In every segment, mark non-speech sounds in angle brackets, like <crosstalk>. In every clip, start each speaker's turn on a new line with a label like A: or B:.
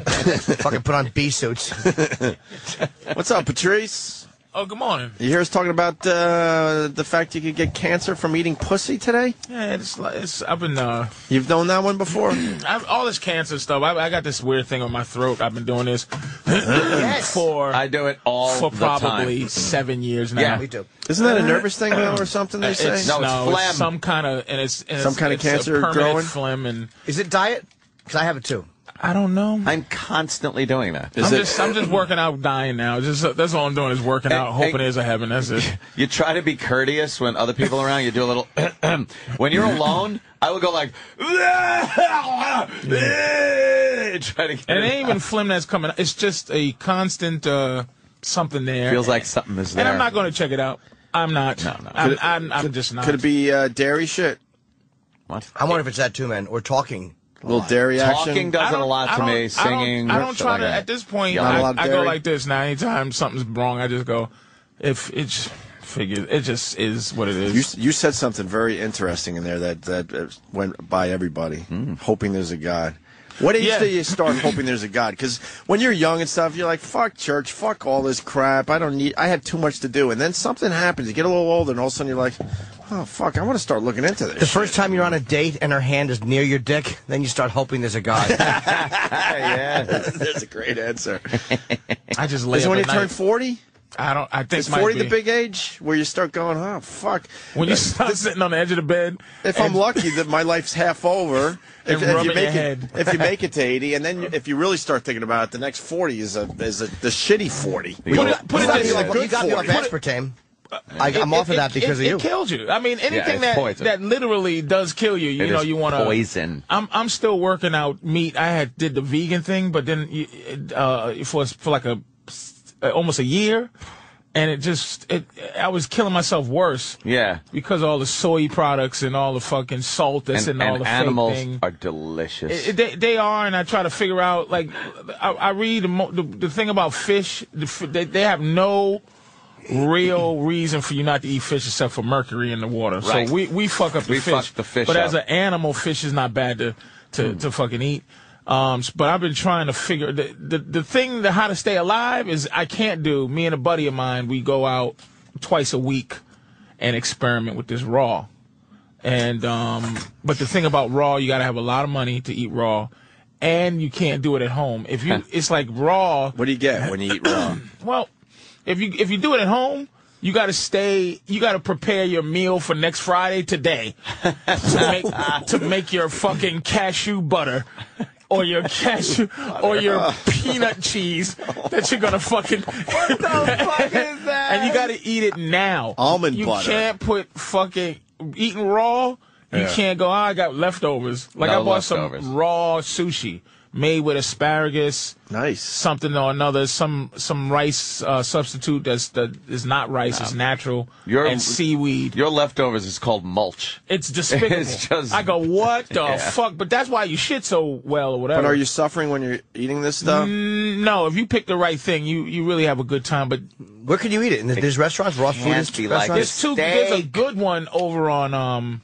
A: Fucking put on bee
B: <laughs>
A: suits.
C: What's up, Patrice?
B: Oh, good morning.
C: You hear us talking about uh, the fact you could get cancer from eating pussy today?
B: Yeah, it's like it's. I've been uh,
C: You've known that one before?
B: I've, all this cancer stuff. I, I got this weird thing on my throat. I've been doing this
A: Yes.
B: <laughs> for
D: I do it all
B: for
D: the
B: probably
D: time.
B: seven years now.
D: Yeah.
A: We do.
C: Isn't that a nervous thing though, or something they say?
B: Uh, It's,
D: No, it's phlegm.
B: some kind of and it's and
C: Some
B: it's-
C: kind of
B: it's a
C: cancer
B: permanent
C: growing?
B: phlegm and
A: Is it diet? Because I have it too.
B: I don't know.
D: I'm constantly doing that.
B: I'm
C: it-
B: just I'm just working out, dying now. Just uh, that's all I'm doing is working
D: Hey,
B: out,
D: hey.
B: hoping there's a heaven. That's
D: <laughs>
B: it.
D: You try to be courteous when other people are around. You do a little. <clears throat> when you're alone, I will go like. <laughs> try to get
B: And it
D: it
B: ain't even phlegm that's coming. out. It's just a constant uh, something there.
D: Feels like something is there.
B: And I'm not going to check it out. I'm not.
D: No, no.
B: I'm,
C: Could it-
B: I'm, I'm just not.
C: Could it be uh, dairy shit?
D: What?
A: I wonder if it's that too, man. Or talking.
C: A little dairy
D: Talking
C: action?
B: I
D: does it
B: don't-
D: a lot
B: I
D: to
B: don't-
D: me.
B: I don't-
D: Singing.
B: I don't,
D: shit
B: try
D: like
B: to.
D: that.
B: At this point,
C: Not a lot of
B: I, I go
C: dairy.
B: like this. Now, anytime something's wrong, I just go. If it just figures, it just is what it is.
C: you, s- you said something very interesting in there that, that uh, went by everybody, hoping there's a God. What age
B: Yeah.
C: do you start hoping there's a God? Because when you're young and stuff, you're like, fuck church, fuck all this crap. I don't need, I have too much to do. And then something happens. You get a little older, and all of a sudden you're like, oh, fuck, I want to start looking into this.
A: The first time you're on a date and her hand is near your dick, then you start hoping there's a
B: <laughs>
A: god.
C: <laughs>
D: yeah.
C: That's a great answer.
B: I just lay
C: Is
B: up
C: when you
B: at night.
C: turn 40?
B: I don't. I think
C: Is
B: might
C: 40
B: be.
C: the big age where you start going, oh, fuck.
B: When
D: <laughs>
B: you start sitting on the edge of the bed,
C: If I'm lucky that my life's half
B: <laughs>
C: over, if, if
B: And rubbing
C: you
B: your
C: make
B: head.
C: it, if you make it to 80, and
B: <laughs>
C: then you- if you really start thinking about it, the next 40 is a is a, the shitty 40.
B: put it, put
A: you got
B: it this
A: me
B: way.
A: like, you got me like
B: Put it-
A: aspartame. I, I'm off of
B: It-
A: that because
B: it,
A: of you.
B: It killed you. I mean, anything
D: it's
B: that
D: poison.
B: that literally does kill you. You
D: It
B: know,
D: is
B: you want to
D: poison.
B: I'm I'm still working out meat. I had did the vegan thing, but then you- it, uh, for for like a uh, almost a year, and it just it I was killing myself worse.
D: Yeah.
B: Because of all the soy products and all the fucking salt that's
D: And,
B: in all
D: and
B: the
D: animals
B: fake thing.
D: are delicious.
B: It- it- they, they are, and I try to figure out. Like, I, I read the, mo- the, the thing about fish. The, f- they, they have no real reason for you not to eat fish except for mercury in the water.
D: Right.
B: So we, we fuck up the
D: We
B: fish.
D: fuck the fish
B: But
D: up. Hmm.
B: as an animal, fish is not bad to to, to fucking eat. Um, s- but I've been trying to figure the, the the thing the how to stay alive is I can't do. Me and a buddy of mine, we go out twice a week and experiment with this raw. And um, but the thing about raw, you gotta have a lot of money to eat raw, and you can't do it at home. If you, it's like raw.
C: What do you get when you eat
B: <clears throat>
C: raw?
B: Well, if you if you do it at home, you gotta stay. You gotta prepare your meal for next Friday today to <laughs> make to make your fucking cashew butter. Or your cashew, or your peanut cheese that you're gonna fucking. What the fuck is that? <laughs> And you gotta eat it now.
C: Almond
B: you
C: butter.
B: You can't put fucking eating raw. You can't go. "Oh, I got leftovers. Like
D: No
B: I bought
D: leftovers.
B: some raw sushi made with asparagus
C: nice.
B: something or another, some some rice uh, substitute that's that is not rice, it's natural
D: Your-
B: and seaweed.
D: Your leftovers is called mulch.
B: It's despicable.
D: It's just-
B: I go, what the fuck? But that's why you shit so well or whatever.
C: But are you suffering when you're eating this stuff?
B: Mm, no, if you pick the right thing, you you really have a good time. But
A: Where can you eat it? In the, there's restaurants, raw food
D: can't
A: is-
D: be like
A: restaurants?
B: there's two. There's a
D: Steak.
B: good one over on um.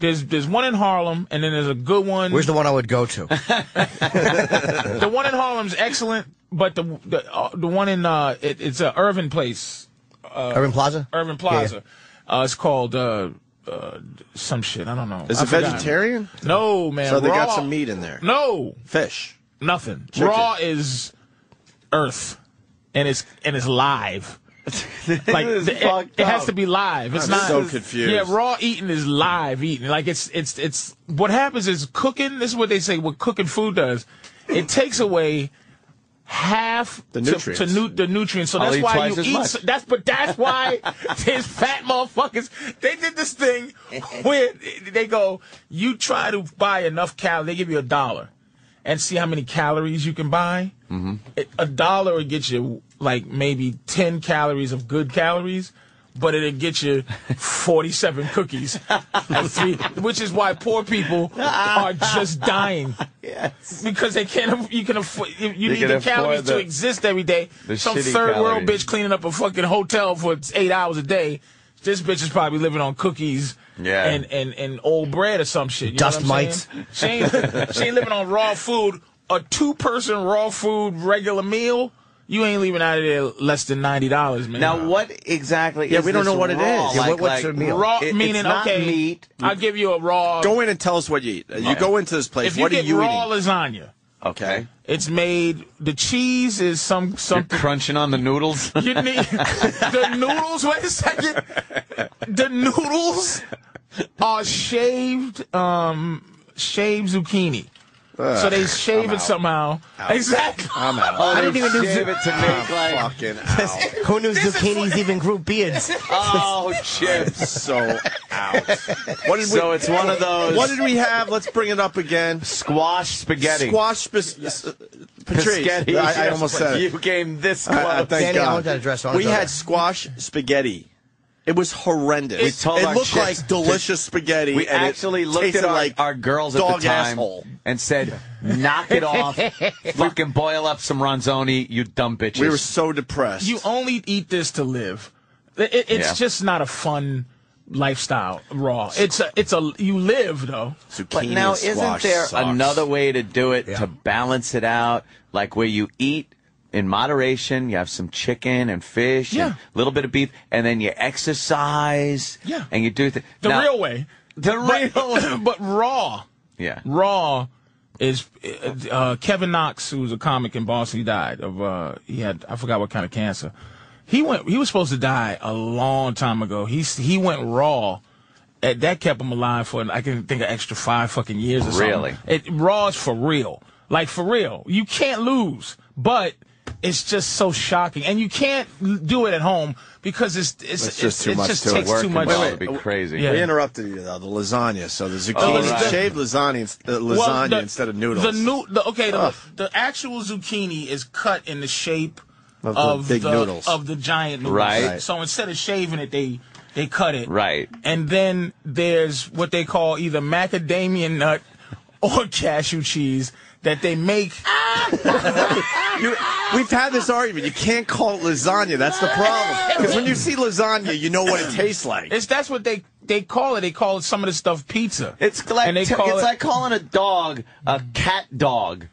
B: There's there's one in Harlem, and then there's a good one.
A: Where's the one I would go to?
B: Uh, the one in Harlem's excellent, but the the uh, the one in uh it, it's a Irvin place.
A: Urban Plaza?
B: Urban Plaza. Uh, it's called uh, uh, some shit. I don't know.
C: Is
B: I
C: it
B: forgot.
C: vegetarian?
B: No, man.
C: So they got
B: Raw-
C: some meat in there.
B: No,
C: Fish.
B: nothing. Raw is earth, and it's and
C: <laughs>
B: it's live. Like
D: is
B: the- it,
D: fucked
B: it has
D: up.
B: to be live. It's
C: I'm
B: not
C: so confused.
B: Yeah, raw eating is live eating. Like it's it's it's what happens is cooking. This is what they say. What cooking food does, it takes away half
C: The
B: to-
C: nutrients.
B: to, nu- the nutrients. So
D: I'll
B: that's
D: eat
B: why
D: twice
B: you
D: as
B: eat.
D: much.
B: so- that's but
D: <laughs>
B: that's why there's fat motherfuckers. They did this thing where they go, you try to buy enough calories. They give you a dollar, and see how many calories you can buy. Mm-hmm. a dollar would get you like maybe ten calories of good calories. But it'll get you 47
D: <laughs>
B: cookies, and three- which is why poor people are just dying because they can't. You can afford. You, you need
D: can
B: the
D: afford
B: calories to
D: the-
B: exist every day.
D: the
B: Some
D: shitty
B: third world
D: calories.
B: bitch cleaning up a fucking hotel for eight hours a day. This bitch is probably living on cookies.
D: Yeah.
B: And, and, and old bread or some shit. You
A: Dust
B: know what I'm saying? She ain't, she ain't living on raw food a two person raw food regular meal, you ain't leaving out of there less than ninety dollars, man.
D: Now, what exactly?
C: Yeah,
D: is
C: we don't
D: this
C: know what it
D: raw?
C: is. Yeah,
D: Like,
A: what- what's
D: like-
A: your meal?
B: Raw
D: It- it's
B: meaning
D: not
B: okay.
D: meat.
B: I'll give you a raw.
C: Go in and tell us what you eat. You go into this place.
B: if you
C: what are
B: get
C: you
B: raw
C: eating?
B: lasagna,
D: Okay,
B: it's made. The cheese is some
D: you're
B: some.
D: crunching on the noodles.
B: You
D: <laughs>
B: need the noodles. Wait a second. The noodles are shaved, um, shaved zucchini. so they shave it somehow. Exactly.
D: <laughs>
C: I'm out.
D: Oh,
A: I didn't
D: they
A: even do
D: shave
A: zu-
D: it to make like
C: Ah,
D: <laughs>
C: fucking out.
A: Who knew
B: This is
A: zucchinis even grew beards?
D: oh
C: <laughs>
D: chips.
C: So out. What did we?
D: So it's one of
C: <laughs>
D: those
C: what did we have? Let's bring it up again.
D: squash spaghetti.
C: Squash bis- s- Patrice.
D: Spaghetti.
C: I, I almost said
D: you
C: it.
D: came this close.
C: I- I- thank
A: Danny, I want
C: God.
A: that address. I want
C: we
A: to go
C: had
A: there.
C: squash spaghetti. It was horrendous.
D: We told
C: it
D: our
C: looked
D: chefs
C: like delicious spaghetti.
D: we
C: and it
D: actually looked
C: tasted
D: at our,
C: like
D: our girls at
C: dog
D: the time
C: asshole.
D: and said, "Knock
C: <laughs>
D: it off, fucking boil up some ronzoni, you dumb bitches."
C: We were so depressed.
B: You only eat this to live. It- it- it's
D: Yeah.
B: just not a fun lifestyle. Raw. It's a. It's a. You live though.
C: Zucchini
D: But now,
C: and
D: isn't
C: squash
D: there
C: sucks.
D: another way to do it to balance it out? Like where you eat in moderation, you have some chicken and fish,
B: Yeah.
D: and a little bit of beef, and then you exercise,
B: Yeah.
D: and you do th-
B: The
D: Now-
B: real way.
D: the real,
B: But raw.
D: <laughs> yeah.
B: Raw is uh, uh, Kevin Knox, who's a comic in Boston. He died of uh, he had I forgot what kind of cancer. He went. He was supposed to die a long time ago. He s- he went raw. And that kept him alive for I can think an extra five fucking years or something.
D: Really?
B: It raws for real. Like for real. You can't lose. But it's just so shocking, and you can't l- do it at home because it's it's,
C: It's just
B: it's-
C: too
B: it
C: much
B: just
C: to
B: takes
D: Work
B: too much.
C: Wait, wait.
D: would be crazy.
B: Yeah.
C: We interrupted you though. The lasagna. So the zucchini,
B: Oh, right.
C: shaved lasagna, uh, lasagna
B: Well, the-
C: instead of noodles.
B: The new, the, okay, the,
C: Ugh.
B: the actual zucchini is cut in the shape
C: Of
B: of,
C: the big
B: the
C: noodles.
B: of the giant noodles.
D: Right. Right.
B: So instead of shaving it, they they cut it.
D: Right.
B: And then there's what they call either macadamia nut <laughs> or cashew cheese that they make.
C: You- we've had this argument. You can't call it lasagna. That's the problem. Because when you see lasagna, you know what it tastes like.
B: It's that's what they they call it. They call it some of the stuff pizza.
D: It's like
B: and they
D: t-
B: call it,
D: it's like calling a dog a cat dog.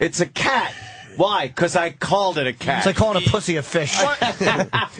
D: It's a cat. Why? Because I called it a cat.
A: It's like calling a pussy a fish.
B: But,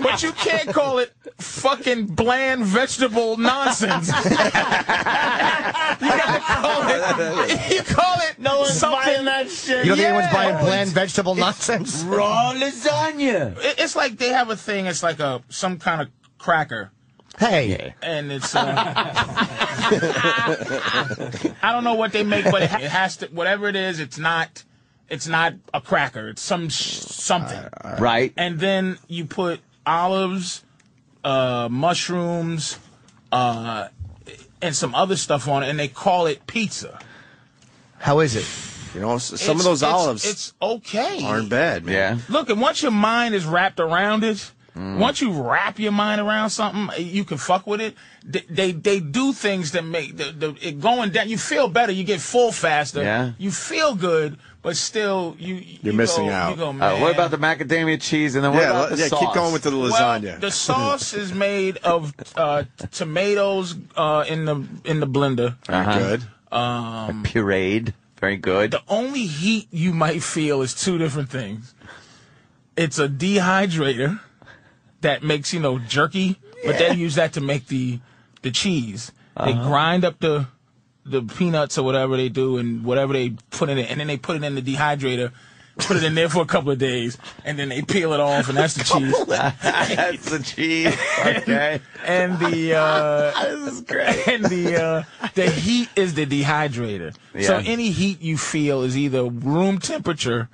B: but you can't call it fucking bland vegetable <laughs> nonsense. you gotta call it. You call it no one's something that shit.
A: You don't think anyone's buying bland vegetable nonsense?
D: raw lasagna.
B: It's like they have a thing. It's like a some kind of cracker.
A: Hey,
B: And it's uh, I don't know what they make, but it, ha- it has to whatever it is. It's not it's not a cracker. It's some sh- something.
D: Right.
B: and then you put olives, uh, mushrooms, uh, and some other stuff on it, and they call it pizza.
A: how is it?
C: You know, s- some
B: It's-
C: of those
B: it's-
C: olives
B: it's okay.
C: aren't bad, man.
D: yeah.
B: Look, and once your mind is wrapped around it,
C: Mm.
B: once you wrap your mind around something, you can fuck with it. They they, they do things that make the, the it going down. You feel better. You get full faster.
D: Yeah.
B: You feel good, but still you you're
C: missing out.
B: You go,
D: Uh,
B: man.
D: what about the macadamia cheese and then what
C: Yeah,
D: about
C: le-
D: the
C: yeah,
D: sauce?
C: keep going with the lasagna.
B: Well, the sauce is made of uh, t- tomatoes uh, in the in the blender.
D: Uh-huh.
C: Good.
D: pureed. Very good.
B: The only heat you might feel is two different things. It's a dehydrator that makes you know jerky, but they use that to make the the cheese. They grind up the the peanuts or whatever they do and whatever they put in it, and then they put it in the dehydrator. Put it in there for a couple of days, and then they peel it off, and that's the cheese.
D: <laughs> That's the cheese.
B: <laughs>
D: Okay.
B: And the uh,
D: <laughs> this is great.
B: and the uh, the heat is the dehydrator. So
D: Yeah.
B: any heat you feel is either room temperature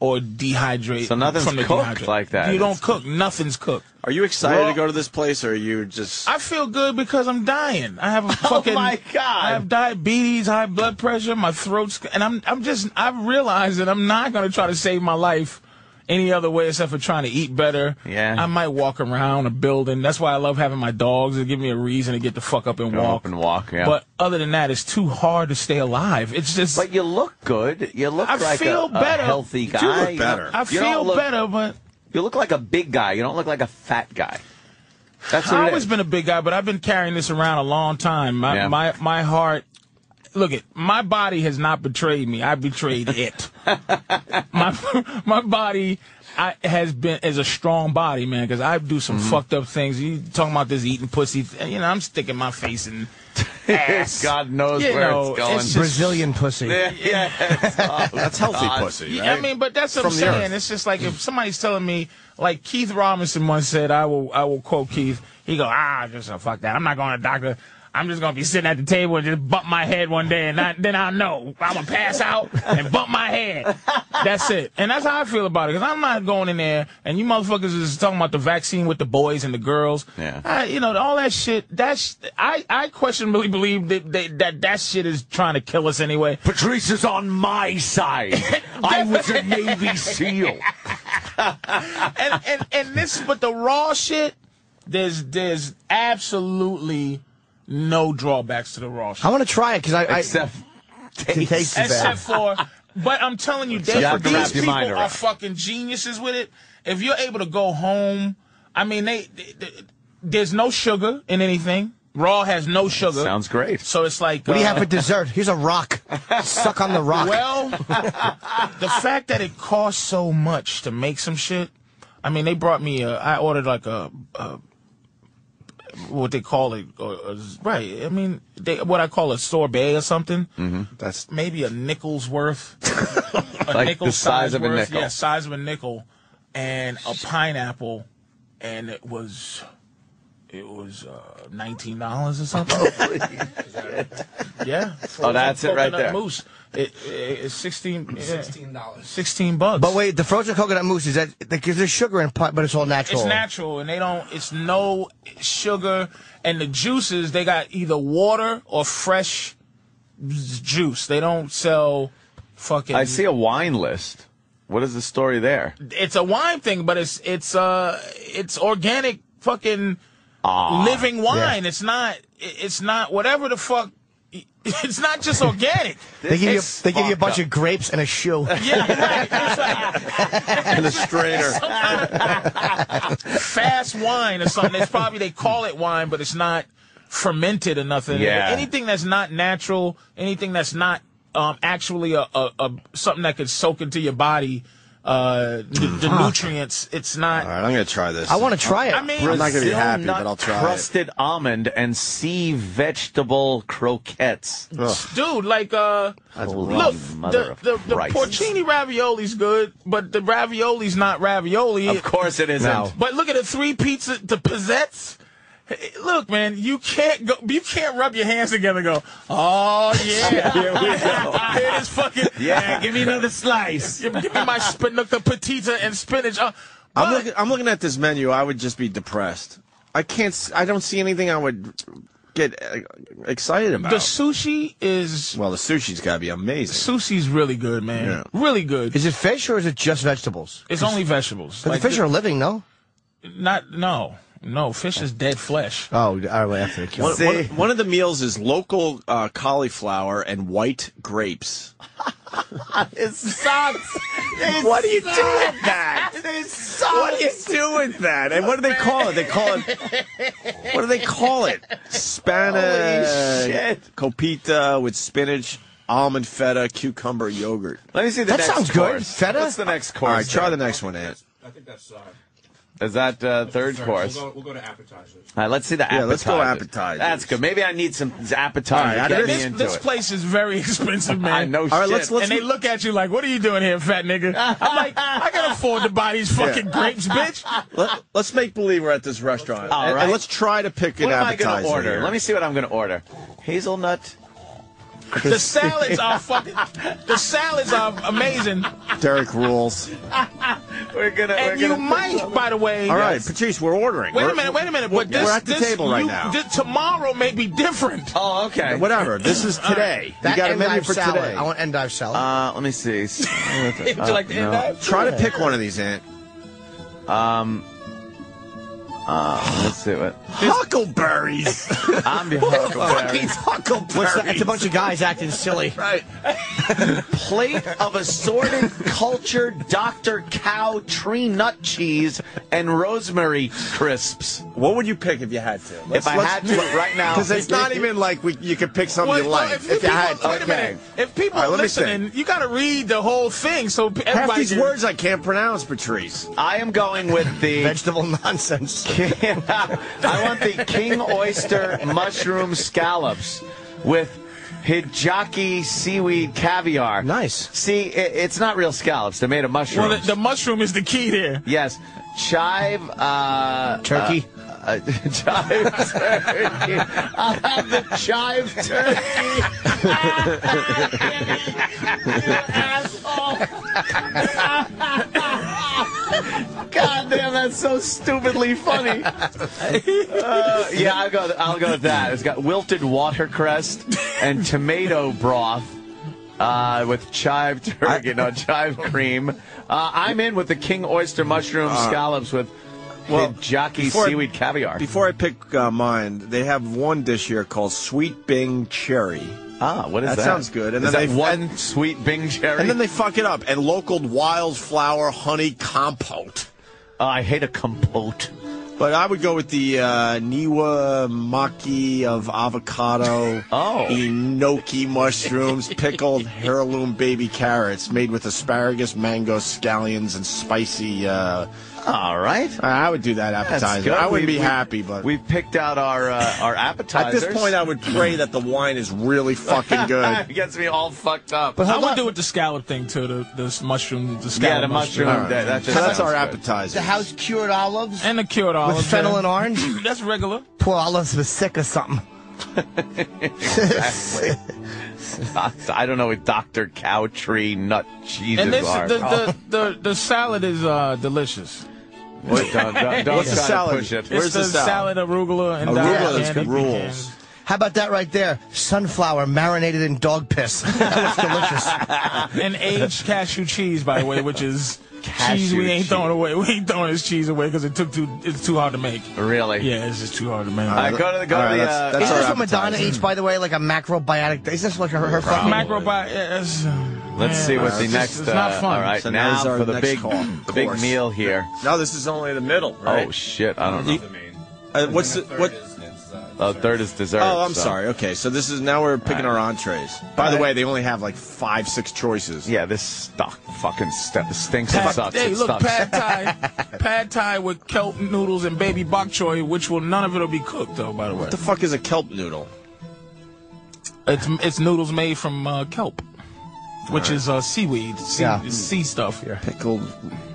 B: or dehydrate.
D: So nothing's
B: from the
D: cooked
B: dehydrator.
D: like that.
B: You don't
D: It's-
B: cook. Nothing's cooked.
C: Are you excited
D: Well-
C: to go to this place, or are you just?
B: I feel good because I'm dying. I have
D: <laughs>
B: a fucking.
D: Oh my God.
B: I have diabetes, high blood pressure, my throat's, and I'm I'm just I've realized that I'm not gonna try to save my life any other way except for trying to eat better.
D: Yeah.
B: I might walk around a building. That's why I love having my dogs. They give me a reason to get the fuck up and
D: Go
B: walk.
D: up and walk, yeah.
B: But other than that, it's too hard to stay alive. It's just
D: But you look good. You look
B: I
D: like a-
B: feel
D: a,
B: better.
D: healthy
B: You
D: guy.
C: look better.
B: I
D: You don't
B: feel
D: look-
B: better, but
D: You look like a big guy. You don't look like a fat guy. That's what
B: I've
D: it
B: always
D: is.
B: been a big guy, but I've been carrying this around a long time. My
D: Yeah. <laughs>
B: my my heart. Look at my body has not betrayed me. I betrayed it. my my body I, has been is a strong body, man. Because I do some
D: Mm-hmm.
B: fucked up things. You talking about this eating pussy? th- You know, I'm sticking my face in
D: <laughs>
B: ass.
D: God knows
B: You
D: where
B: know,
D: it's going.
B: it's just-
A: Brazilian pussy.
C: That's healthy
D: God.
C: pussy.
B: Yeah, I
C: Right?
B: mean, but that's what
C: From
B: I'm
C: the earth.
B: saying. It's just like if somebody's telling me, like Keith Robinson once said, I will, I will quote Keith. He go, ah, just uh, fuck that. I'm not going to doctor. I'm just gonna be sitting at the table and just bump my head one day, and I, then I'll know I'm gonna pass out and bump my head. That's it, and that's how I feel about it. Cause I'm not going in there, and you motherfuckers is talking about the vaccine with the boys and the girls.
D: Yeah.
B: I, you know, all that shit. That's I, I questionably believe that, that that that shit is trying to kill us anyway.
D: Patrice is on
B: <laughs>
D: my side. I was a Navy SEAL.
B: and, and and this but the raw shit there's there's absolutely no drawbacks to the raw shit
A: I want to try it because I, I
D: Except
A: it tastes too
B: except
A: bad.
B: for but i'm telling
D: <laughs>
B: you
D: you
B: they,
D: have to
B: these
D: wrap your
B: people
D: mind around
B: are
D: it.
B: fucking geniuses with it if you're able to go home i mean they, they- they- there's no sugar in anything raw has no sugar
D: sounds great.
B: so it's like
A: What do you
B: uh,
A: have for dessert? Here's a rock. Suck on the
D: <laughs>
A: rock.
B: Well, the fact that it costs so much to make some shit. I mean, they brought me. A, I ordered like a, a what they call it, or, or- right? I mean, they, what I call a sorbet or something.
D: Mm-hmm.
C: That's
B: Maybe a nickel's
D: <laughs>
B: worth, a
D: Like
B: nickel
D: the size of a
B: worth,
D: nickel.
B: yeah, size of a nickel, and a pineapple, and it was. It was uh, nineteen dollars or something. <laughs> yeah.
D: Oh, that's it right
B: Coconut
D: there.
B: Mousse. It, it, it's sixteen. yeah.
E: Sixteen dollars.
B: 16 bucks.
A: But wait, the frozen coconut mousse is that because there's sugar in pot, but it's all natural.
B: it's natural and they don't, it's no sugar. And the juices, they got either water or fresh z- juice. They don't sell fucking.
D: I see a wine list. What is the story there?
B: It's a wine thing, but it's, it's, uh, it's organic fucking living wine. It's not, it- it's not whatever the fuck. <laughs> It's not just organic.
A: They give you
B: It's-
A: they give you a bunch
D: fucked
A: of grapes and a
B: <laughs>
A: shoe.
B: yeah, right. It's like-
C: and a strainer.
B: fast wine or something. It's probably they call it wine, but it's not fermented or nothing.
D: Yeah.
B: Anything that's not natural, anything that's not um, actually a, a, a something that could soak into your body, uh, the, the nutrients. It's not.
C: All right, I'm gonna try this.
A: I want to try it.
B: I mean,
C: I'm not gonna be
D: Brazil
C: happy,
D: nut
C: but I'll try it.
D: Crusted almond and sea vegetable croquettes.
B: dude, like uh,
D: Holy
B: look,
D: mother
B: the
D: of
B: the, the
D: Christ.
B: porcini ravioli's good, but the ravioli's not ravioli.
D: Of course it isn't.
A: No.
B: But look at the three pizza the pizzettes. Hey, Look, man, you can't go. You can't rub your hands together. and Go, oh <laughs> yeah, here we go. it is <laughs> fucking.
D: Yeah,
B: give me another slice. give, give me <laughs> my spinach patita and spinach. Uh,
C: I'm
B: but-
C: looking. I'm looking at this menu. I would just be depressed. I can't. s- I don't see anything I would get uh, excited about.
B: the sushi is
C: well, the sushi's got to be amazing.
B: sushi's really good, man. Really good.
A: is it fish or is it just vegetables?
B: It's only vegetables.
A: But
B: Like,
A: the fish are living, no?
B: not no no fish is dead flesh.
A: Oh, I well, after they kill.
C: One,
A: it.
C: one- one of the meals is local uh, cauliflower and white <laughs> grapes.
D: It sucks.
C: What do you do with that? What do you do with that? And what do they call it? They call it. <laughs> What do they call it? Spanish
D: Holy shit.
C: copita with spinach, almond feta, cucumber yogurt.
D: Let me see the
A: That
D: next
A: sounds good.
D: course.
A: Feta?
D: What's the next course?
C: All right, try the
D: there?
C: next one, Ant.
E: I think that's uh,
D: Is that uh, third
E: sorry,
D: course?
E: We'll
D: All
E: go, we'll go to appetizers.
D: right, let's see the appetizers.
C: Yeah, let's go appetizers.
D: That's good. Maybe I need some appetizers.
C: All right,
D: Get me
B: This,
D: into
B: this
D: it.
B: place is very <laughs> expensive, man.
D: I know
C: All right,
D: shit.
C: let's let's
B: and they look at you like, "What are you doing here, fat nigga?" I'm like, "I can afford to buy these fucking grapes, bitch."
C: Let, us make believe we're at this restaurant.
D: All
C: and,
D: right.
C: and let's try to pick an
D: what am I
C: appetizer.
D: going to order?
C: here.
D: Let me see what I'm going to order. Hazelnut.
B: The salads are fucking. The salads are amazing,
C: Derek rules.
D: We're going to.
B: and you might, by the way.
C: All right, Patrice, we're ordering.
B: Wait
C: We're-
B: a minute, wait a minute.
C: We're,
B: But this,
C: we're at the
B: this-
C: table right
B: you-
C: now.
B: thi- tomorrow may be
C: <laughs>
B: different.
D: Oh, okay.
C: Whatever. This is today.
A: That
C: you got a
A: endive
C: menu for
A: salad.
C: today.
A: I want endive salad.
D: Uh, let me <laughs> see. uh,
B: Would
D: Oh,
B: you like to end that?
C: Try to pick one of these, Ant.
D: let's see what.
C: Huckleberries.
D: <laughs> I'm behind.
A: What's that? It's a bunch of guys acting silly.
C: right.
D: plate of assorted cultured Dr. Cow tree nut cheese and rosemary crisps.
C: What would you pick if you had to?
D: If I had to
C: <laughs>
D: right now,
C: because it's not even like we, you could pick something
B: Well,
C: you
B: well,
C: like.
B: if, people,
C: you had,
B: wait a minute. If people
C: All right,
B: are
C: let me
B: listening, you got to read the whole thing so p- everybody.
C: Half these
B: can-
C: words I can't pronounce, Patrice.
D: I am going with <laughs> the.
A: Vegetable nonsense.
D: <laughs> I want the king oyster mushroom scallops with hijaki seaweed caviar.
A: Nice.
D: See, i it's not real scallops. They're made of mushrooms.
B: Well, the, the mushroom is the key there.
D: yes, chive. Uh,
A: Turkey.
D: uh, chive turkey. <laughs> I'll have the chive turkey. God damn, that's so stupidly funny. Uh, yeah, I'll go. I'll go with that. It's got wilted watercress and tomato broth. Uh, with chive turkey, no chive cream. Uh, I'm in with the king oyster mushroom scallops with
C: Uh, well,
D: jockey
C: before-
D: seaweed caviar.
C: Before I pick uh, mine, they have one dish here called sweet Bing cherry,
D: Ah, what is
C: That
D: that?
C: sounds good. And
D: Is
C: then
D: that
C: they-
D: one
C: and-
D: sweet Bing cherry.
C: and then they fuck it up and local wildflower honey compote.
D: Oh, I hate a compote.
C: But I would go with the uh, Niwa Maki of avocado,
D: Oh.
C: enoki
D: <laughs>
C: mushrooms, pickled heirloom baby carrots made with asparagus, mango, scallions, and spicy. Uh,
D: All right.
C: I would do that
D: That's
C: appetizer.
D: good.
C: I would
D: We-
C: be
D: we-
C: happy, but
D: We've picked out our uh,
C: <laughs>
D: our
C: at
D: appetizers.
C: this point, I would pray that the wine is really fucking
D: it <laughs>
C: good.
D: gets me all fucked up.
A: But
B: I
A: hold
B: would
A: on.
B: do with the scallop thing too. The this mushroom, the scallop
D: yeah, the mushroom.
C: All right.
D: That, that
C: so
D: just
C: that's
D: sounds
C: our
D: good.
C: appetizer.
A: the house cured olives
B: and the cured olive
A: with fennel and orange.
B: That's regular.
A: Poor olives was sick or something.
D: Doc- <laughs> I don't know what Dr. Cowtree nut cheeses
B: And this
D: are. Oh,
B: the, the, the the salad is uh, delicious.
D: Wait, don't don't, don't
C: What's the
D: try to
C: salad?
D: push it.
C: Where's
B: it's
C: the
B: the
C: salad?
B: salad? arugula and
C: Arugula
B: diet
C: is
B: candy
C: rules.
B: pecans.
A: How about that right there? Sunflower marinated in dog piss. That
B: and aged cashew cheese, by the way, which is
D: Cashew
B: cheese we ain't
D: cheese.
B: throwing away. We ain't throwing this cheese away because it took too. It's too hard to make.
D: Really?
B: Yeah, it's just too hard to make.
D: All right, go to the go
C: All
D: to
C: right,
D: the.
C: that's-
A: was delicious.
C: that's
D: uh,
A: Isn't
C: our
A: this what Madonna eats, by the way? Like a macrobiotic. Isn't this like her, her fucking
B: Macrobi- yes.
D: Let's
B: Yeah,
D: see what
B: it's
D: the
B: just-
D: next.
B: It's not
D: uh,
B: fun.
D: All right,
C: So now
D: now
C: is our
D: for the
C: next
D: big
C: call.
D: the
C: Course.
D: big meal here.
C: No, this is only the middle. Right?
D: Oh shit! I don't know.
E: I mean,
C: uh, what's the,
E: and the third
C: what?
E: is- is, uh,
D: Uh, third is dessert.
C: Oh, I'm
D: so-
C: sorry. Okay, so this is now we're picking
D: All
C: our entrees. By the way, they only have like five, six choices.
D: Yeah, this stuck fucking st- stinks and
B: Pad,
D: sucks.
B: hey,
D: it
B: look,
D: sucks.
B: pad thai, pad thai with kelp noodles and baby bok choy, which will none of it will be cooked though. By the way,
C: What the fuck is a kelp noodle?
B: it's it's noodles made from uh, kelp, which is uh, seaweed, sea, sea stuff. Yeah.
C: Pickled.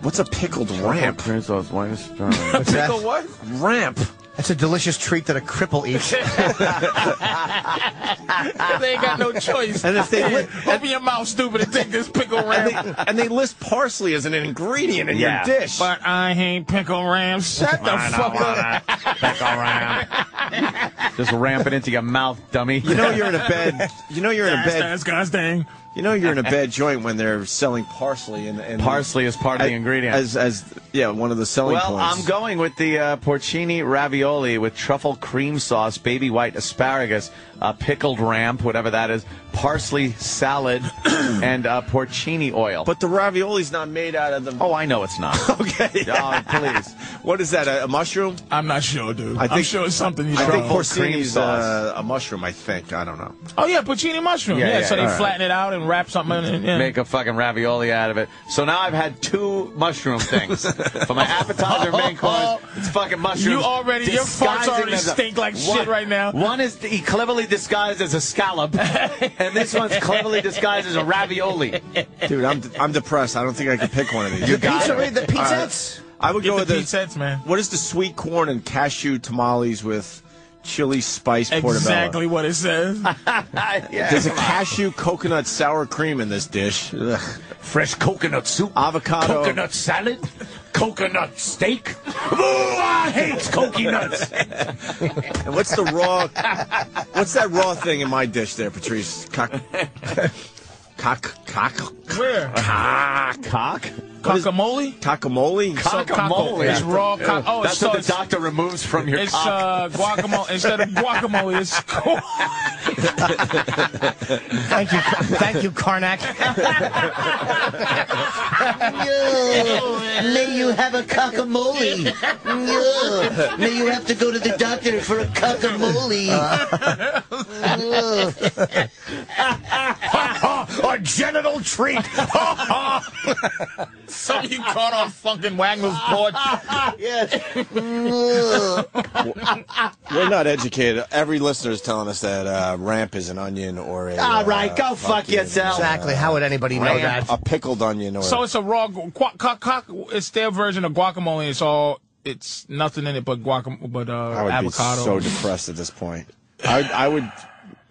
C: What's a pickled ramp?
B: <laughs>
A: What's that?
B: So what?
C: Ramp.
A: That's a delicious treat that a cripple
F: <laughs>
A: eats.
B: they ain't got no choice.
C: And if they li-
B: Open your mouth, stupid, and take this pickle ramp.
C: and they list parsley as an ingredient in
D: Yeah.
C: your dish.
B: But I ain't pickle ramp. Shut the fuck up.
D: Just ramp it into your mouth, dummy.
C: you know you're in a bad. You know you're in a bad.
B: That's God's thing.
C: You know you're in a bad joint when they're selling parsley and, and
D: Parsley is part of the ingredient.
C: As as yeah, one of the selling
D: well,
C: points.
D: I'm going with the uh, porcini ravioli with truffle cream sauce, baby white asparagus, uh, pickled ramp, whatever that is, parsley salad,
B: <clears throat>
D: and uh, porcini oil.
C: But the ravioli's not made out of the.
D: oh, I know it's not.
B: <laughs>
C: <laughs> Okay.
D: Oh, please.
C: What is that? A, a mushroom?
B: I'm not sure, dude. I am
C: think-
B: sure it's something you
C: I think
B: try.
D: Truffle cream
C: porcini's uh,
D: sauce.
C: a mushroom. I think. I don't know.
B: Oh yeah, puccini mushroom.
D: Yeah,
B: Yeah,
D: yeah,
B: so they
D: all right.
B: flatten it out and wrap something in. it, Yeah.
D: <laughs> Make a fucking ravioli out of it. So now I've had two
B: <laughs>
D: mushroom things for my appetizer and main course. It's fucking mushrooms.
B: You already- your farts
D: disguising
B: already
D: themselves.
B: stink like shit right now.
D: One is d- cleverly disguised as
B: <laughs>
D: a scallop, and this one's cleverly disguised as a ravioli.
C: Dude, I'm I'm depressed. I don't think I can pick one of these.
A: the
D: got
A: pizza,
D: it.
A: right? The pizzettes.
C: I would go
B: Get
C: with
B: the
C: the
B: pizzettes, man.
C: What is the sweet corn and cashew tamales with chili spice portobello?
B: Exactly what it says.
D: Yeah.
C: There's a cashew coconut sour cream in this dish. Ugh.
D: fresh coconut soup,
C: Avocado.
D: salad, coconut steak. Ooh, I hate coconuts.
C: And what's the raw? what's that raw thing in my dish there, Patrice? Cock, Cock, cock,
B: Where?
C: ah, cock,
B: Guacamole?
C: cockamole.
B: So
D: Guacamole.
B: It's raw cock. Oh,
D: That's
B: so
D: what the
B: it's-
D: doctor removes from your
B: It's
D: cock.
B: uh, guacamole instead of guacamole. It's
D: <laughs>
A: Thank you, thank you, Karnak.
F: May you have a cockamole. Ugh. May you have to go to the doctor for a
A: <laughs>
F: cockamole. <laughs>
A: a genital treat.
B: something you caught on fucking Wagner's porch.
C: We're not educated. Every listener is telling us that uh, ramp is an onion or a.
D: All
C: uh,
D: right, go fuck
C: fucking,
D: yourself.
A: exactly. How would anybody know
C: uh,
A: that?
C: A pickled onion or.
B: So it's a raw gu- quack, cock, cock. It's their version of guacamole. It's all. It's nothing in it but guacamole, but uh,
C: I would
B: avocado.
C: be so depressed at this point. I, would- I would.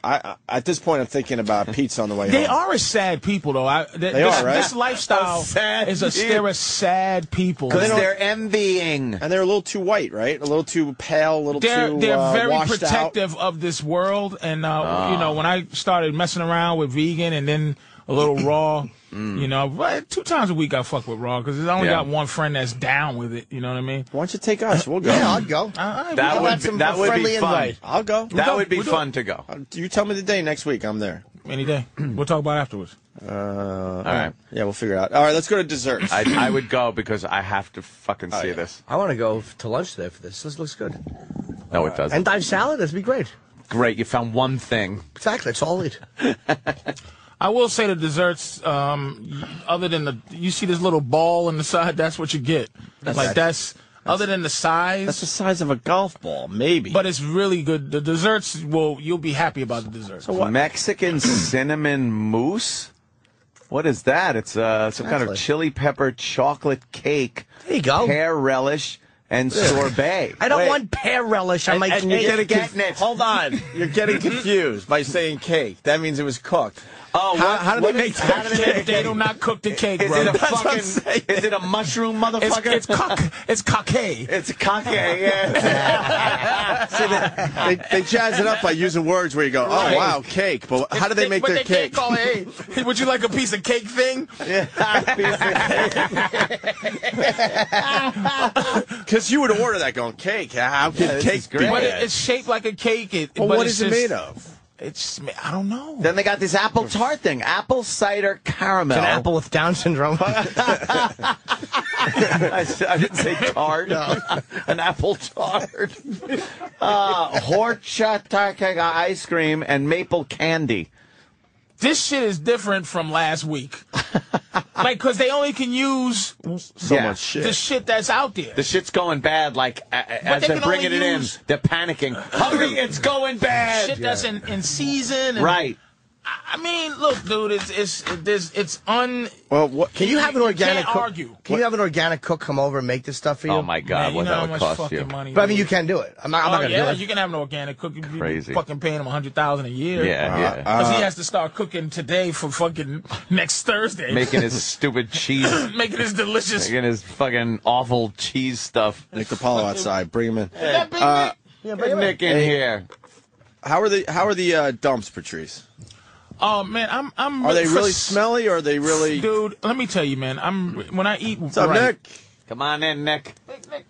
C: I, I at this point I'm thinking about pizza on the way
B: They
C: home.
B: are a sad people, though. I, th- this,
C: are, right?
B: this lifestyle
D: A sad
B: is a they're a sad people.
D: Because
C: don't-
D: they're envying.
C: and they're a little too white, right? A little too pale, a little
B: They're
C: too
B: they're
C: uh,
B: very
C: washed
B: protective of this world, and uh, you know when I started messing around with vegan and then a little raw, you know, but two times a week I fuck with raw because I only
D: Yeah.
B: got one friend that's down with it. You know what I mean?
C: Out. Why don't you take us? We'll go.
A: Yeah, I'd go.
B: All right,
D: That
A: How
D: would
A: about
D: be,
A: some
D: that would be
A: friendly
D: fun.
A: invite?
C: I'll go.
D: That
B: We'll
D: would
B: do-
D: be
B: we'll do
D: fun to go. All
C: Uh, You tell me the day next week. I'm there. Uh,
B: any day. We'll talk about it afterwards.
D: right.
C: Yeah, we'll figure it out. All right, let's go to dessert.
D: I, I would go because I have to fucking see this.
A: I want to go f- to lunch today for this. This looks good.
D: No, it doesn't.
A: And dive salad. That'd be great.
D: Great, you found one thing.
A: Exactly. That's all I need.
B: I will say the desserts, um, other than the, you see this little ball on the side, that's what you get. like that's, other than the size,
C: That's the size of a golf ball, maybe.
B: but it's really good. The desserts will, you'll be happy about the desserts.
D: Mexican cinnamon mousse. What is that? It's uh, some kind of
A: Chocolate.
D: chili pepper chocolate cake.
A: There you go.
D: Pear relish and sorbet.
A: I don't
D: Wait,
A: want pear relish on my
C: and
A: cake.
C: you're getting
D: Getting it.
C: conf- Hold on, <laughs> you're getting confused by saying cake. That means it was cooked.
D: Oh,
C: how,
D: what-
C: how do
D: what
C: they make
D: is-
C: that?
D: how do
B: They,
C: cake?
B: they do not cook the cake,
D: Is
B: bro.
D: it a
C: That's what I'm
D: fucking?
C: saying.
D: Is it a mushroom
B: it's,
D: motherfucker?
B: it's cock, it's cockade.
D: It's a cock. yeah, yeah.
C: they, they jazz it up by using words where you go, oh
B: Right.
C: wow, cake. But how do they make
B: but
C: their
B: they
C: cake?
B: Can't call it, hey, <laughs> would you like a piece of cake thing?
C: Because you would order that going cake. How could
D: this
C: cake
D: is
C: be
D: great.
B: But
C: bad?
B: it, it's shaped like a cake. It,
C: Well,
B: but
C: what
B: it's
C: is it
B: just-
C: made of?
B: It's, I don't know.
D: then they got this apple tart thing, apple cider caramel.
A: An apple with Down <laughs> syndrome.
D: <laughs> I, s- I didn't say tart. <laughs> An apple tart. <laughs> Uh, horchata cake ice cream and maple candy.
B: this shit is different from last week. like, cause they only can use
C: So
D: Yeah.
C: much shit.
B: the shit that's out there.
D: The shit's going bad. Like a- a- as
B: they
D: they're
B: can
D: bringing
B: only
D: it in,
B: use-
D: they're panicking.
C: <laughs>
D: Hurry, it's going
B: shit
D: bad.
B: that's in, in season. and-
D: Right.
B: I mean, look, dude, it's it's it's, it's un.
C: well, what?
A: Can you have an
B: You
A: organic
B: can't
A: cook?
B: argue.
A: Can you have an organic cook come over and make this stuff for you?
D: Oh my
B: Man,
D: god,
B: you
D: what
B: know how
D: that would
B: much
D: cost
B: fucking
D: you.
B: money.
A: But I mean, you can do it. I'm not. I'm
B: Oh,
A: not gonna
B: yeah,
A: do it.
B: you can have an organic cook. You
D: Crazy.
B: Fucking paying him a hundred thousand a year.
D: Yeah,
C: Uh,
D: yeah.
B: Because he has to start cooking today for fucking next Thursday.
D: making his stupid cheese,
B: <laughs> Making this delicious.
D: making his fucking awful cheese stuff.
C: Nick DiPaolo outside. Bring him in.
B: That big
C: Uh,
B: Mac-
D: Get Nick in here.
C: How are the How are the uh, dumps, Patrice?
B: oh man, I'm I'm. <laughs>
C: Are they
B: for-
C: really smelly? Or are they really?
B: Dude, let me tell you, man. I'm when I eat.
C: What's up,
B: right,
C: Nick?
D: Come on in, Nick.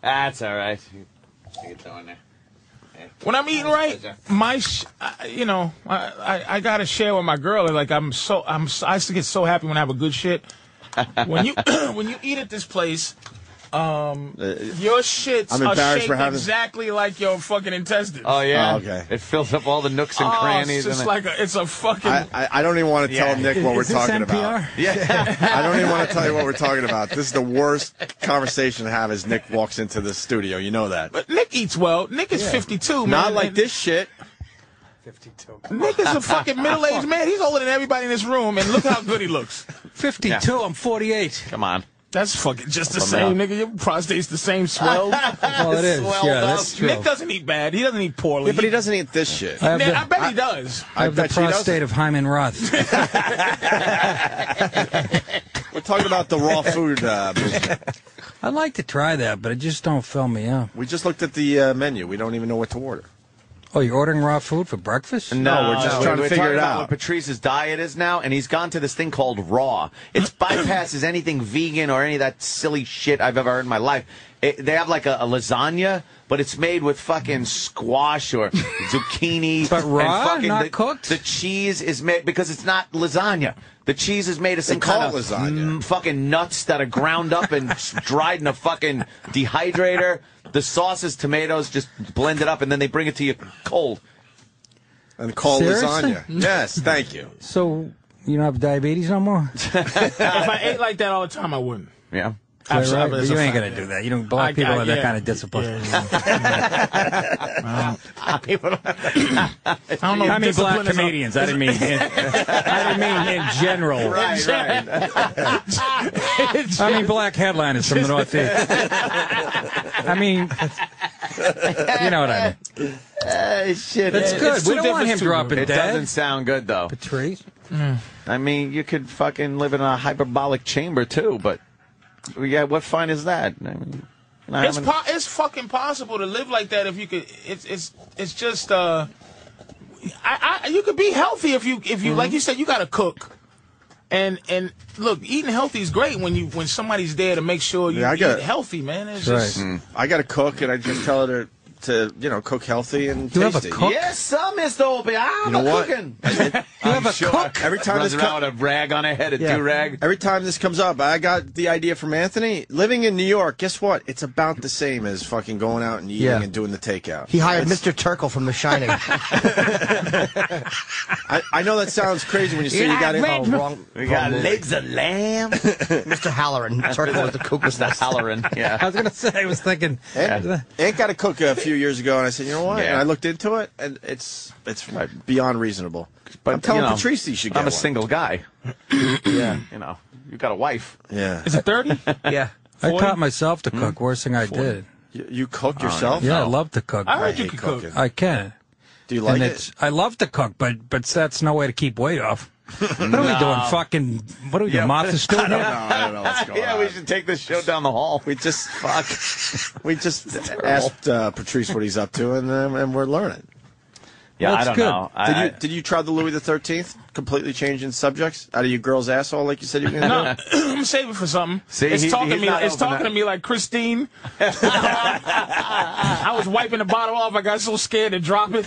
D: That's all right. You can throw in there.
B: when I'm eating right, my sh- I, you know, I, I I gotta share with my girl. Like I'm so I'm so, I used to get so happy when I have a good shit.
C: <laughs>
B: When you <clears throat> when you eat at this place, um, your shits
C: Uh, I'm
B: are
C: embarrassed
B: shaped
C: for having-
B: exactly like your fucking intestines.
D: Oh yeah.
C: Oh, okay.
D: It fills up all the nooks and
B: Oh,
D: crannies.
B: it's just
D: and
B: like a, it's a fucking.
C: I, I, I don't even want to tell
D: Yeah.
C: Nick what we're talking about. I don't even want to tell you what we're talking about. This is the worst conversation to have as Nick walks into the studio. You know that.
B: but Nick eats well. Nick is 52, man.
C: Not like
B: and
C: this shit.
B: Nick is
C: <laughs>
B: a fucking middle-aged man. He's older than everybody in this room, and look how good he looks.
G: 52.
B: <laughs>
G: I'm 48.
D: Come on.
B: That's fucking just the same, nigga. Your prostate's the
C: <laughs>
B: same swell.
G: Well, it is.
D: swelled
G: Yeah,
D: up.
G: that's true.
B: Nick doesn't eat bad. He doesn't eat poorly.
C: Yeah, but he doesn't eat this shit.
G: I have
B: Man,
G: the,
B: I bet he does.
G: I have the
C: bet you he doesn't.
G: prostate of Hyman Roth.
C: We're talking about the
G: <laughs>
C: raw food uh, movement.
G: I'd like to try that, but it just don't fill me up.
C: We just looked at the uh, menu. We don't even know what to order.
G: Oh, you're ordering raw food for breakfast?
C: No, we're just trying to
D: we're
C: figure
D: talking
C: it
D: about
C: out.
D: What Patrice's diet is now, and he's gone to this thing called raw. It
C: <coughs>
D: bypasses anything vegan or any of that silly shit I've ever heard in my life. It, they have like a, a lasagna, but it's made with fucking
C: <laughs>
D: squash or zucchini.
G: But raw,
D: and fucking
G: not
D: the,
G: cooked?
D: The cheese is made because it's not lasagna. The cheese is made of some
C: call
D: kind
C: it
D: of
C: lasagna.
D: fucking nuts that are ground up
C: <laughs>
D: and s- dried in a fucking dehydrator. The sauce is tomatoes, just blended up, and then they bring it to you cold.
C: and call
G: Seriously? <laughs>
C: lasagna. Yes, thank you.
G: So you don't have diabetes no more?
B: <laughs> if I ate like that all the time, I wouldn't.
D: Yeah.
G: Is that right?
B: Absolutely,
G: But
B: that's
G: You
B: a fact,
G: ain't gonna
B: <laughs> yeah.
G: do that. You don't. Black
B: I-
G: people
B: I-
G: have
B: yeah.
G: that kind of discipline. <laughs>
B: Yeah, yeah. I don't know.
G: I mean, black
B: discipline is a-
G: comedians. I didn't mean.
B: <laughs>
G: In, I didn't mean in general.
D: Right, right. <laughs>
G: I mean, black
B: <laughs>
G: headliners from the Northeast. I mean, you know what I mean.
D: Uh, shit.
G: That's
D: It-
G: good.
B: it's
G: We
B: two
G: don't want him
B: different
G: dropping
D: It doesn't
G: dead.
D: sound good though.
G: Patrice.
D: I mean, you could fucking live in a hyperbolic chamber too, but yeah, what fun is that? I mean, you're not
B: It's
D: having-
B: po- it's fucking possible to live like that if you could. It's it's it's just uh, I, I you could be healthy if you if you like you said you got to cook, and and look, eating healthy is great when you when somebody's there to make sure you
C: Yeah, I
B: eat
C: got-
B: healthy, man. It's
G: That's
B: just
G: right.
C: I got to cook, and I just tell her to, to you know cook healthy and
G: You have a
C: tasty.
G: cook?
D: yes, some is the open. Ah, I'm
C: know what?
D: cooking.
G: You have a cook.
C: Every time
D: runs
C: this
D: around
C: co-
D: with a rag on a head, a
G: Yeah.
D: do rag.
C: every time this comes up, I got the idea from Anthony. Living in New York, guess what? It's about the same as fucking going out and eating
A: Yeah.
C: and doing the takeout.
A: He hired Mr. Turkle from The Shining.
C: I, I know that sounds crazy when you say you got it.
A: oh, wrong.
D: We got
A: wrong movie.
D: legs of lamb.
A: Mr. Halloran. Turkle is the kook was
D: Mr. Halloran.
G: I
D: <laughs> Yeah.
G: was gonna say. I was thinking. <laughs>
C: Aunt, Oh, Aunt got a cook a few years ago, and I said, you know what?
D: Yeah.
C: And I looked into it, and it's it's beyond reasonable.
D: But
C: I'm telling
D: you know,
C: Patrice he should get
D: I'm a
C: one.
D: single guy.
C: Yeah,
D: You know, you got a wife.
C: yeah.
B: is it <laughs> thirty?
A: Yeah.
G: I
B: Forty?
G: taught myself to cook. Worst thing I did.
C: You, you cook yourself?
G: Yeah, I love to cook.
B: I heard
C: I
B: you
C: hate
B: could cook.
C: cooking.
G: I can.
C: Do you Oh. like
G: and
C: it? <laughs>
G: it's I love to cook, but but that's no way to keep weight off.
C: <laughs>
G: What are we doing? Fucking what are we doing? Martha Stewart?
C: No,
G: here?
C: I don't know what's going
D: yeah,
C: on.
D: we should take this show down the hall.
C: We just fuck. we just asked uh, Patrice what he's up to, and um, and we're learning.
D: Yeah,
G: That's
D: I don't
G: good.
D: know.
C: Did
D: I,
C: you did you try the Louis the Thirteenth? Completely changing subjects out of your girl's asshole, like you said you were gonna
B: No, <clears throat> I'm saving for something.
D: See,
B: it's
D: he-
B: talking to
D: he's
B: me.
D: not
B: It's
D: open
B: talking
D: up.
B: to me like <laughs> Christine. I was wiping the bottle off. I got so scared to drop it.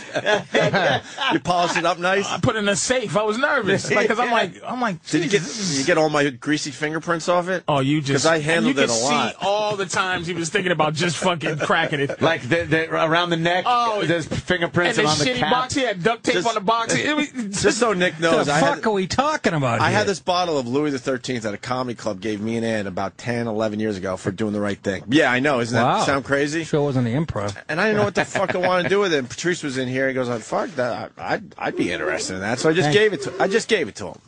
C: do. You polished it up nice.
B: I put it in a safe. I was
C: <laughs>
B: nervous because I'm like I'm like.
C: Did you
B: "Jesus,
C: get did you get all my greasy fingerprints off it?
B: Oh, you
C: 'Cause
B: just
C: I
B: and
C: handled
B: you
C: it a
B: could
C: lot.
B: See all the times he was thinking about
C: <laughs>
B: just fucking cracking it.
D: like the, the, around the neck, uh,
B: Oh,
D: there's
B: And
D: fingerprints
B: the
D: on the
B: shitty
D: cap.
B: box, he had duct tape
C: Just-
B: on the box.
C: <laughs>
B: It was,
C: Just so Nick
G: What
C: knows,
G: the
C: I
G: fuck
C: had
G: are we talking about?
C: I
G: here?
C: had this bottle of Louis the Thirteenth that a comedy club gave me and Ann about 10, 11 years ago for doing the right thing. Yeah, I know. Isn't
G: Wow.
C: that sound crazy?
G: Sure wasn't the improv.
C: And I didn't know what the fuck I wanted to do with
G: <laughs>
C: it. And Patrice was in here. He goes, "I'd fuck that. I- I'd I'd be interested in that." So I just
G: Thank-
C: gave it to I just gave it to him.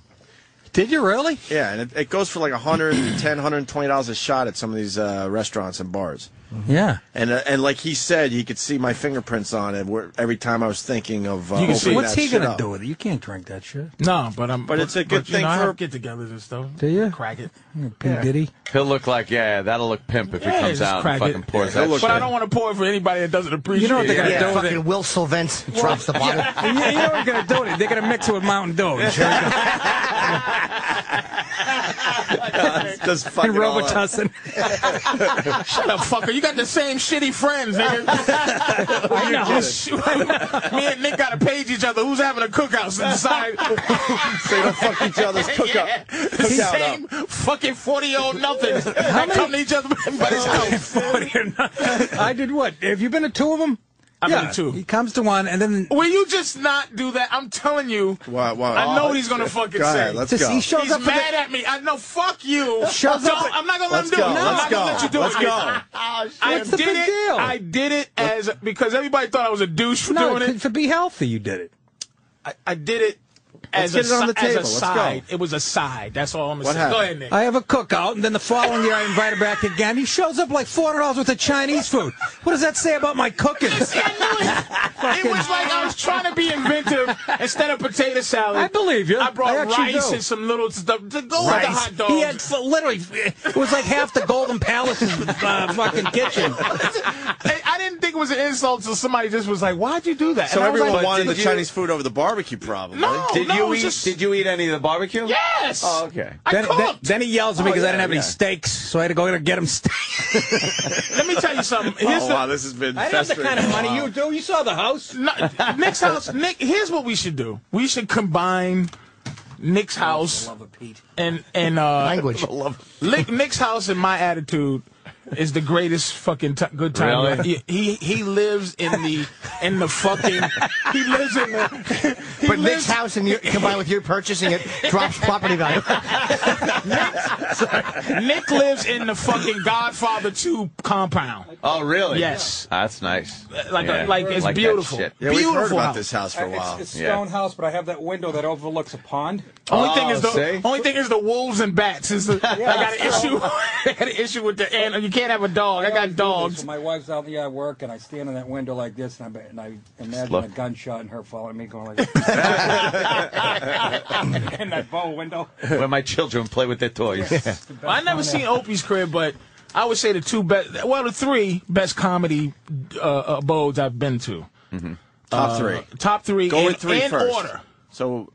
G: Did you really?
C: Yeah, and it, it goes for like 110 $120 a shot at some of these uh, restaurants and bars.
G: Yeah.
C: And uh, and like he said, he could see my fingerprints on it where, every time I was thinking of. Uh,
B: You can see-
C: opening
G: What's
C: that
G: he
C: shit
G: gonna
C: up.
G: do with it? You can't drink that shit.
B: no, but I'm.
C: But it's a good
B: you
C: thing
B: know, I have
C: for-
B: get-togethers and stuff.
G: Do you?
B: crack it?
G: You P Diddy.
D: He'll look like yeah, that'll look pimp if
B: Yeah,
D: he comes
B: just
D: out
B: crack
D: and fucking
B: it.
D: pours
C: Yeah,
D: that.
C: he'll look
D: shit.
B: But I don't want to pour it for anybody that doesn't appreciate.
G: You know what they
B: it.
G: gotta
A: Yeah,
G: do with
A: fucking
G: it?
A: Will Sylvent drops the bottle.
G: you know what they're gonna do with it? They're gonna mix it with Mountain Dew
C: <laughs>
G: and drink it.
C: Does fucking
G: <laughs> and
C: all that.
G: <laughs> Robitussin.
B: Shut up, fucker! You got the same shitty friends, nigga.
C: <laughs>
G: <laughs>
B: I know. Shoot. <laughs> Me and Nick gotta page each other. Who's having a cookout? So decide.
C: <laughs> So you don't fuck <laughs> each other's cook up.
B: Yeah.
C: Cookout up.
B: Same fucking forty year old
C: <laughs>
B: nothing. That come to each other by <laughs> his house.
G: I did what? Have you been to two of them?
B: I've been
G: yeah.
B: to two.
G: He comes to one and then
B: Will you just not do that? I'm telling you.
C: Why- why-
B: I know
C: oh,
B: what he's gonna fucking
C: Go
B: say.
C: ahead, let's
G: Just-
C: go.
G: he shows
B: he's
G: up for the-
B: mad at me. I know. Fuck you.
G: Shows
B: Don't-
G: up at-
B: I'm not gonna let him
C: Let's
B: do
C: go.
B: it. I'm
C: Let's
B: not gonna
C: go.
B: let you do
C: Let's <laughs>
B: it. <laughs>
C: go. Oh,
B: I
G: What's the
B: did
G: big
B: it.
G: deal?
B: I did it as because everybody thought I was a douche for
G: no,
B: doing it.
G: to be healthy, you did it.
B: I, I did it As
C: get
B: a
C: it on
B: si-
C: the
B: as a
C: table. Let's go.
B: side, it was a side. That's all I'm
C: What
B: gonna say. Go
C: happened?
B: ahead, Nick.
G: I have a cookout, and then the following year I invite him back again. He shows up like four hundred dollars worth of Chinese food. What does that say about my cooking?
B: <laughs> It was like I was trying to be
C: <laughs>
B: inventive instead of potato salad.
G: I believe you.
B: I brought
G: I actually
B: rice
G: do.
B: and some little stuff to go with the hot dogs.
G: He had f- literally, it was like half the Golden Palace's uh, fucking kitchen.
B: <laughs> I I didn't think it was an insult till somebody just was like, "Why'd you do that?"
C: So
B: And I was
C: everyone
B: like,
C: wanted
D: did
C: the
D: you-
C: Chinese food over the barbecue, probably.
B: No.
D: Did
B: no,
D: you eat?
B: it's just-
D: Did you eat any of the barbecue?
B: Yes.
D: Oh, okay.
B: I
G: Then,
B: cooked. Oh,
G: then, then he yells at me because I
D: yeah,
G: didn't have
D: yeah.
G: any steaks, so I had to go get him steaks.
B: Let me tell you something. Here's
C: Oh
B: the-
C: wow, this has been.
G: I didn't have the
C: festering
G: kind
C: for
G: of
C: a
G: money
C: while.
G: you do. You saw the house.
B: No, Nick's house. Nick, here's what we should do. We should combine Nick's house and and
A: <laughs>
B: uh,
A: Language.
B: Nick, Nick's house and my attitude is the greatest fucking t- good time.
D: Really?
B: He, he he lives in the in the fucking. He lives in the. <laughs> He
A: But Nick's
B: lives,
A: house and your, combined with your purchasing it drops property value.
B: Nick lives in the fucking Godfather Two compound.
D: Oh, really?
B: Yes. Uh,
D: That's nice.
B: Like
D: Yeah.
B: like it's
D: Like that
B: beautiful.
D: shit.
C: Yeah, we've heard
B: Beautiful
C: about
B: house.
C: this house for a while.
G: It's, it's
D: Yeah.
G: stone house, but I have that window that overlooks a pond.
B: Only
D: Oh,
B: thing is the
D: see?
B: only thing is the wolves and bats. Is the, I got an issue. <laughs> I got an issue with the and you can't have a dog. I got dogs.
G: So my wife's out there at work, and I stand in that window like this, and I, and I imagine
D: look.
G: a gunshot and her following me, going like in that bow window.
D: Where my children play with their toys.
B: Well, I never seen Opie's crib, but I would say the two best, well, the three best comedy uh, abodes I've been to.
C: Top three.
B: Top three.
C: Um, Go
B: in,
C: with three
B: in
C: first.
B: order.
C: So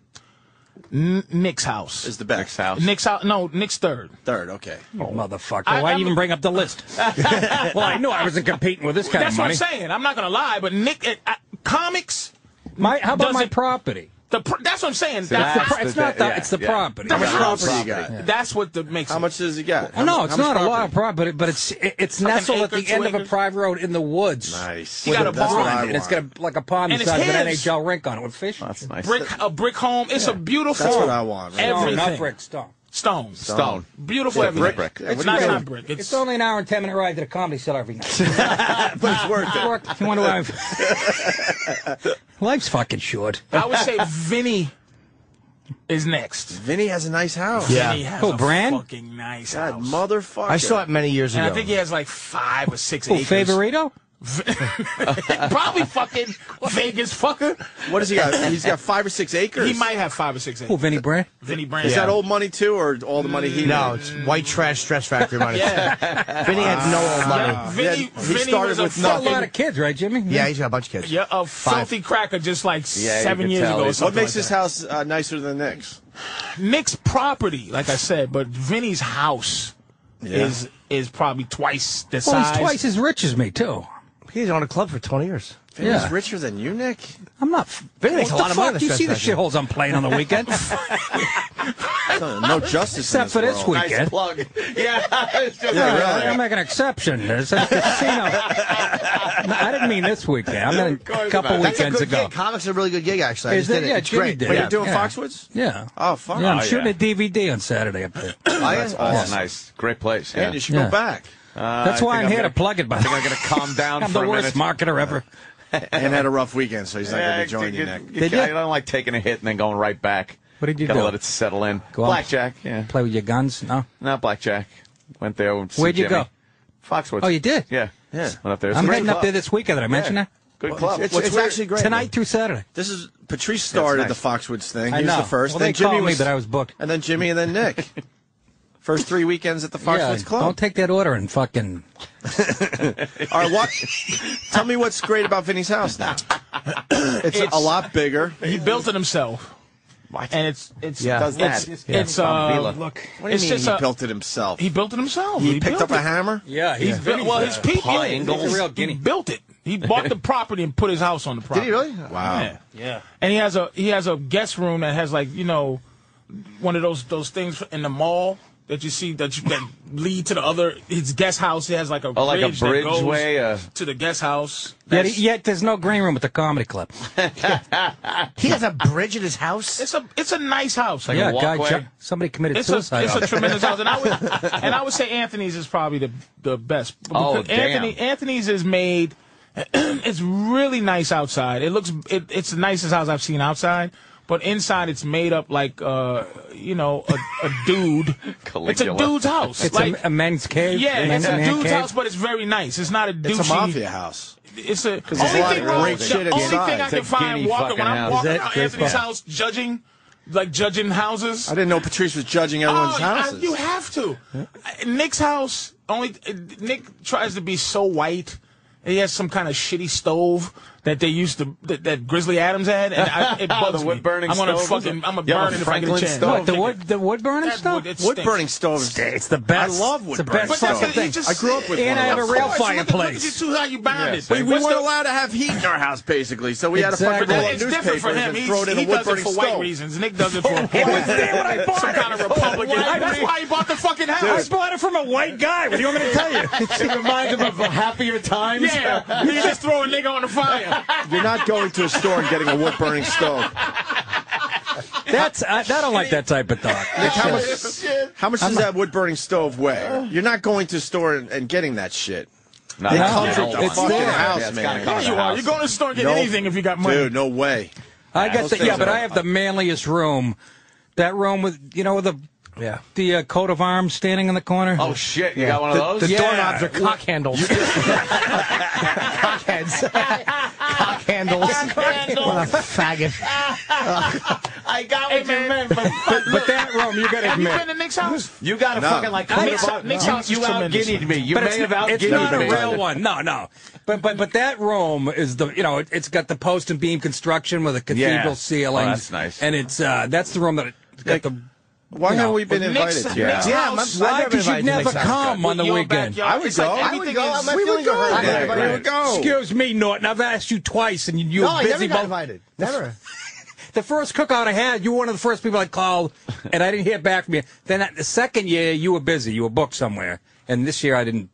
B: Nick's house.
C: is the best.
D: Next house.
B: Nick's house. No, Nick's third.
C: Third. Okay.
G: "Oh, Motherfucker!
B: I-
G: Why
B: I'm-
G: even bring up the list? well, I knew I wasn't competing with this kind
B: That's
G: of
B: what
G: money.
B: I'm saying. I'm not gonna lie, but Nick, uh, uh, comics.
G: My, how about
B: Does
G: my
B: it-
G: property?
B: The pr- that's what I'm saying.
G: That's
B: That's,
G: the
B: that's,
G: pro- it's not the, it's the
D: yeah.
G: property.
C: How much
G: Yeah.
C: property you got?
B: what the makes.
C: How
B: it.
C: much does he got?
G: Oh,
C: How
G: no,
C: mu-
G: it's
C: how much
G: not a lot of property, but it's it, it's nestled at
B: acre,
G: the
B: two
G: end of a
B: acres?
G: private road in the woods.
C: Nice.
B: You got a
C: That's what
B: barn,
C: I
G: and it's
C: want.
G: got a, like a pond the
B: And it's
G: size of an
B: his.
G: NHL rink on it with fish. and
D: That's
G: shit.
D: nice.
B: brick a brick home? It's a beautiful.
C: That's what
B: home.
C: I want, right?
G: No,
B: Everything.
G: not brick stone.
B: Stone.
D: Stone.
B: Beautiful. everything.
D: brick. Yeah,
B: It's
C: what
B: not,
C: do you
B: not
C: do?
B: brick.
G: It's only an hour and ten minute ride to the comedy cellar every night.
C: But it's worth it.
G: Fuck, you wonder why I'm- Life's fucking short.
B: I
C: <laughs>
B: would say Vinny is next.
C: Vinny has a nice house.
B: Vinny has
G: Who,
B: a
G: Brand?
B: fucking nice
C: God,
B: house.
C: motherfucker.
A: I saw it many years
B: and
A: ago.
B: I think he has like five or six
G: Oh,
B: acres.
G: favorito?
B: <laughs> Probably fucking Vegas fucker.
C: What does he got? He's got five or six acres.
B: He might have five or six
G: Oh,
B: acres.
G: Vinny Brand.
B: Vinny Brand.
C: Is that old money too, or all the money he?
A: no, it's white trash stress factory
D: <laughs>
A: money. Vinny had no old money.
B: Yeah, Vinny,
C: Yeah, he
B: Vinny
C: started
B: was a
C: with
G: Got
C: nothing.
G: a lot
B: fucking,
G: of kids, right, Jimmy?
A: Yeah, he's got a bunch of kids.
B: yeah, a filthy cracker just like
D: Yeah, you
B: seven
D: can
B: years
D: tell
B: ago. Or
D: he's-
C: What
B: something
C: makes
B: like
C: his
B: that.
C: house uh, nicer than Nick's?
B: Nick's property, like I said, but Vinny's house is is probably twice the
G: Well,
B: size.
G: he's twice as rich as me too.
A: He's on a club for 20 years.
C: Vinny's
G: Yeah.
C: richer than you, Nick.
G: I'm not.
A: Vinny makes
G: what
A: a lot
G: the
A: of money
G: fuck?
A: this
G: You see the
A: Christmas.
G: shitholes I'm playing on the weekend?
C: No, no justice. in
G: Except for this
C: world.
G: week.
D: Nice
G: Good.
D: plug. <laughs> Yeah. I was just-
C: Yeah,
G: Yeah,
C: really.
G: I'm making an exception. It's a casino. No, I didn't mean this weekend. I meant a couple
A: That's a
G: weekends
A: good
G: ago.
A: gig. Comics a really good gig, actually. I
G: Is
A: just did
G: it?
A: it.
G: Yeah,
A: it's
G: Jimmy
A: great.
G: did
A: But
G: it.
A: you're doing
G: Yeah.
C: Foxwoods?
G: Yeah.
C: Oh, fuck.
G: Yeah, I'm
D: Oh,
G: shooting
D: yeah.
G: a DVD on Saturday up there.
C: That's
D: Oh,
C: awesome.
D: nice. Great place. Yeah.
C: And you should
G: Yeah.
C: go back
G: That's
D: I
G: why
D: think
G: I'm
D: I'm
G: here
D: gonna-
G: to plug it. By
D: I think I'm going to calm down
G: I'm
D: for
G: the
D: a
G: worst
D: minute.
G: marketer ever.
C: and had a rough weekend, so he's not
D: Yeah,
C: going to join you, Nick.
D: you-
G: Did
D: I
G: you?
D: don't like taking a hit and then going right back.
G: What did you
D: Gotta
G: do?
D: let it settle in.
G: Go on.
D: blackjack. Yeah.
G: Play with your guns? No.
D: Not blackjack. Went there. and see
G: Where'd you
D: Jimmy.
G: go?
D: Foxwoods.
G: Oh, you did?
D: Yeah.
C: Yeah.
D: Went up there. It's
G: I'm
D: a great
G: heading up
D: club.
G: there this weekend. Did I mention
D: Yeah.
G: that?
D: Good club.
C: It's,
A: It's,
C: it's weird.
A: actually great.
G: Tonight through Saturday.
C: This is Patrice started
D: nice.
C: the Foxwoods thing.
G: I
C: He was
G: know.
C: the first.
G: Well,
C: then
G: they
C: Jimmy
G: called me,
C: was,
G: but I was booked.
C: And then Jimmy, and then
G: <laughs>
C: Nick. first three weekends at the Foxwoods
G: yeah,
C: Club.
G: don't take that order and fucking.
C: All right, what? tell me what's great about Vinny's house
G: <coughs>
C: now. It's, a lot bigger.
B: he built it himself,
D: What?
B: and it's it's
A: Yeah.
D: Does
B: it's,
D: that.
B: it's,
D: Yeah.
B: it's, uh,
D: Vila.
G: Look.
C: What do you
B: It's
C: mean
B: just
C: he
B: a-
C: built it himself?
B: he built it himself.
C: He picked
B: built
C: up a
B: it.
C: hammer.
G: Yeah,
B: He's built, well, his people.
D: Pa
B: yeah,
D: Ingalls.
G: He's a real
B: He
G: guinea.
B: built it. He bought the property and put his house on the
A: Did
B: property.
A: he really?
C: Wow.
B: Yeah. And he has a he has a guest room that has like you know one of those those things in the mall that you see that you that lead to the other his guest house. He has like a
D: Oh, like a
B: that
D: bridge
B: goes
D: way, uh,
B: to the guest house.
G: Yet,
B: That's-
G: yet there's no green room at the comedy club.
A: He has a bridge at his house?
B: It's a it's a nice house.
D: Like a
G: yeah, guy,
D: walkway?
G: ju- somebody committed
B: It's a, it's
G: suicide.
B: a tremendous house, and I would and I would say Anthony's is probably the the best.
D: Oh,
B: Because Anthony
D: damn.
B: Anthony's is <clears throat> made. it's really nice outside. It looks it, it's the nicest house I've seen outside. but inside it's made up like uh, you know a, a dude. it's a
D: Caligula.
B: dude's house.
G: It's
B: like,
G: a, a men's cave.
B: yeah,
G: men's
B: it's a
G: man
B: dude's
G: cave.
B: house, but it's very nice. It's not a douchey.
C: It's a mafia house.
B: It's a
C: there's
B: only
C: a lot
B: thing
C: of
B: wrong.
C: great
B: The
C: shit
B: only
C: inside.
B: thing I
C: It's
D: a
B: can find
D: guinea
B: walking
D: fucking
B: when I'm
D: house.
B: walking
G: Is that
B: around
G: great
B: Anthony's
G: fun?
B: house, judging like judging houses.
C: I didn't know Patrice was judging everyone's
B: Oh, I-
C: houses.
B: you have to. Uh, Nick's house only uh, Nick tries to be so white. He has some kind of shitty stove that they used to that, that Grizzly Adams had, and
C: <laughs>
B: I, it bugs
D: The wood
B: me.
D: burning
B: I'm gonna
D: stove,
B: fucking
D: is it?
B: I'm gonna
D: You have a
B: burn it if I get a
D: Franklin
B: chance.
D: stove?
G: What, the
B: That
G: wood, the wood burning
B: wood,
G: stuff?
B: it
C: wood
B: stinks.
C: burning stove. is-
G: It's the
C: I
G: best.
C: love
G: It's
C: wood
G: the
C: burning
G: best
B: But that's
G: fucking
B: what you
G: thing.
B: just
C: I grew up with
G: and I
C: one.
G: have a
B: Of
G: real
B: course, look at- Look at
G: fireplace.
B: you two, how you bound it.
C: We, we
B: What's
C: weren't
B: the-
C: allowed to have heat in our house, basically. So we had
G: Exactly.
C: to fucking
G: But that-
C: roll up
B: It's different
C: newspapers
B: for him.
C: and
B: He's,
C: throw it in
B: he
C: a wood
B: does it
C: burning
B: for
C: stove.
B: white reasons. Nick
C: <laughs>
B: does it for <laughs> some kind of Republican. That's why he bought the fucking
G: I
B: house.
G: bought it from a white guy. What do you want me to tell you?
D: it reminds him of happier times.
B: Yeah, you just throw a nigga on the <laughs> fire.
C: You're not going to a store and getting a wood burning stove.
B: <laughs>
G: That's I, I don't like that type of thought.
C: How much, how much does that wood burning stove weigh? You're not going to a store and, and getting that shit.
D: No,
C: It
D: no,
C: comes
D: no,
C: with
D: no,
C: the
D: it's
C: fucking
D: there.
C: house,
D: Yeah, it's
C: man.
D: gotta come
C: Yeah,
D: with
B: You
D: the
B: are.
D: house.
B: You're going to the store and get
C: Nope.
B: anything if you got money.
C: Dude, no way.
G: I got
C: those
G: the,
C: things
G: yeah, but
C: are-
G: I have the manliest room. That room with you know with the
A: Yeah.
G: the uh, coat of arms standing in the corner.
D: Oh shit! You got one of those?
A: The
G: Yeah.
A: doorknobs are cock handles. cock heads. cock
D: <laughs>
A: handles. What a faggot.
B: I got what you meant, but,
G: but that room <laughs> you gotta
B: have you been
G: admit.
B: to Nick's house?
D: You got a
C: No.
D: fucking like.
B: Nick's-
D: you-
B: Nick's house
D: you
B: is
D: out
B: tremendous.
D: guinnied me. You <laughs>
G: But
D: may
G: it's,
D: have out
G: it's not a
D: me.
G: real one. No, no. But but but that room is the you know it, it's got the post and beam construction with a cathedral
D: Yeah.
G: ceiling.
D: Oh, that's nice.
G: And it's uh that's the room that it's got
C: Like,
G: the
C: Why
G: No.
C: haven't we been
B: Well,
C: invited
B: Nick's-
C: to your
B: Nick's-
C: house?
B: Yeah.
A: Yeah, my,
B: House.
G: Why
A: I've never
G: could you
A: invited Nick's
G: never
A: house.
G: come on the
B: Your
G: weekend?
B: backyard.
C: I would
B: It's like
C: go. I would
B: everything
A: go. I'm
B: is-
A: a-
C: We would
A: Feeling
C: go.
A: hurt.
C: I
A: Right,
C: everybody
A: right.
C: would go.
G: Excuse me, Norton. I've asked you twice, and you were
A: No, I
G: busy.
A: never got
G: both-
A: invited. Never.
G: The first cookout I had, you were one of the first people I called, and I didn't hear back from you. Then that- the second year, you were busy. You were booked somewhere. And this year, I didn't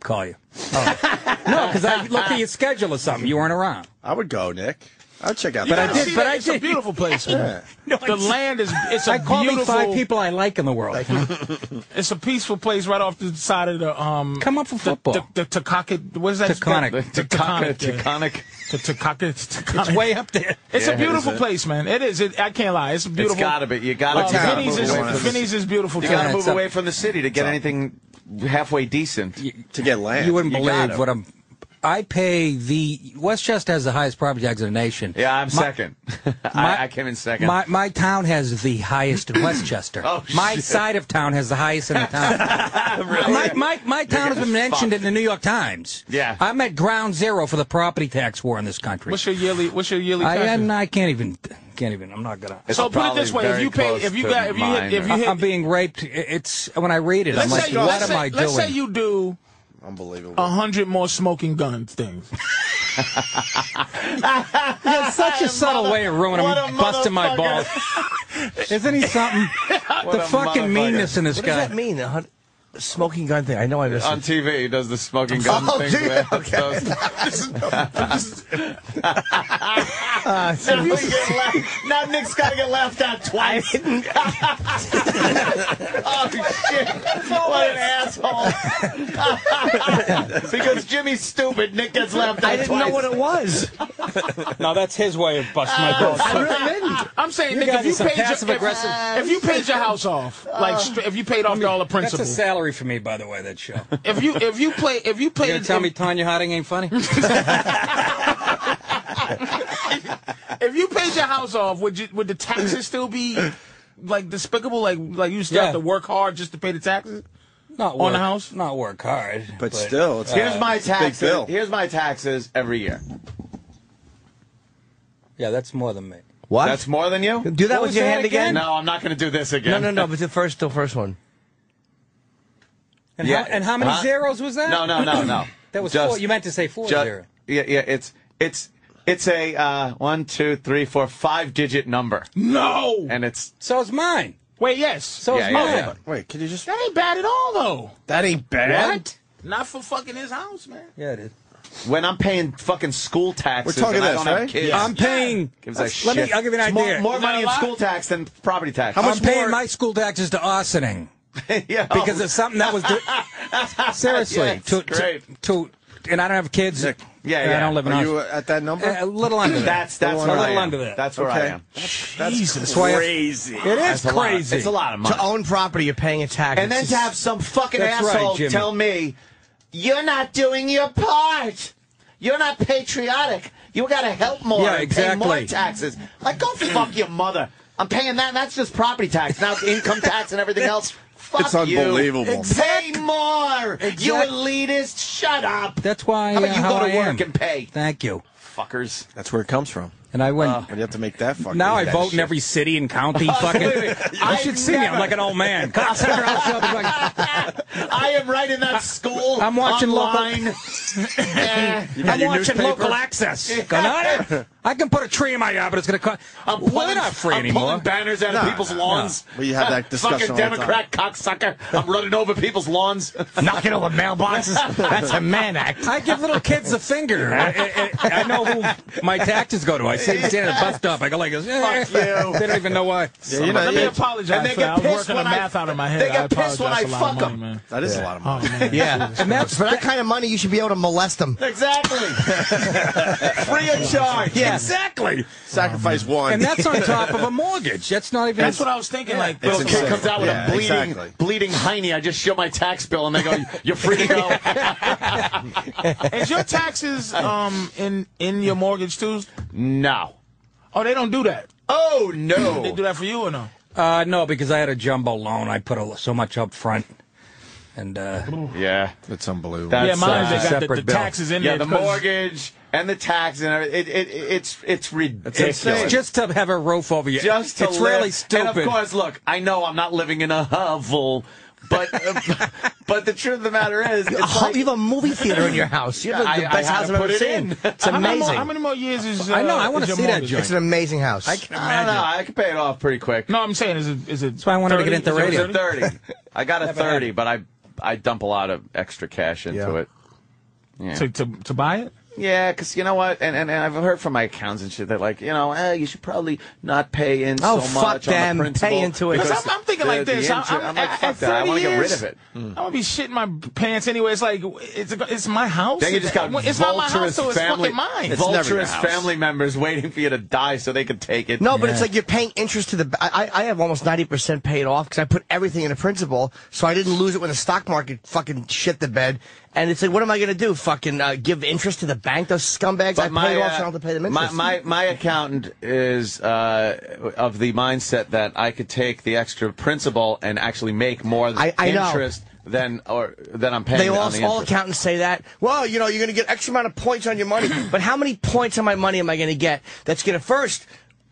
G: call you. Oh. <laughs> no, because I looked at your schedule or something. You weren't around.
C: I would go, Nick. I'd check out
B: You
C: that
G: I
B: gotta
G: did-
B: see
G: but
B: that.
G: I
B: it's a
G: did-
B: beautiful place.
G: No,
B: <laughs> The land is it's a
G: I called me
B: beautiful.
G: five people I like in the world.
B: It's a peaceful place right off the side of the um.
G: Come up for football.
B: The, the, the Takaka- What is that?
G: Taconic.
B: The Taconic. yeah.
D: Taconic.
B: The Takaka- Taconic.
G: it's way up there.
B: It's
D: Yeah,
B: a
D: it
B: beautiful
D: is.
B: place, man. It is. It, I can't lie. It's a beautiful.
D: It's gotta be. You
B: Uh,
D: gotta.
C: town?
D: gotta
B: Vinny's,
D: move
B: is,
C: Away from the-
B: Vinny's is beautiful.
D: You
B: too.
D: gotta
G: it's
D: move
G: a-
D: away from the city to get anything halfway decent.
C: to get land.
G: You wouldn't
C: You
G: believe
C: gotta.
G: what I'm. I pay the Westchester has the highest property tax in the nation.
D: Yeah, I'm
G: My-
D: second. <laughs> I, I came in second.
G: My my town has the highest in Westchester.
D: Oh,
G: my
D: shit.
G: side of town has the highest in the town. My my, my town has
D: getting
G: been mentioned
D: fucked.
G: in the New York Times.
D: Yeah.
G: I'm at ground zero for the property tax war in this country.
B: What's your yearly? What's your yearly?
G: I
B: taxes?
G: am, I can't even can't even. I'm not gonna.
D: It's
B: So put it this
D: probably
B: way: if
D: very
B: you pay,
D: close
B: if you
D: to
B: got, if you hit,
D: mine,
B: if you
D: or-
B: hit,
G: I'm being raped. It's when I read it, I'm
B: let's
G: like,
B: say,
G: what
B: let's
G: am
B: say,
G: I doing?
B: Let's say you do
C: Unbelievable.
B: a hundred more smoking gun
G: <laughs>
B: things.
G: It's such a subtle way of ruining
B: what a
G: him, busting my balls. <laughs> Isn't he something? the
D: a
G: fucking
D: motherfucker.
G: meanness in this
A: What
G: guy.
A: does that mean? A hun- smoking gun thing. I know I missed
D: on
A: it.
D: TV, he does the
A: <laughs>
D: smoking gun
A: Oh,
D: thing.
A: do you?
D: man.
A: Okay.
D: Those-
A: <laughs>
D: <laughs>
F: Now Nick's got to get laughed at twice.
D: <laughs>
F: oh, shit.
A: Oh,
F: What an asshole.
D: <laughs>
F: because Jimmy's stupid, Nick gets laughed at
A: I didn't know what it was.
G: No, that's his way of busting my balls.
B: I'm saying,
G: You
B: Nick, if
G: guys
B: you
G: are some
B: paid your, if,
G: passive-aggressive-
B: if you paid your house off, like stra- if you paid off all the
G: That's
B: principal,
G: a salary for me, by the way. That show.
B: if you if you play if you
G: You
B: played
G: gonna tell me
B: if,
G: Tanya Harding ain't <laughs> funny?
B: if you paid your house off, would you would the taxes still be like despicable? Like like you still
G: Yeah.
B: have to work hard just to pay the taxes?
G: Not
B: On
G: work,
B: the house?
G: Not work hard.
C: but, still, it's
D: Here's my
C: it's a big
D: taxes.
C: bill.
D: Here's my taxes every year.
G: Yeah, that's more than me.
A: What?
D: That's more than you.
A: Do that with
G: What was
A: your
G: that
A: hand again?
G: again?
D: No, I'm not going to do this
A: No,
D: again.
A: no, no. But the first, the first one.
G: And,
D: Yeah.
G: how, and how many
D: Huh?
G: zeros was that?
D: No, no, no, no.
G: <laughs> That was
D: Just-
G: four. You meant to say four
D: ju-
G: zero.
D: Yeah, yeah. It's it's it's a uh, one, two, three, four, five digit number,
B: No.
D: and it's
G: So is mine.
B: Wait, yes. So
G: So
D: Yeah,
G: is
D: yeah,
G: mine.
D: yeah.
C: Wait, could you just?
B: that ain't bad at all, though.
C: That ain't bad.
G: What?
B: Not for fucking his house, man.
G: Yeah, it is.
D: when I'm paying fucking school taxes.
C: talking
D: and I
C: this,
D: don't have
C: right?
D: kids.
G: I'm paying.
D: Gives a
G: let
D: shit.
G: me. I'll give you an
D: It's
G: idea.
D: More, more
B: Isn't that
D: money
B: a
D: in
B: lot?
D: school tax than property tax.
G: I'm
C: much
G: paying
C: more-
G: my school taxes to Austining
D: yeah, <laughs>
G: because it's something that was. Do- Seriously,
D: Yes,
G: to,
D: great.
G: to to and I don't have kids.
C: Nick.
D: Yeah,
G: and
D: yeah. uh,
G: I don't live in
C: Are
G: Austin.
C: you at that number?
G: Eh, a little under. that.
D: That's that's
C: Little
D: where
C: under
D: I
G: I
D: am.
G: am.
D: That's where I
C: Okay.
D: am.
G: That's
B: Jesus.
G: why I-
C: Crazy.
G: it is
D: That's a lot.
G: crazy.
D: It's a lot of money.
A: To own property, you're paying a tax.
D: and then
A: It's
D: to
A: just-
D: have some fucking
G: That's right,
D: asshole
G: Jimmy.
D: tell me
F: You're not doing your part. You're not patriotic. You got to help more.
G: Yeah,
F: and Pay
G: exactly.
F: more taxes.
D: Like, go fuck your mother. I'm paying that. and That's just property tax. Now it's income tax and everything else. Fuck
C: It's unbelievable.
D: You. Pay more. You
G: Exact-
D: elitist. Shut up.
G: That's why.
D: How about
G: uh,
D: you
G: how
D: go to
G: I
D: work
G: am.
D: and pay?
G: Thank you.
D: Fuckers.
C: That's where it comes from.
G: And I went.
D: Uh,
C: But you have to make that fucking.
G: now I
C: that
G: vote in
C: shit.
G: every city
D: <laughs>
G: and county. fucking. I should see me. I'm like an old man. God, sit around, shut up, fucking-
D: I am right in that school. <laughs>
G: I'm watching local-
D: online. eh.
C: You got
G: I'm
C: your
G: watching
C: newspaper?
G: local access. Going, "I
D: <laughs>
G: don't- I can put a tree in my yard, but it's going to cut.
D: I'm
G: <laughs> Well,
D: pulling,
G: they're not free
D: I'm
G: anymore.
D: pulling banners out of
C: No,
D: people's
C: no,
D: lawns.
C: We have
D: <laughs>
C: that discussion
D: Fucking
C: all the time.
D: Democrat cocksucker. I'm running over people's lawns.
A: knocking over mailboxes.
D: <laughs>
A: That's a man act.
G: I give little kids the finger. I, I, I I know who my taxes go to. I say, stand at a bus stop. I go like this. eh.
D: you.
G: <laughs> They don't even know why.
C: Yeah, you know,
B: Let me
C: you-
B: apologize
D: and they
B: for
D: get
B: that. I was
D: pissed
B: working
D: when
B: the
D: I-
B: math out of my head.
D: they get
B: I
D: pissed when
B: apologize
D: I
B: for a lot of
D: fuck
B: money,
D: 'em.
B: man.
C: that is a lot of money.
A: Yeah. And that's, for that kind of money, you should be able to molest them.
B: <laughs>
D: exactly. Free of charge.
A: Yeah.
G: Exactly.
C: Sacrifice
A: Oh,
C: one.
G: And that's on top of a mortgage. That's not even.
B: That's what I was thinking. Like,
C: It's
D: Little kid
C: insane.
D: comes out with
C: Yeah,
D: a bleeding,
C: exactly.
D: bleeding hiney. I just show my tax bill, and they go, "You're free
A: <laughs>
D: to go."
B: is your taxes um in in your mortgage too?
D: no.
B: Oh, they don't do that.
D: Oh
B: They
D: no.
B: do that for you or no?
G: Uh, no, because I had a jumbo loan. I put a, so much up front. And uh,
D: Yeah.
C: It's unbelievable.
D: That's,
B: yeah, mine.
D: uh,
B: they got the,
G: separate
B: the
G: bill.
B: taxes in
D: Yeah,
B: there.
D: the
B: 'cause-
D: mortgage and the tax and everything. It, it, it, it's it's ridiculous.
C: insane.
G: just to have a roof over you,
D: just to
G: it's
D: live.
G: really stupid.
D: And of course, look, I know I'm not living in a hovel, but <laughs> but the truth of the matter is, it's
A: It's
D: like,
A: you have a movie theater in your house. You have
D: I-
A: the
D: I
A: best
D: had
A: house
D: to
A: I've
D: put
A: ever
D: it in.
A: seen.
D: <laughs>
A: It's
B: How many, more,
A: amazing.
B: how many more years is? Uh,
G: I know, I wanna
B: is your
G: see that
B: mortgage?
G: joint.
A: It's an amazing house.
D: I don't know. I could pay it off pretty quick.
B: No, I'm saying is it is it? That's
G: why I wanted to get into radio.
D: It's a thirty. I got a thirty, but I I dump a lot of extra cash into
A: Yeah.
D: it.
B: To, to to buy it.
D: Yeah, because you know what, and, and and I've heard from my accountants and shit that like you know, eh, you should probably not pay in
A: Oh,
D: so
A: fuck
D: much on
A: them.
D: the principal.
A: Pay into it.
D: because
B: Because I'm, I'm thinking
D: the-
B: like
D: the
B: this.
D: inter-
B: I'm,
D: I'm
B: I'm
D: like,
B: at-
D: fuck
B: at
D: that. I
B: 30
D: want to get rid
B: years,
D: of it.
B: I'm gonna be shitting my pants anyway. It's like it's it's my house.
D: Then you just got
B: it's not my
D: vulturous
B: house, so it's
D: family,
B: fucking mine.
C: It's never your
D: vulturous
C: house.
D: family members waiting for you to die so they could take it.
A: No, but it's like you're paying interest to the. I, I I have almost ninety percent paid off because I put everything into principal, so I didn't lose it when the stock market fucking shit the bed. And it's like, what am I gonna do? Fucking uh, give interest to the bank? Those scumbags! I
D: But
A: paid off,
D: my,
A: so I
D: uh,
A: don't have to pay them
D: my,
A: interest.
D: my my accountant is uh, of the mindset that I could take the extra principal and actually make more
A: <laughs> I- I know.
D: interest than or than I'm paying.
A: they
D: on
A: all,
D: the
A: all
D: interest.
A: accountants say that. Well, you know, you're gonna get X amount of points on your money, but how many points on my money am I gonna get? That's gonna first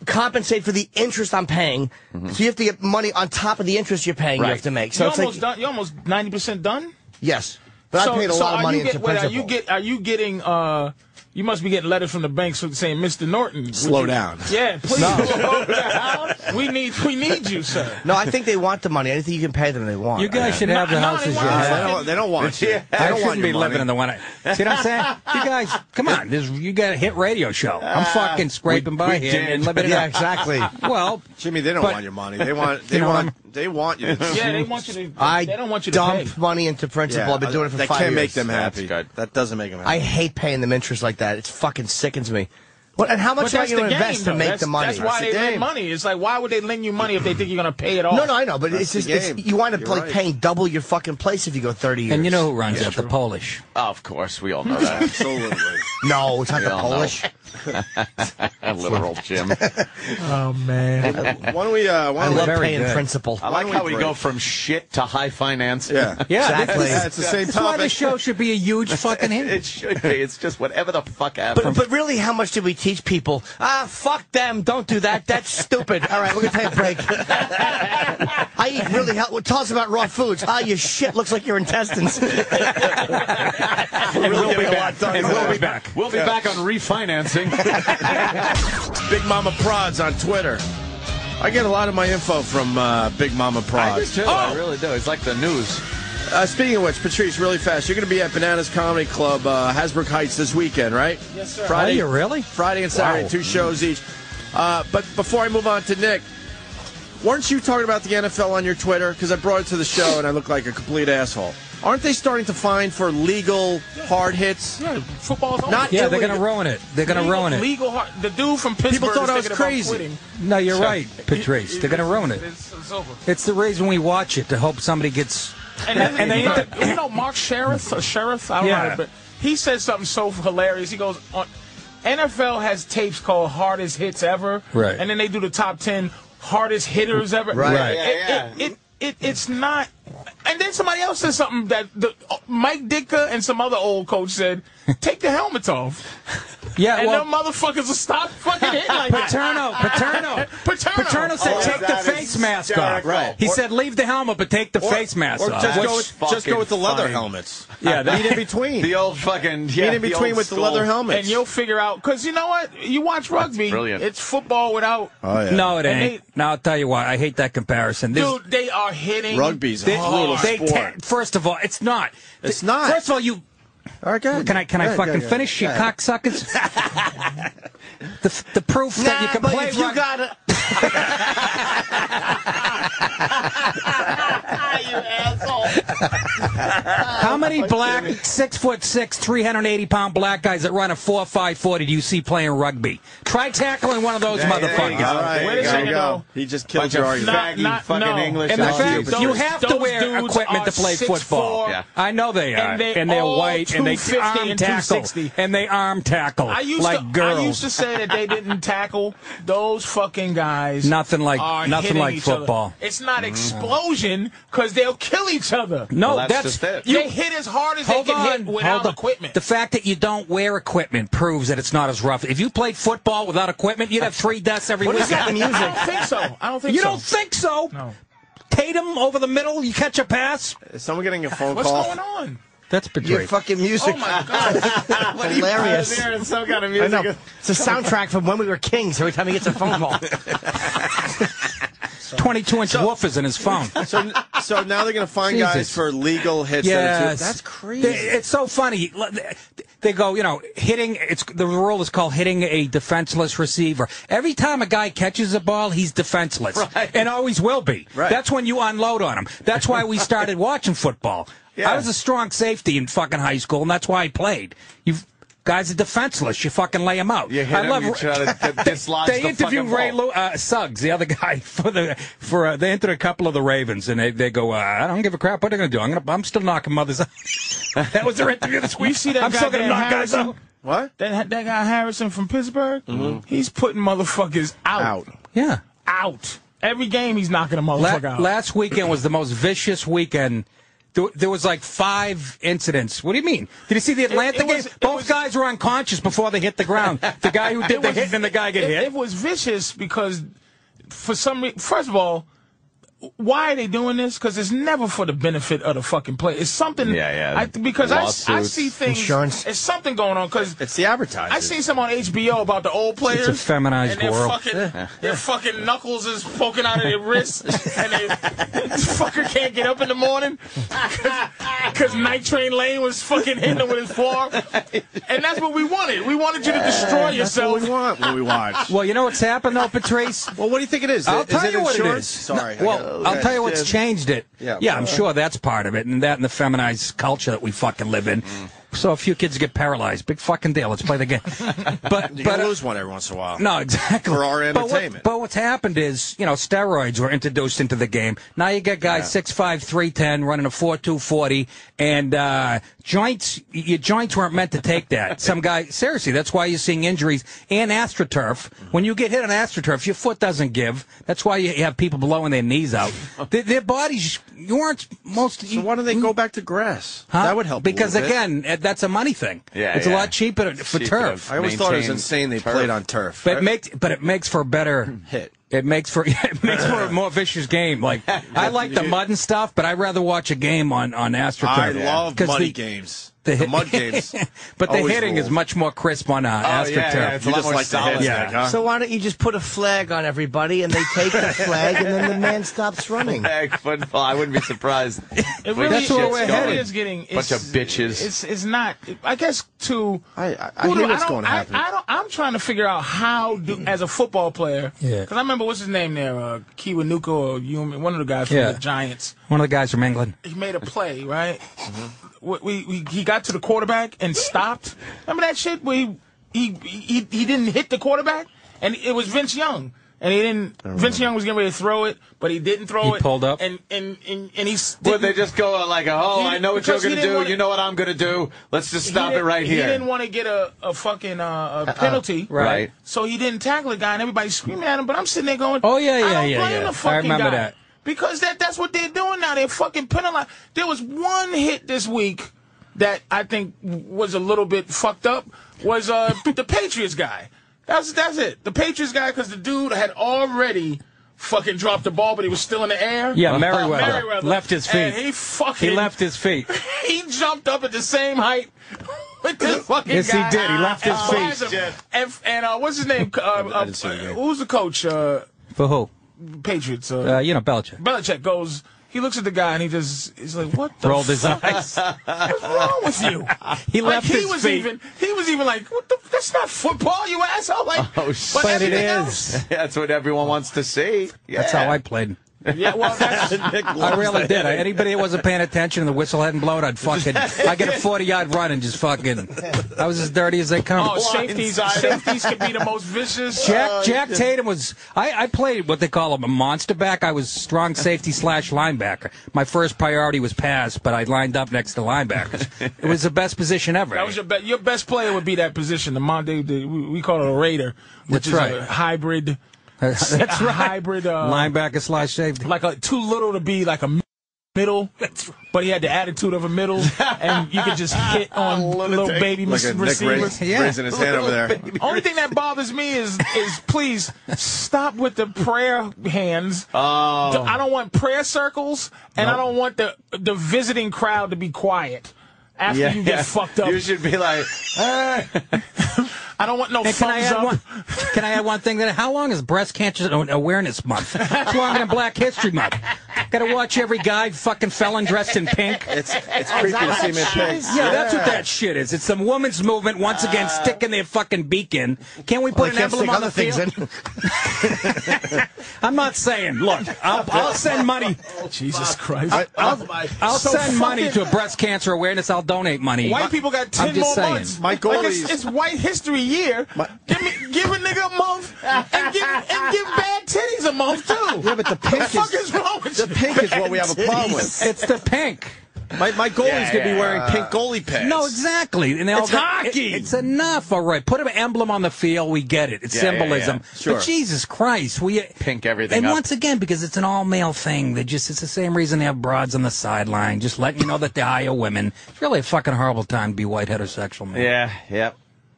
A: compensate for the interest I'm paying. So you have to get money on top of the interest you're paying. You
D: Right.
A: have to make. So
B: You're
A: it's
B: almost
A: like
B: done. You're almost ninety percent done.
A: yes, but I paid a lot
B: are
A: of money
B: you get-
A: into
B: wait,
A: principal.
B: Are you get? Are you getting? Uh, you must be getting letters from the banks saying, "Mr. Norton, would
C: Slow
B: you-
C: down.
B: Yeah, please <laughs> slow down. We need, we need you, sir.
A: No, I think they want the money. Anything you can pay them, they want.
G: you guys should have the
B: No, no,
G: houses.
B: they
G: you
B: want-
G: have.
C: They don't, they don't
G: <laughs>
C: want you. They
G: I
C: don't
G: shouldn't
C: want your
G: be
C: money.
G: living in the one. I, see what I'm saying? You guys, come on. This, you got a hit radio show. I'm fucking scraping by here
D: did.
G: and living it
A: Yeah,
G: up.
A: exactly.
G: Well,
C: Jimmy, they don't
G: But-
C: want your money. They want. They
G: You know,
C: want. They want you. to-
B: Yeah, they want you to.
A: I
B: they don't want you to
A: dump
B: pay.
A: money into principal. I've been doing it for
C: that
A: five
C: can't
A: years.
C: make them happy.
D: That's good.
C: That doesn't make
A: <laughs>
C: them happy.
A: I hate paying them interest like that. It fucking sickens me. What, and how
B: But
A: much am I
B: that's
A: going
B: the
A: to
B: game,
A: invest
B: though.
A: to make
B: that's,
A: the money?
B: That's why
C: That's the
B: they lend
C: game.
B: money. It's like, why would they lend you money if they think you're going to pay it off?
A: no, no, I know, but
C: That's
A: it's just
C: the
A: it's,
C: game.
A: you wind up
C: You're
A: like
C: right.
A: paying double your fucking place if you go thirty years.
G: and you know who runs it? The Polish.
D: Of course, we all know
A: <laughs>
D: that.
C: Absolutely.
A: no, it's not the
D: all know. <laughs>
A: Polish.
D: Liberal
C: <laughs>
D: Jim.
B: Oh man.
C: why don't we? Uh, why
A: I
C: don't we
A: love
G: Very
A: paying
G: good.
A: principal.
D: I like
C: don't
D: how
C: we
D: we
C: break?
D: go from shit to high finance. <laughs>
C: yeah.
G: Yeah,
A: Exactly.
G: this is-
C: Yeah, it's the same
G: that's why the
C: topic.
G: show should be a huge fucking hit.
D: It should be. It's just whatever the fuck
A: But,
D: happens.
A: but really, how much do we teach people? Ah, fuck them. Don't do that. That's stupid. All right, we're going to take a <laughs> break. I eat really healthy. Well, tell us about raw foods. Ah, your shit looks like your intestines. <laughs>
C: We're really getting a lot done.
D: And we'll be back. We'll be back on refinancing.
C: Big Mama Prods on Twitter. I get a lot of my info from uh, Big Mama Prods. Oh!
D: I really do. It's like the news.
C: Uh, speaking of which, Patrice, really fast, you're going to be at Bananas Comedy Club, uh, Hasbrook Heights this weekend, right? Yes, sir. Friday,
G: <laughs> Are you really?
C: Friday and Saturday,
G: Wow.
C: two shows each. Uh, but before I move on to Nick, weren't you talking about the NFL on your Twitter? Because I brought it to the show and I look like a complete asshole. aren't they starting to fine for legal hard hits?
B: Yeah, football's over.
C: Not
G: Yeah, they're
C: illegal.
G: going to ruin it. They're going to
B: legal,
G: ruin it.
B: Legal, har- the dude from Pittsburgh.
C: thought
B: is
C: I was
B: thinking about
C: crazy.
B: quitting.
G: No, you're right, Patrice. They're going to ruin it.
B: It's, it's over.
G: It's the reason we watch it to hope somebody gets.
B: And,
G: And they-
B: you, know, you know Mark Sheriff, or Sheriff, I don't
G: Yeah.
B: know, but he said something so hilarious. He goes "Uh, on. NFL has tapes called hardest hits ever,
G: Right.
B: And then they do the top ten hardest hitters ever,
A: Right. Right.
B: It, it- it- it's not. And then somebody else said something that the, uh, Mike Ditka and some other old coach said, "Take the helmets off,"
G: Yeah,
B: and
G: well,
B: them motherfuckers will stop fucking
G: <laughs>
B: hitting like that. <laughs>
G: Paterno,
A: <laughs>
G: Paterno,
B: Paterno.
G: Paterno said,
B: Oh,
G: take the
D: that is
G: face mask off.
D: hysterical.
G: He said, leave the helmet, but take the face mask
C: Or
G: off.
C: just go,
D: That's
C: with, just go with the
D: fucking
C: leather
D: funny.
C: helmets.
B: <laughs>
G: yeah, that-
C: Meet
D: <laughs>
C: in between.
D: The old fucking yeah,
C: Meet in
D: the
C: between
D: old
C: with the
D: skull.
C: leather helmets.
B: And you'll figure out because you know what you watch rugby.
D: brilliant.
B: It's football without.
C: oh, yeah.
G: no, it
B: And
G: ain't.
B: they-
G: now I'll tell you why. I hate that comparison. This-
B: Dude, they are hitting
C: Rugby's
G: they-
C: a brutal
G: they
C: sport.
G: ta- first of all, it's not.
C: It's not.
G: First of all, you
C: All right, go ahead.
G: can I can
C: Go
G: I
C: ahead, go
G: fucking
C: ahead.
G: finish you
C: Go ahead.
A: <laughs>
G: cocksuckers? the f- the proof that you can
A: but
G: play
A: if you
G: rug-
A: got a,
G: How many black six foot six, three hundred eighty pound black guys that run a four five forty do you see playing rugby? Try tackling one of those
D: Yeah, yeah,
G: motherfuckers.
D: yeah.
C: All right,
B: Wait a
C: go,
B: second,
C: go.
B: though.
C: He just killed
D: Bunch
C: your
D: of
C: argument.
D: fat- Faggy fucking English
G: And the
D: Oh,
G: fact
D: Jesus.
G: you have to
B: Those
G: wear
B: dudes
G: equipment to
B: are
G: play
B: 6'4"
G: football.
D: Yeah.
G: I know they are,
B: And they
G: and they're
B: all
G: white, and they
B: 250
G: arm
B: and
G: tackle,
B: 260.
G: and they arm tackle
B: I used
G: like
B: to,
G: girls.
B: I used to say that they didn't tackle those fucking guys.
G: Nothing like-
B: are
G: nothing
B: hitting
G: like
B: each other.
G: football.
B: It's not
D: Mm-hmm.
B: explosion because they'll kill each other.
G: no,
D: Well, that's just it.
G: you-
B: they hit as hard as
G: Hold
B: they can
G: on,
B: hit without
G: hold on.
B: equipment.
G: The fact that you don't wear equipment proves that it's not as rough. If you played football without equipment, you'd have three deaths every
A: what
G: week.
A: is
G: <laughs>
A: that
B: I
A: music?
B: don't think so. I don't think
G: You
B: so.
G: don't think so?
B: No.
G: Tatum over the middle, you catch a pass.
C: Is someone getting a phone
B: What's
C: call?
B: going on?
G: That's
A: Your
G: Patrice.
A: fucking music.
B: Oh my god!
A: <laughs> hilarious.
C: some kind of
A: I know. It's a soundtrack from when we were kings. Every time he gets a phone call,
G: 22 inch woofers in his phone.
B: <laughs>
C: So, so now they're going to find guys
G: Jesus.
C: for legal hits. that are too-
G: Yes.
C: That's crazy.
G: They- It's so funny. They go, you know, hitting. It's the rule is called hitting a defenseless receiver. Every time a guy catches a ball, he's defenseless, and always will be.
C: Right.
G: That's when you unload on him. That's why we started watching football. I was a strong safety in fucking high school, and that's why I played. You guys are defenseless. You fucking lay them out.
D: You hit
G: I
D: him,
G: love
D: you try
G: <laughs>
D: to d- dislodge
G: they
D: the
G: interviewed
D: fucking
G: Ray
D: ball.
G: Lew- uh, Suggs, the other <laughs> guy for the for uh, they entered a couple of the Ravens, and they, they go, uh, I don't give a crap what they're going to do. I'm going to I'm still knocking mothers out. that was their interview this
B: You
G: week.
B: see that
G: <laughs> I'm still
B: goddamn
G: going to knock guys
B: Harrison?
G: out.
C: what?
B: That, that guy Harrison from Pittsburgh, he's putting motherfuckers
C: Out.
G: Yeah.
B: out. Every game he's knocking a
G: La-
B: motherfucker out.
G: last weekend was the most vicious weekend. There, there was like five incidents. What do you mean? Did you see the Atlanta
B: it
G: game?
B: was- it
G: Both
B: was-
G: guys were unconscious before they hit the ground. The guy who did the hit and the guy
B: <laughs>
G: get
B: it,
G: hit.
B: It was vicious because for some reason, first of all, why are they doing this? Because it's never for the benefit of the fucking player. It's something.
D: Yeah, yeah.
B: I, because I, I
D: Lawsuits.
B: see things.
A: Insurance.
B: It's something going on because.
C: It's the advertisers.
B: I seen some on HBO about the old players.
G: It's a feminized
B: and their
G: world.
B: Fucking, Their fucking knuckles is poking out of their wrists, and they <laughs> fucker can't get up in the morning because Night Train Lane was fucking hitting them with his forearm. And that's what we wanted. We wanted you to destroy
C: That's what
B: yourself.
C: we want when we watch.
G: <laughs> well, you know what's happened though, Patrice.
C: well, what do you think it is?
G: I'll
C: is
G: tell
C: it
G: you what it
C: insurance?
G: is.
C: Sorry.
G: No, well, I'll tell you what's changed it.
C: Yeah.
G: I'm sure that's part of it, and that and the feminized culture that we fucking live in.
C: Mm.
G: So a few kids get paralyzed. Big fucking deal. Let's play
C: <laughs>
G: the game. But
C: You
G: but
C: gotta
G: uh,
C: lose one every once in a while.
G: no, exactly.
C: For our
G: But what-
C: entertainment.
G: But, what's happened is, you know, steroids were introduced into the game. Now you get guys six five, three ten, running a four two forty, and uh, joints. Your joints weren't meant to
C: <laughs>
G: take that. Some guy, seriously, that's why you're seeing injuries and astroturf. When you get hit on astroturf, your foot doesn't give. That's why you have people blowing their
C: <laughs>
G: knees out. their, their bodies, you weren't most.
C: So why don't they go back to grass?
G: Huh?
C: That would help. a
G: because
C: little bit.
G: again, eh, that's a money thing.
D: Yeah,
G: it's
D: yeah.
G: a lot cheaper for
D: Cheaper
G: turf.
C: I always thought it was
D: maintain
C: insane they
D: turf.
C: played on turf.
G: But
C: I-
G: it makes but it makes for a better
C: Hit.
G: It makes for <laughs> it makes for a more vicious game. Like I like the mud and stuff, but I'd rather watch a game on on AstroTurf.
C: I love
G: 'Cause
C: muddy
G: the-
C: games.
G: <laughs> the
C: The,
G: hit-
C: mud
G: <laughs>
C: games.
G: But the
C: always
G: hitting
C: ruled.
G: is much more crisp on uh,
D: yeah,
G: AstroTurf.
D: yeah, it's a
C: You
D: lot
C: just
D: more
C: like the hit,
D: solid.
G: Yeah.
C: Nick, huh?
A: so why don't you just put a flag on everybody and they take the flag and then the man stops running?
D: Flag football. I wouldn't be surprised.
B: <laughs> It really,
G: That's where
B: it's-
G: we're
B: it
G: headed.
B: is getting
D: Bunch
B: it's,
D: of bitches.
B: It's it's not. I guess to.
C: I- I- I
B: Who do-
C: hear what's
B: don't-
C: gonna happen.
B: I, I don't. I'm trying to figure out how do as a football player.
G: Yeah.
B: Because I remember what's his name there, uh, Kiwanuka or Yumi, one of the guys from
G: Yeah.
B: the Giants.
G: One of the guys from England.
B: He made a play, right?
D: Mm-hmm.
B: We, we, we he got to the quarterback and stopped. Remember that shit where he he, he he didn't hit the quarterback and it was Vince Young. And he didn't. Vince Young was getting ready to throw it, but he didn't throw
G: He
B: it.
G: pulled up.
B: and and and, and he.
D: Well,
B: didn't-
D: they just go out like, oh,
B: He-
D: I know what you're
B: because he
D: going to
B: didn't
D: do.
B: wanna-
D: you know what I'm going to do. Let's just
B: he
D: stop it
B: didn't-
D: right
B: He
D: here.
B: didn't want to get a, a fucking uh, a penalty.
D: Right.
B: So he didn't tackle the guy, and everybody's screaming at him. But I'm sitting there going,
G: Oh, yeah,
B: I
G: yeah,
B: don't
G: yeah,
B: blame
G: yeah.
B: the
G: I
B: fucking
G: remember
B: guy.
G: that.
B: because that that's what they're doing now. They're fucking penalized. There was one hit this week that I think was a little bit fucked up. Was uh the Patriots guy? That's that's it. The Patriots guy because the dude had already. Fucking dropped the ball, but he was still in the air. Uh,
G: Yeah, Merriweather.
B: Merriweather.
G: Left his
B: And
G: feet.
B: he fucking
G: He left his feet.
B: <laughs> he jumped up at the same height <laughs> with this fucking
G: Yes, he
B: guy.
G: did. He left his
B: And
G: feet.
B: Pfizer- And, and uh, what's his name? Uh, uh,
C: didn't see the game.
B: who's the coach? Uh,
G: For who?
B: Patriots. Uh,
G: Uh, you know, Belichick.
B: Belichick goes. He looks at the guy and he just he's like, "What the
G: Rolled his
B: fuck
G: eyes. <laughs>
B: is wrong with you?"
G: He
B: like
G: left
B: he
G: his
B: was
G: feet.
B: even he was even like, "What the? That's not football, you asshole!" Like,
D: Oh,
B: but
D: shit.
G: But it
B: everything
D: <laughs>
G: is.
D: That's what everyone wants to see. Yeah.
G: That's how I played.
B: else- yeah, well,
G: <laughs>
B: that's,
G: I really did. I, anybody that wasn't paying attention and the whistle hadn't blown, I'd fucking. I get a 40 yard run and just fucking. I was as dirty as they come.
B: oh, safeties, safeties can be the
G: <laughs>
B: most vicious.
G: Jack Jack Tatum was. I, I played what they call a monster back. I was strong safety slash linebacker. My first priority was pass, but I lined up next to linebackers. it was the best position ever.
B: That was your best. Your best player would be that position. The Monday, the, we we call it a Raider, which
G: That's
B: is
G: right.
B: a hybrid.
G: <laughs> That's
B: a
G: right.
B: Hybrid, uh,
G: linebacker slash safety.
B: like a too little to be like a mi- middle. But he had the attitude of a
G: <laughs>
B: middle, and you could just hit on little baby
C: Look at
B: mis-
C: Nick
B: receivers.
C: raising,
G: Yeah.
C: raising his hand over there.
B: Only thing that bothers me is is please stop with the prayer hands.
D: Oh.
B: I don't want prayer circles, and I don't want the the visiting crowd to be quiet after you get fucked up.
D: You should be like,
B: I don't want no
G: And
B: thumbs
G: can I add
B: up.
G: one? Can I add one thing? That how long is Breast Cancer Awareness Month? It's longer than Black History Month. Got to watch every guy fucking felon dressed in pink.
C: It's, it's creepy to see him
G: <laughs>
C: in pics.
G: Yeah, that's what that shit is. It's some women's movement once again sticking their fucking beak in. Can we
A: Well,
G: put
A: they
G: an
A: can't
G: emblem
A: stick
G: on
A: other
G: the
A: things
G: field?
A: in.
G: I'm not saying. Look, I'll, I'll send money.
B: Jesus Christ.
D: Oh
G: I'll, I'll
B: So
G: send money
B: fucking-
G: to breast cancer awareness. I'll donate money.
B: White people got 10
G: I'm just
B: more
G: saying.
B: months.
C: My goal
B: like
C: is-
B: it's, it's White History Year. give, me, give a nigga a month and give, and give bad titties a month, too.
A: Yeah, but the pink
B: the fuck
A: is-
B: is wrong with
C: The
B: you?
C: pink is what we have a problem with.
G: It's the pink.
C: My, my goalie's going to be wearing pink goalie pads.
G: No, exactly. And they all
C: It's
G: got-
C: hockey!
G: it- it's enough. All right, put an emblem on the field. We get it. It's
D: Yeah, yeah,
G: symbolism.
D: yeah. Sure.
G: But Jesus Christ, we
D: Pink everything
G: And
D: up.
G: once again, because it's an all male thing, they just it's the same reason they have broads on the sideline, just letting you know that they hire women. It's really a fucking horrible time to be white heterosexual man.
D: yeah, yep.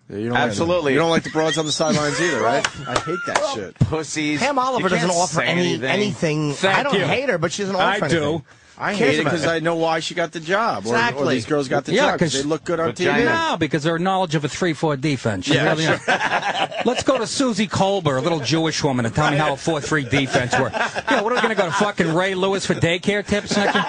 C: You don't Like,
D: Absolutely.
C: you don't like the broads on the sidelines either, right? I hate that Oh, shit.
D: Pussies.
A: Pam Oliver
D: You can't
A: doesn't offer
D: say
A: any
D: anything.
A: anything. I
G: Thank
A: don't
G: you.
A: hate her, but she doesn't offer
G: I
A: anything.
G: do.
C: I
A: Cares
C: hate it
A: about
C: because
A: it.
C: I know why she got the job, or, or
A: Exactly.
C: these girls got the
G: Yeah,
C: job because
G: 'cause-
C: they look good on
D: Vagina.
C: TV.
G: No, because they're knowledge of a 3 4 defense. You really are. <laughs> Let's go to Susie Kolber, a little Jewish woman, and tell me how a 4 3 defense works. Yeah, what are we going to go to fucking Ray Lewis for daycare tips next year?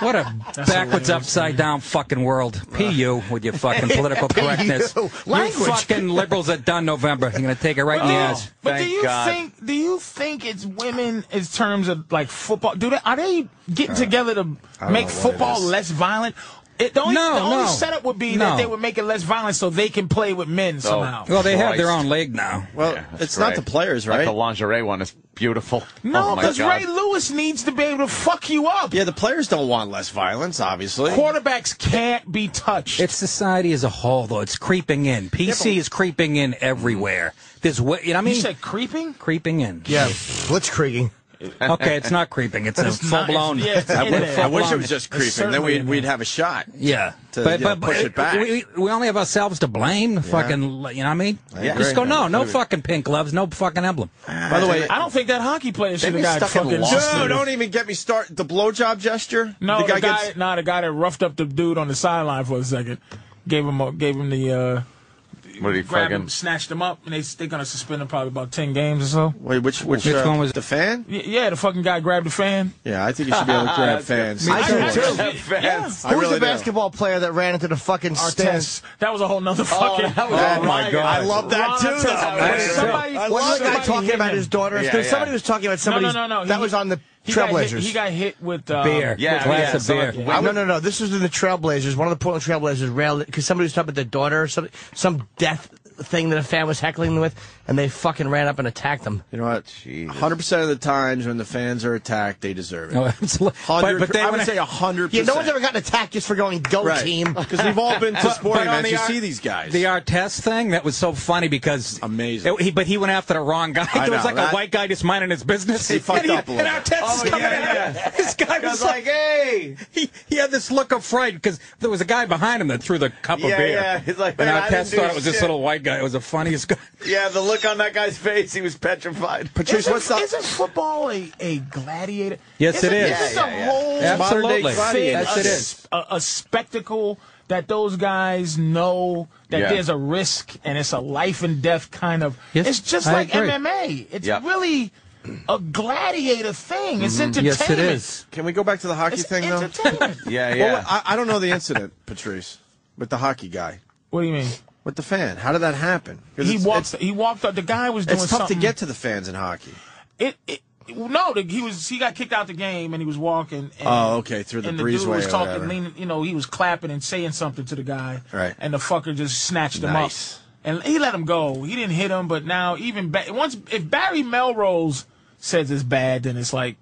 G: What a backwards, upside down fucking world. PU with your fucking
B: <laughs>
G: political correctness.
A: PU.
G: You
A: Language.
G: fucking liberals are done November. You're going to take it right in the ass.
B: Oh, But
D: Thank
B: do you
D: God.
B: think do you think it's women in terms of like football? Do they are they getting together to make
C: know what it
B: football
C: is.
B: less violent? It, the only,
G: No,
B: the only
G: no.
B: setup would be
G: No. Oh
B: that they would make it less violent so they can play with men
D: Oh.
B: somehow.
G: Well, they have their
D: Christ.
G: own league now.
C: Well,
D: Yeah, that's
C: it's
D: right.
C: not the players, right?
D: Like the lingerie one is beautiful.
B: no,
D: Oh, my
B: because
D: God.
B: Ray Lewis needs to be able to fuck you up.
C: yeah, the players don't want less violence, obviously.
B: Quarterbacks can't be touched.
G: It's society as a whole, though. It's creeping in. PC is creeping in everywhere. There's, wa- you know what I mean?
B: you said creeping?
G: creeping in.
A: Yeah, Blitz Krieging.
G: Okay, it's not creeping. It's a full
B: not-
G: blown.
B: it's- yeah, it's in there.
C: I wish it was <laughs>
G: full-blown-
C: just creeping. Then
B: certainly
C: we'd,
B: in
C: we'd have a shot.
G: Yeah,
C: to, you know, push it back.
G: We, we only have ourselves to blame. Fucking, you know what I mean?
C: agree.
G: Just go. No,
C: Yeah,
G: no
C: agree.
G: fucking pink gloves. No fucking emblem.
C: By the way,
B: I don't think that hockey player should
C: Maybe
B: have got
C: stuck in
B: fucking.
C: Lost no, don't even get me started. The blowjob gesture.
B: No, the guy,
C: gets-
B: nah, the guy that roughed up the dude on the sideline for a second, gave him, a, gave him the, uh,
D: What do you
B: grabbed
D: fucking-
B: him, snatched him up, and they they're gonna suspend him probably about ten games or so.
C: Wait, which which,
G: Which
C: uh,
G: one was it?
C: the fan?
B: Y- Yeah, the fucking guy grabbed the fan.
C: Yeah, I think you should be able to
B: <laughs>
C: grab fans.
A: I do too.
D: Fans.
C: I
A: Who's
C: really
A: the
C: do.
A: basketball player that ran into the fucking stands?
B: Artest. That was a whole nother fucking.
D: that was- Oh, my God.
C: I love that too.
B: Ron
C: though.
B: Artest.
D: That's-
B: Somebody-
A: I was the guy
B: somebody
A: talking
B: hit
A: about
B: him.
A: his daughter.
C: Yeah,
A: There's
C: yeah.
A: Somebody was talking about
B: No,
A: somebody.
B: no, no, no.
A: That
B: He-
A: was on the
B: he got hit-
A: Trailblazers.
B: He got hit with uh,
G: Beer.
D: yeah,
G: glass
D: yeah,
G: of
D: so
G: beer.
D: like-
A: no, no, no. This was in the Trailblazers. One of the Portland Trailblazers railed because somebody was talking about their daughter or some some death thing that a fan was heckling them with, and they fucking ran up and attacked them.
C: You know what?
D: Jesus.
C: Hundred percent of the times when the fans are attacked, they deserve it.
G: No, <laughs> absolutely.
C: Hundred.
G: But- but
C: But,
G: they-
C: I would say hundred.
A: Yeah, no one's ever gotten attacked just for going go
C: right. <laughs>
A: team.
C: because we've all been to sporting
G: but on
C: events.
G: the
C: You
G: ar-
C: see these guys.
G: The Artest thing that was so funny because
C: Amazing.
G: It- he, but he went after the wrong guy.
C: I
G: <laughs> there was
C: know,
G: like
C: that-
G: a white guy just minding his business.
C: He fucked
G: and
C: up a little
G: And
C: bit.
G: Artest is coming at him. This guy was like,
D: hey.
G: he, he had this look of fright because there was a guy behind him that threw the cup
D: Yeah,
G: of beer.
D: yeah. He's like,
G: and
D: "Man, I
G: Artest
D: didn't do
G: thought it was this
D: shit."
G: little white guy. It was the funniest guy.
D: Yeah, the look on that guy's face, he was petrified.
C: Patrice, what's up?
B: Isn't football a, a gladiator?
G: Yes, it
B: Isn't
G: is.
B: This is
D: Yeah,
B: a
D: yeah, yeah.
B: whole
G: Absolutely.
B: thing,
G: Yes,
B: a,
G: it is.
B: A, a spectacle that those guys know that
D: Yeah.
B: there's a risk and it's a life and death kind of.
G: Yes,
B: it's just
G: I
B: like
G: agree.
B: MMA. It's
D: Yep.
B: really a gladiator thing. It's entertainment.
G: Mm-hmm. Yes, it is.
C: Can we go back to the hockey
B: It's
C: thing though?
G: <laughs>
B: entertainment.
D: Yeah, yeah.
C: Well, I, I don't know the incident, <laughs> Patrice, with the hockey guy,
B: what do you mean?
C: with the fan. How did that happen? 'Cause
B: He
C: it's-
B: walked.
C: It's,
B: He walked up. The guy was doing
C: it's tough to
B: something-
C: get to the fans in hockey.
B: It, it no, the, he was he got kicked out the game and he was walking. And,
C: Oh, okay, through the
B: and the dude
C: breezeway
B: was
C: or
B: talking,
C: whatever.
B: leaning, you know, he was clapping and saying something to the guy.
C: Right.
B: And the fucker just snatched him
C: Nice.
B: up, and he let him go. He didn't hit him, but now even ba- once if Barry Melrose says it's bad, then it's like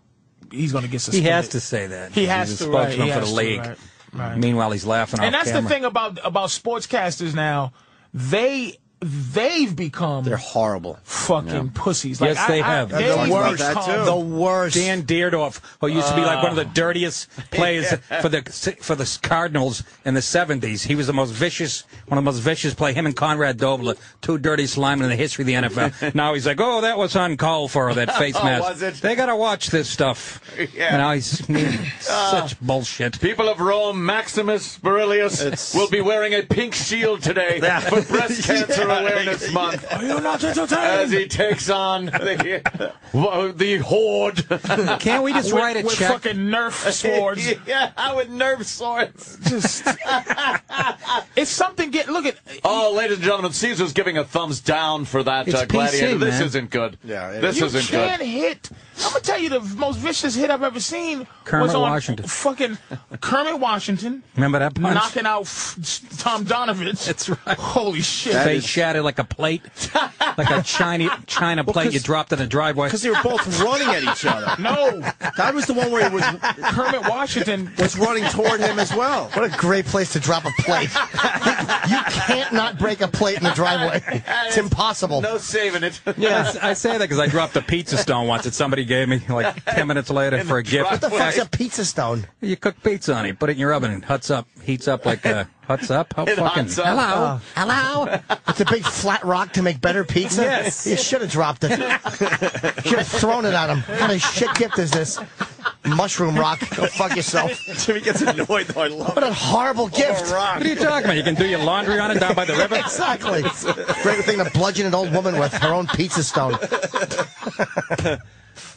B: he's gonna get
G: He
B: suspended.
G: has to say that.
B: He has
G: He's a
B: to, right,
G: spokesman
B: he
G: for
B: has
G: the
B: to,
G: league.
B: right, right.
G: Meanwhile, he's laughing.
B: And
G: off
B: that's the
G: camera.
B: thing about about sportscasters now. They they've become
C: They're horrible.
B: fucking pussies. Like,
G: Yes, they
B: I, I,
G: have.
C: I've
B: They've
C: talked about that, too.
B: become
A: The worst.
G: Dan Deardorff, who used to be like one of the
B: <laughs>
G: dirtiest players for the for the Cardinals in the seventies. He was the most vicious, one of the most vicious play. Him and Conrad Dobler, two dirtiest linemen in the history of the
B: <laughs>
G: NFL. now he's like, oh, that was uncalled for. That
B: Oh,
G: face mask.
D: Was it?
G: They gotta watch
B: <laughs>
G: this stuff.
D: Yeah.
G: And now he's
B: Uh,
G: such bullshit.
D: People of Rome, Maximus Borelius
C: It's-
D: will be wearing a pink shield today for Breast Cancer Awareness Month. Are you not As he takes on the, <laughs> whoa, the horde.
G: Can't
B: <laughs>
G: we just
B: with-
G: write a
B: with
G: check?
B: fucking
G: <laughs>
B: Nerf swords.
D: yeah, I would nerve swords.
G: <laughs>
B: It's something. Get look at.
D: Oh, ladies and gentlemen, Caesar's giving a thumbs down for that
G: It's
D: uh, gladiator.
G: PC,
D: this
G: man.
D: isn't good.
C: Yeah, it
D: this
C: is.
B: You
D: isn't
B: can
D: good.
B: hit. I'm gonna tell you the most vicious hit I've ever seen was
G: Kermit
B: on
G: Washington.
B: fucking Kermit
G: <laughs>
B: Washington.
G: Remember that punch?
B: knocking out f- Tom Donovich.
G: That's right.
B: Holy shit!
G: Face shattered like a plate, like a China China plate you dropped in a driveway.
C: Because they were <laughs> both running at each other.
B: no,
C: That was the one where he <laughs> was
B: Kermit Washington.
C: was running toward him as well.
A: What a great place to drop a <laughs> plate. you can't not break a plate in the driveway. <laughs> It's impossible.
D: No saving it.
G: Yeah, I s- I, say that because I dropped a pizza stone once that somebody gave me like 10 minutes later for a gift.
A: What the fuck's a pizza stone?
G: You cook pizza on it, put it in your oven, and huts up, heats up like uh, huts up. How
D: It
G: fucking
D: huts up.
A: Uh.
G: hello, hello.
A: Oh. It's a big flat rock to make better pizza?
G: Yes.
A: You should have dropped it. should have thrown it at him. What kind of shit gift is this? Mushroom rock. Go fuck yourself.
C: Jimmy gets annoyed though. I love
A: What a horrible gift.
G: What are you talking about? You can do your laundry on it down by the
A: <laughs>
G: river.
A: Exactly. Great thing to bludgeon an old woman with her own pizza stone.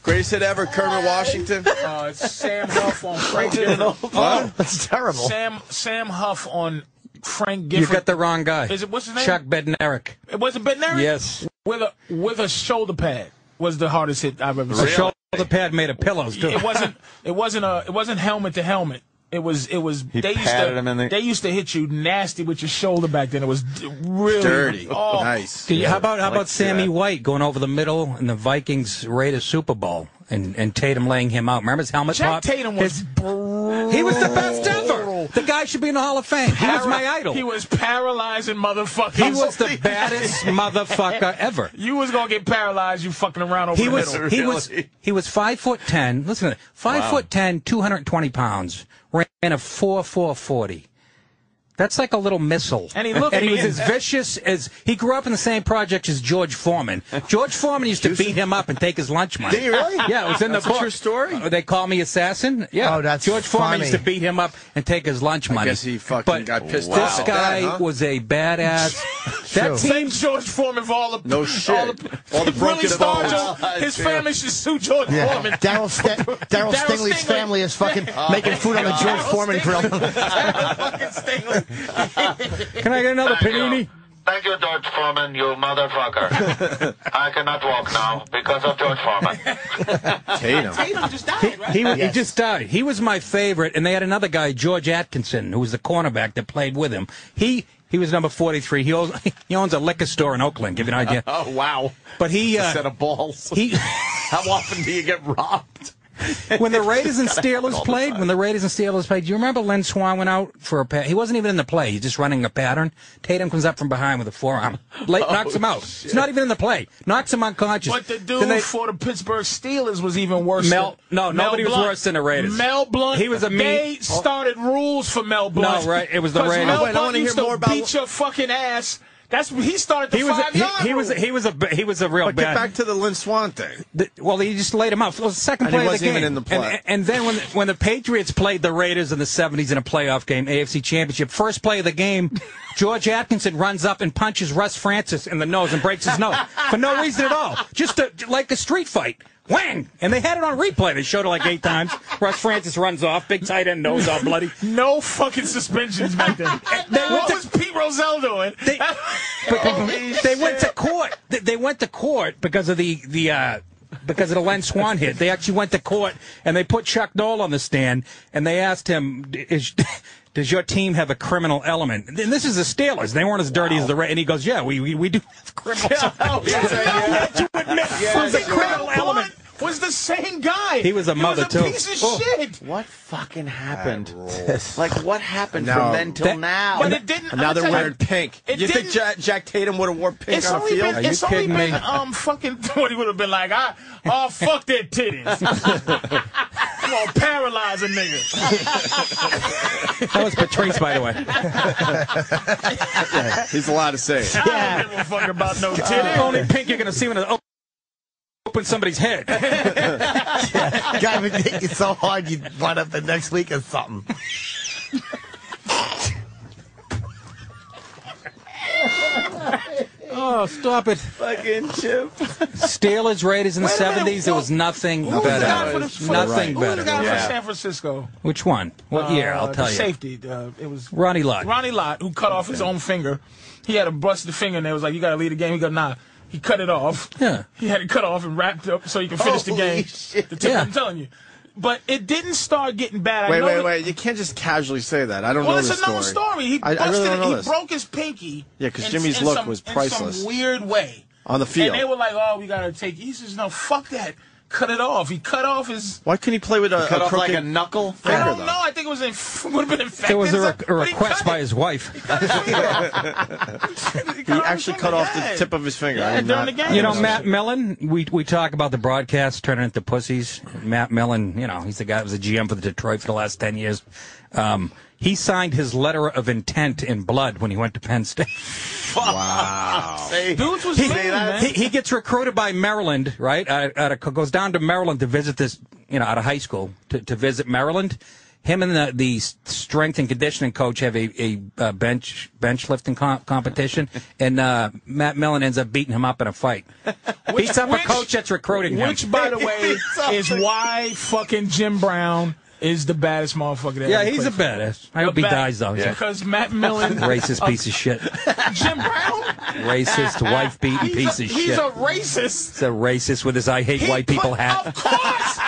C: Greatest hit ever, Kermit Washington.
B: Uh, Sam Huff on Frank
D: oh,
B: Gifford.
C: What?
A: That's terrible.
B: Sam Sam Huff on Frank
G: You
B: Gifford.
G: got the wrong guy.
B: Is it- what's his name?
G: Chuck Bednarik.
B: it wasn't Benary.
G: Yes,
B: with a with a shoulder pad was the hardest hit I've ever
G: a
B: seen.
G: shoulder pad made of pillows too.
B: It wasn't it wasn't a it wasn't helmet to helmet. It was it was they used
D: patted
B: to
D: him in the-
B: they used to hit you nasty with your shoulder back then. It was d- really
C: Dirty.
B: Oh,
C: Nice.
G: Do you- how about how
D: like
G: about
D: to see
G: Sammy
D: that.
G: White going over the middle in the Vikings Raiders Super Bowl and, and Tatum laying him out? Remember his helmet
B: Jack
G: pop?
B: Tatum was
G: His-
B: brutal.
G: He was the best ever. The guy should be in the Hall of Fame. He was my idol.
B: He was paralyzing motherfucker.
G: He
B: <laughs>
G: was the baddest motherfucker ever.
B: You was gonna get paralyzed. You fucking around over
G: He
B: the
G: was
B: middle.
G: he was
D: Really?
G: he was five foot ten. Listen to that. Five foot ten, two hundred and twenty pounds. Ran a four four forty. That's like a little missile.
B: And he looked
G: and he was
B: mean.
G: as vicious as he grew up in the same project as George Foreman. George Foreman used to beat him up and take his lunch money. Did he really? Yeah, it was in the book.
C: true story?
G: Uh, They call me assassin. Yeah,
A: Oh, that's
G: George Foreman
A: funny.
G: used to beat him up and take his lunch money.
C: guess he fucking
G: But
C: got pissed
G: This
C: off at
G: guy
C: that, huh?
G: <laughs> was a badass.
A: True.
G: That
B: Same
G: team
B: George Foreman for all the
C: No shit.
B: all the,
C: All the broken
B: Willie Starr,
C: bones.
G: <laughs>
B: George-
C: <laughs>
B: His
D: Dude.
B: family should sue George
A: Yeah.
B: Foreman.
A: Daryl St- Daryl
B: Daryl
A: Stingley's
B: Stingley.
A: family is fucking making food on the George
B: Daryl
A: Foreman grill.
B: Fucking Stingley.
G: Can <laughs> I get another panini?
H: Thank you, George Foreman, you motherfucker. I cannot walk now because of George Foreman.
C: Tatum.
B: Tatum just died, right?
G: He, he
A: Yes.
G: just died. He was my favorite, and they had another guy, George Atkinson, who was the cornerback that played with him. He he was number forty three. He owns, <laughs> he owns a liquor store in Oakland. Give you an idea.
D: Oh wow!
G: But he
D: A set
G: uh,
D: of balls.
G: he <laughs>
D: How often do you get robbed?
G: when the Raiders and
D: happen all
G: Steelers
D: the
G: played, when the Raiders and Steelers played, do you remember Len Swan went out for a pat? He wasn't even in the play. He's just running a pattern. Tatum comes up from behind with a forearm, late knocks him out. He's not even in the play. Knocks him unconscious.
B: But the dude
G: Then they-
B: for the Pittsburgh Steelers was even worse.
G: Mel-
B: than,
G: no, nobody was worse than the Raiders.
B: Mel Blunt.
G: He was a mean-
B: They started rules for Mel Blunt.
G: right, it was
B: <laughs>
G: the
B: 'Cause
G: Raiders.
B: Mel
G: Oh, wait, I
B: Blunt
C: wanna hear
B: used to
C: more about-
B: beat your fucking ass. That's he started the
G: he was a,
B: five
G: he,
B: yard
G: he was a,
B: rule.
G: he was a b- he was a real
C: But
G: bad.
C: get back to the Lynn Swan thing.
G: The, well, he just laid him out. It was the second
C: And he
G: play of the
C: wasn't
G: game.
C: even in the play.
G: And, and then when the, when the Patriots played the Raiders in the 70s in a playoff game, AFC Championship, first play of
C: <laughs>
G: the game, George Atkinson runs up and punches Russ Francis in the nose and breaks his nose for no reason at all. Just a, like a street fight. Whang! And they had it on replay. They showed it like eight times. Russ Francis runs off, big tight end, nose all bloody.
B: no fucking suspensions back
G: <laughs>
B: then.
G: They went
B: what
G: to-
B: was Pete Rozelle doing?
G: They, but they went to court. They, they went to court because of the the uh, because of the Len Swan hit. They actually went to court and they put Chuck Noll on the stand and they asked him, "D- "Is." Does your team have a criminal element? And this is the Steelers. They weren't as dirty as the Ra And he goes, "Yeah, we we, we do have criminals."
B: was the
G: sure.
B: criminal
G: Mel
B: element. Was the same guy.
G: He was a mother,
B: He
G: too.
B: was a piece of
G: Oh.
B: shit.
D: What fucking happened? like what happened
C: No.
D: from then till
G: That-
D: now?
B: But it didn't.
C: Now
B: I'll
C: they're
B: tell you-
C: wearing pink.
B: It
C: you think
B: didn't-
C: Jack, Jack Tatum would have wore pink
B: It's
C: on the
B: only
C: field?
B: been,
G: you
B: it's only
G: kidding
B: been
C: <laughs>
G: me?
B: um fucking <laughs> what he would have been like. I oh fuck
C: <laughs>
B: their titties. I'm gonna paralyze a nigga.
G: That was Patrice, by the way.
C: He's allowed to say it.
B: I don't give a fuck about no titties.
G: Only pink you're gonna see when it op- opens somebody's head.
A: God, would take you so hard you'd run up the next week or something.
G: Oh, stop it!
C: Fucking chip.
G: Steelers Raiders in the
B: Wait a minute,
G: 70s. There was nothing
B: Who was the guy
G: better.
B: for the, for
G: Nothing
B: the, Who was
G: better.
B: the guy
C: Yeah.
B: from San Francisco?
G: Which one? What year?
B: Uh,
G: I'll tell
B: the
G: you.
B: Safety. Uh, it was
G: Ronnie Lott.
B: Ronnie Lott who cut off his own finger. He had a busted finger and they was like, "You gotta leave the game." He go, "Nah." He cut it off.
G: Yeah.
B: He had it cut off and wrapped up so he could finish the
C: Holy
B: game.
C: shit.
B: The tip-
G: Yeah.
B: I'm telling you. But it didn't start getting bad. I
C: Wait,
B: know
C: wait,
B: that-
C: wait. You can't just casually say that. I don't
B: Well,
C: know
B: it's
C: this
B: a known story. He
C: I,
B: busted
C: I really don't
B: it.
C: know
B: he
C: this.
B: broke his pinky.
C: Yeah, 'cause
B: in-
C: Jimmy's
B: in
C: look
B: some-
C: was
B: In
C: priceless.
B: some weird way.
C: On the field.
B: And they were like, "Oh, we gotta take." He says, "No, fuck that. Cut it off." He cut off his.
C: Why couldn't he play with a,
D: Cut
C: a
D: off like
C: crooked
D: a knuckle.
B: I
C: Finger,
B: don't
C: though.
B: know. I think it was in, <laughs> would have been infected.
G: There was a,
B: or
G: re-
B: something,
G: a
B: but he
G: request
B: cut
G: by
B: it.
G: his wife.
B: Cut his finger. he
C: He actually cut off the tip of his finger.
B: Yeah,
C: I did
B: during
C: not-
B: the game.
G: You know, Matt Mellon, we, we talk about the broadcast turning into pussies. Matt Mellon, you know, he's the guy who was the GM for the Detroit for the last 10 years. Um, he signed his letter of intent in blood when he went to Penn State.
D: Oh.
B: Dudes was
G: He,
B: mean, man.
G: he, he gets recruited by Maryland, right? Out, out of, goes down to Maryland to visit this, you know, out of high school to, to visit Maryland. Him and the, the strength and conditioning coach have a, a, uh bench bench lifting com-
B: <laughs>
G: competition, and uh, Matt Mellon ends up beating him up in a fight. Beats up
B: which-
G: a coach that's recruiting him.
C: <laughs>
B: Which, by the way, is why fucking Jim Brown is the baddest motherfucker. That
G: yeah,
B: ever
G: he's a
B: played.
G: badass. I hope he
B: Bad-
G: dies though. He's
B: Because Matt Millen,
G: a Racist piece
B: <laughs>
G: of shit.
B: Jim
C: <laughs>
B: Brown,
G: Racist wife beating
B: He's
G: piece
B: a,
G: of
B: he's
G: shit.
B: a racist.
G: He's a racist with his "I hate
B: He
G: white people"
B: put-
G: hat.
B: Of course.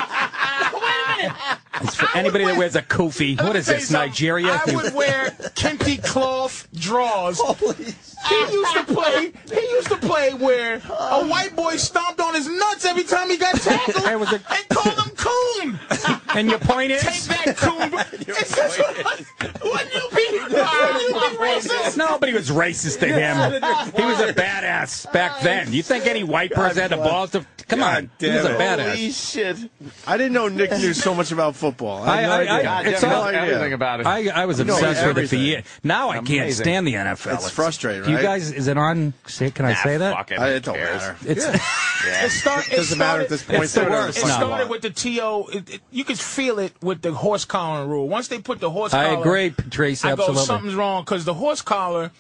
C: <laughs>
B: Wait a minute.
G: It's for anybody that
B: wear-
G: wears a kufi.
B: Let
G: What
B: me
G: is
B: tell you
G: this,
B: something.
G: Nigeria?
B: I would wear kente cloth drawers. he used to play. He used to play where a white boy stomped on his nuts every time he got tackled
G: I was a-
B: and called him
D: <laughs>
B: coon.
G: and your point is?
B: Take that coon. It's just what, what you be? What you be racist?
G: Nobody was racist to him. He was a badass back
B: Uh,
G: then. You think any white person had the balls to? Come on, he was a
C: damn it.
G: badass.
D: Holy shit!
C: I didn't know Nick knew so much about football. I, had
G: I-
C: no
G: I-
C: idea.
G: I- it's
D: Goddamn,
G: all-
D: I know everything about it.
G: I, I was
C: know
G: obsessed with it for
C: everything.
G: years. Now I can't
D: Amazing.
G: stand the NFL.
C: It's frustrating,
G: You
C: right?
G: guys, is it on? say- Can I say that?
D: Fuck it.
C: I-
D: who
C: it don't
D: cares?
C: matter.
G: It's <laughs>
B: It start- it
C: Doesn't matter at
B: started-
C: this point.
G: it's the
C: They're
G: worst.
B: It
C: on the
G: No.
B: started
C: sidewalk.
B: with the TO. It, it, you could feel it with the horse collar rule. Once they put the horse
G: I
B: collar.
G: agree, Patrice,
B: I go,
G: absolutely.
B: something's wrong because the horse collar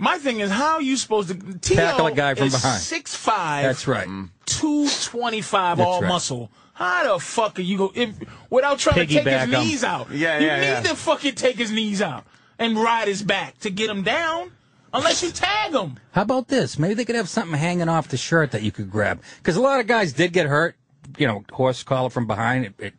B: My thing is, how are you supposed to T.O.
G: Tackle a guy from
B: is
G: behind.
B: Six five.
G: That's right.
B: 225
G: That's
B: all
G: right.
B: muscle. How the fuck are you go if, without trying to take
G: Piggyback
B: his
G: him.
B: knees out?
D: Yeah,
B: you
D: yeah,
B: need
D: yeah.
B: to fucking take his knees out and ride his back to get him down. Unless you tag him.
G: How about this? Maybe they could have something hanging off the shirt that you could grab. Because a lot of guys did get hurt. You know, horse collar from behind. It, it-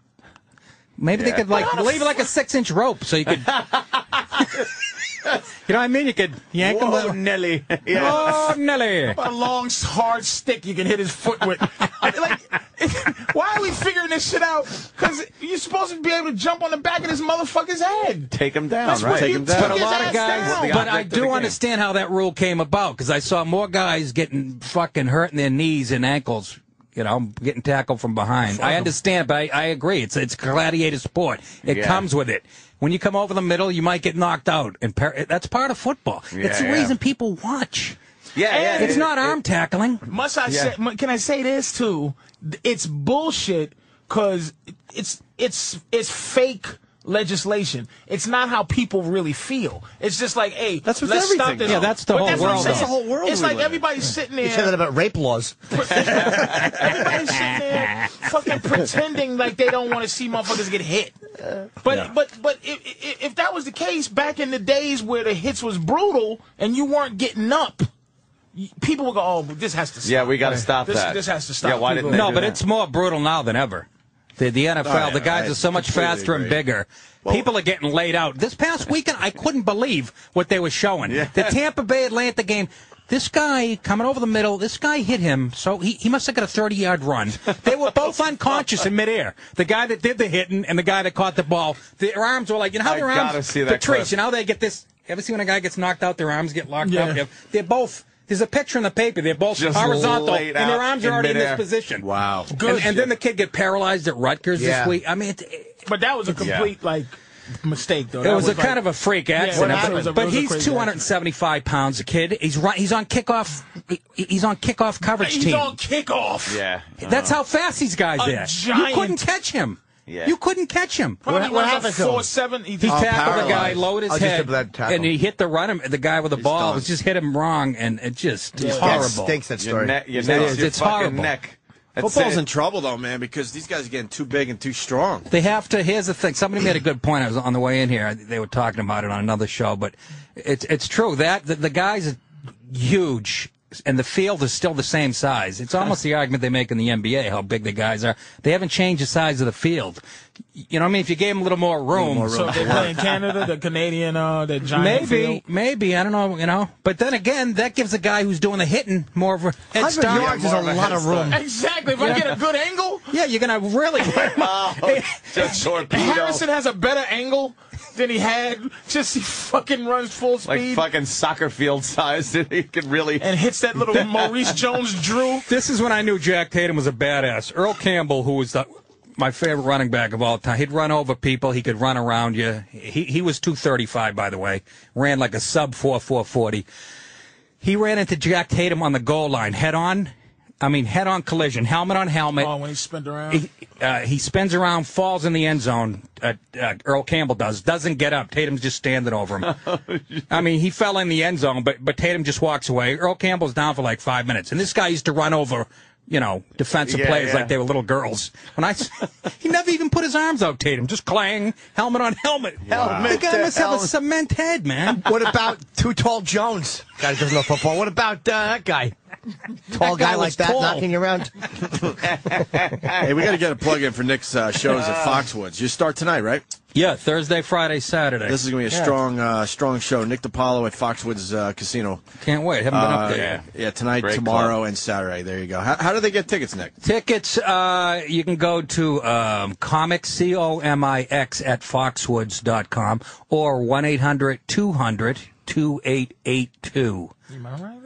G: maybe they
D: Yeah.
G: could like
B: What the
G: leave like a six inch rope so you
D: <laughs>
G: could. <laughs> you know what I mean? You could yank them.
D: Whoa,
G: Little...
D: Nelly. Yeah.
G: <laughs> Oh, Nelly!
B: A long, hard stick you can hit his foot with. I mean, <laughs> like, why are we figuring this shit out? Because you're supposed to be able to jump on the back of this motherfucker's head.
D: Take him down,
B: That's
D: right?
B: what
C: Take
B: you
C: him down.
B: took
C: But a
B: his
G: lot of
B: ass
G: guys-
B: down.
D: The
G: But I
D: object of the
G: do
D: game.
G: understand how that rule came about because I saw more guys getting fucking hurting their knees and ankles. You know, getting tackled from behind. I understand, but I, I agree. It's it's gladiator sport. It
D: Yeah.
G: comes with it. When you come over the middle, you might get knocked out, and par- that's part of football. it's the
D: yeah.
G: reason people watch.
D: Yeah, yeah.
G: It's
D: it-
G: not arm tackling.
B: Must I
D: Yeah.
B: say? mu- Can I say this too? Th- It's bullshit because it's it's it's fake legislation. It's not how people really feel. It's just like, hey,
C: That's with
B: let's stop
C: everything,
B: this.
C: though. Yeah,
G: that's the
B: But
G: whole
B: what I'm saying.
G: world, though. That's
C: the whole world
B: It's
C: we
B: like
C: live in.
B: everybody's sitting there.
A: You said that about rape laws.
B: Everybody's sitting there fucking pretending like they don't want to see motherfuckers get hit. But but but if, if, if that was the case back in the days where the hits was brutal and you weren't getting up, y- people would go, "Oh, but this has to stop."
D: Yeah, we got to stop
B: This-
D: that.
B: this has to stop.
D: Yeah, why
B: People-
D: didn't they
G: No,
D: do
G: but
D: that? Oh,
G: it's more brutal now than ever. The, the NFL,
C: yeah,
G: the guys
C: I
G: are so much
C: completely
G: faster and
C: agree.
G: bigger. People are getting laid out. This
D: <laughs>
G: past weekend, I couldn't believe what they were showing.
D: Yeah.
G: The Tampa Bay Atlanta game. This guy coming over the middle. This guy hit him, so he, he must have got a thirty yard run. They
D: <laughs>
G: were both unconscious in midair. The guy that did the hitting and the guy that caught the ball. Their arms were like you know how
D: I
G: their
D: gotta
G: arms.
D: see that
G: Patrice,
D: clip.
G: you know how they get this. Ever see when a guy gets knocked out, their arms get locked
B: Yeah.
G: up? They're both. There's a picture in the paper. They're both
D: Just
G: horizontal,
D: laid
G: and their
D: out
G: arms are
D: in
G: already
D: midair.
G: in this position.
C: Wow.
G: Good. And, and then the kid get paralyzed at Rutgers
A: Yeah.
G: this week. I mean, it, it,
B: But that was a complete like mistake, though.
G: it
B: That
G: was, a
B: like-
G: kind of a freak accident.
B: that
G: but
B: was a-
G: but
B: that was a
G: he's
B: crazy
G: 275 pounds. The kid. He's run, He's on kickoff. he- He's on kickoff coverage
B: He's
G: team.
B: on kickoff.
D: Yeah.
G: That's how fast these guys
B: A
G: are.
B: giant-
G: You couldn't catch him.
D: Yeah.
G: You couldn't catch him.
B: Probably
A: What- what
B: runs a
A: happened to him?
B: Four seven. He,
G: He tackled the
A: Oh, paralyzed.
G: guy, lowered his
A: Oh, just
G: head,
A: a bad tackle.
G: and he hit the run. him- The guy with the ball
C: done.
G: was just hit him wrong, and it just it's
A: That
G: horrible.
A: stinks, that
D: Your
A: story.
D: neck, your
G: It
D: neck,
G: is.
D: your
G: It's
D: fucking
G: horrible.
D: neck. That's
C: Football's
D: it.
C: in trouble though, man, because these guys are getting too big and too strong.
G: They have to. Here's the thing. Somebody made a good point. I was on the way in here. They were talking about it on another show, but it's it's true that the, the guys are huge and the field is still the same size. It's almost the argument they make in the NBA how big the guys are. They haven't changed the size of the field. You know what I mean? If you gave them a little more room,
B: so they play in Canada, the Canadian, uh, the giant.
G: maybe
B: field.
G: maybe I don't know. You know, but then again, that gives the guy who's doing the hitting more of a head
A: 100
G: start.
A: yards is a
D: more of a
A: lot
D: head
A: of room.
B: Exactly. If I get a good angle,
G: Yeah, you're gonna really.
D: Just torpedo.
B: Harrison has a better angle than he had. Just he fucking runs full
D: like
B: speed
D: fucking soccer field size. you can really.
B: and hits that little Maurice Jones-Drew.
G: This is when I knew Jack Tatum was a badass. Earl Campbell, who was the, my favorite running back of all time, he'd run over people. He could run around you. He he was two thirty five, by the way. Ran like a sub four four forty. He ran into Jack Tatum on the goal line, head on. I mean, head on collision, helmet on helmet.
B: Oh, when he spun around.
G: He, uh, he spins around, falls in the end zone. Uh, uh, Earl Campbell does. Doesn't get up. Tatum's just standing
A: <laughs>
G: over him. I mean, he fell in the end zone, but, but Tatum just walks away. Earl Campbell's down for like five minutes. And this guy used to run over, you know, defensive
D: Yeah,
G: players
D: yeah.
G: like they were little girls. When I, s- <laughs> he never even put his arms out, Tatum. Just clang, helmet on helmet.
A: Helmet
G: The guy
A: to
G: must have a
A: helmet.
G: cement head, man.
A: What about Too Tall Jones? Guy that doesn't know football. What about uh, that guy? Tall
G: guy
A: guy, like
G: was
A: that
G: tall.
A: knocking you around?
C: hey, we got to get a plug in for Nick's uh, shows at Foxwoods. You start tonight, right?
G: Yeah, Thursday, Friday, Saturday.
C: This is gonna be a strong, uh, strong show. Nick DiPaolo at Foxwoods uh, Casino.
G: Can't wait. Haven't been
C: Uh,
G: up there yet.
C: Yeah, tonight,
D: Great
C: tomorrow,
D: club.
C: and Saturday. There you go. How, how do they get tickets, Nick?
G: Tickets, uh, you can go to um, comics, C O M I X, at foxwoods.com or 1 800 200 2882.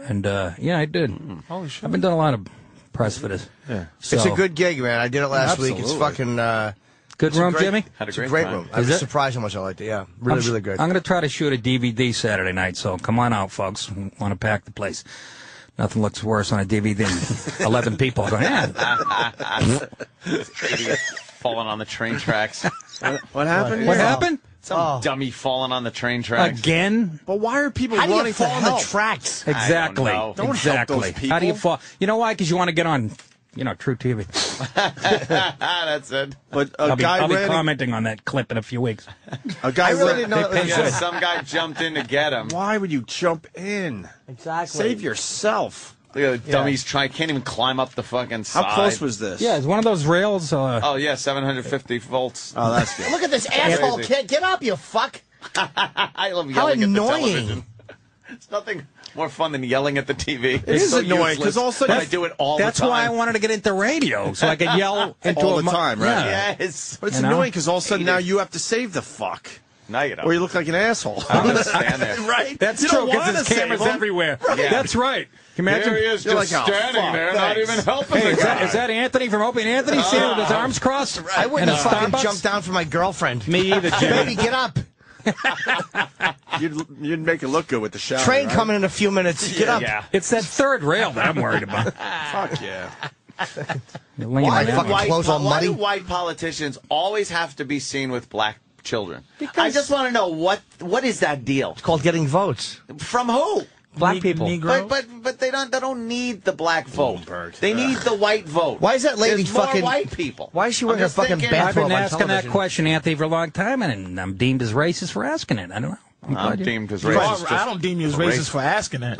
G: And, uh, yeah, I did. Holy shit. I've been doing a lot of press for this. Yeah. So,
A: Mm-hmm. It's a good gig, man. I did it last week. It's
C: Absolutely.
A: fucking. Uh,
G: good
A: it's a
G: room,
A: great-
G: Jimmy?
D: Had a
A: it's a
D: great
A: great
D: time.
A: room. I
G: Is
A: was
G: it?
A: surprised how much I liked it. Yeah, really,
G: I'm-
A: really good.
G: I'm going to try to shoot a DVD Saturday night, so come on out, folks. Want to pack the place. Nothing looks worse on a
A: <laughs>
G: DVD than 11 people going, yeah.
D: Idiot. Falling on the train tracks.
C: What happened?
G: What happened?
D: Some
A: Oh.
D: dummy falling on the train
G: <laughs>
D: tracks.
G: Again?
C: But why are people
A: How do
C: running
A: you
C: for
A: fall on the
C: help?
A: tracks?
G: Exactly.
D: know.
C: Don't help
G: exactly.
C: those
G: How do you
C: people.
G: fall? You know why? Because you want to get on, you know, True TV.
D: Ah, that's it.
C: But a
G: I'll be,
C: guy
G: I'll be
C: ran.
G: commenting on that clip in a few weeks.
C: a guy
A: I really
C: ran-
A: didn't know that
D: Yeah, <laughs> some guy jumped in to get him.
C: Why would you jump in?
A: Exactly.
C: Save yourself.
D: Look at the dummies trying. Can't even climb up the fucking
C: How
D: side.
C: close was this?
G: Yeah, it's one of those rails. Uh,
D: Oh yeah, 750 volts.
C: Oh, that's good.
A: Look at this asshole
D: Crazy.
A: kid. Get up, you fuck.
D: I love
A: How
D: yelling at the
A: annoying.
D: television. <laughs> It's nothing more fun than yelling at the TV. It
C: is annoying, 'cause all of a sudden-
D: I do it all
G: that's
D: the time.
G: why I wanted to get into radio, so I could <laughs> yell into
C: All the
G: a mi-
C: time, right?
G: Yeah.
D: Yes.
C: But it's
G: You know?
C: annoying because all of a sudden
D: Hate
C: now
D: it.
C: you have to save the fuck,
D: Now you don't.
C: or you look like an asshole. <laughs>
D: I'm gonna stand there.
C: right?
G: That's
C: You
G: true
C: don't
G: because
C: wanna
G: there's
C: save
G: cameras
C: them.
G: everywhere.
D: Yeah.
G: That's right. Can you imagine?
D: There he is,
C: You're
D: just
C: like, "Oh,
D: standing
C: fuck,
D: there, not
C: thanks."
D: even helping
G: Hey,
D: the
G: is that,
D: guy.
G: is that Anthony from Opie and Anthony standing with his arms crossed?
A: I wouldn't
G: in a
A: have fucking
G: uh, Starbucks?
A: jumped down for my girlfriend.
G: Me either,
A: <laughs> Baby,
G: Jimmy.
A: get up.
C: You'd, you'd make it look good with the shower.
A: Train
C: right?
A: coming in a few minutes. Get up.
D: Yeah.
G: <laughs> It's that third rail that I'm worried about.
C: Fuck yeah.
G: You're laying
A: Why
G: around.
A: fucking
D: White-
A: clothes all
D: why do
A: muddy?
D: white politicians always have to be seen with black children? I just want to know what what is that deal
A: It's called getting votes.
D: from who?
A: Black
B: Ne-
A: people.
B: Negro?
D: But but but they don't they don't need the black vote.
C: Bloomberg.
D: They need the white vote.
A: Why is that lady
D: There's more
A: fucking-
D: white people?
A: Why is she wearing
D: I'm just
A: a fucking
D: thinking-
G: I've
A: bathrobe? Throw
G: been
A: 'em on
G: asking that
A: television.
G: question, Anthony, for a long time, and I'm deemed as racist for asking it. I don't know. I'm
D: I'm
G: glad you-
D: deemed as
B: Bro,
D: racist. just-
B: I don't deem you as racist for asking <laughs> that.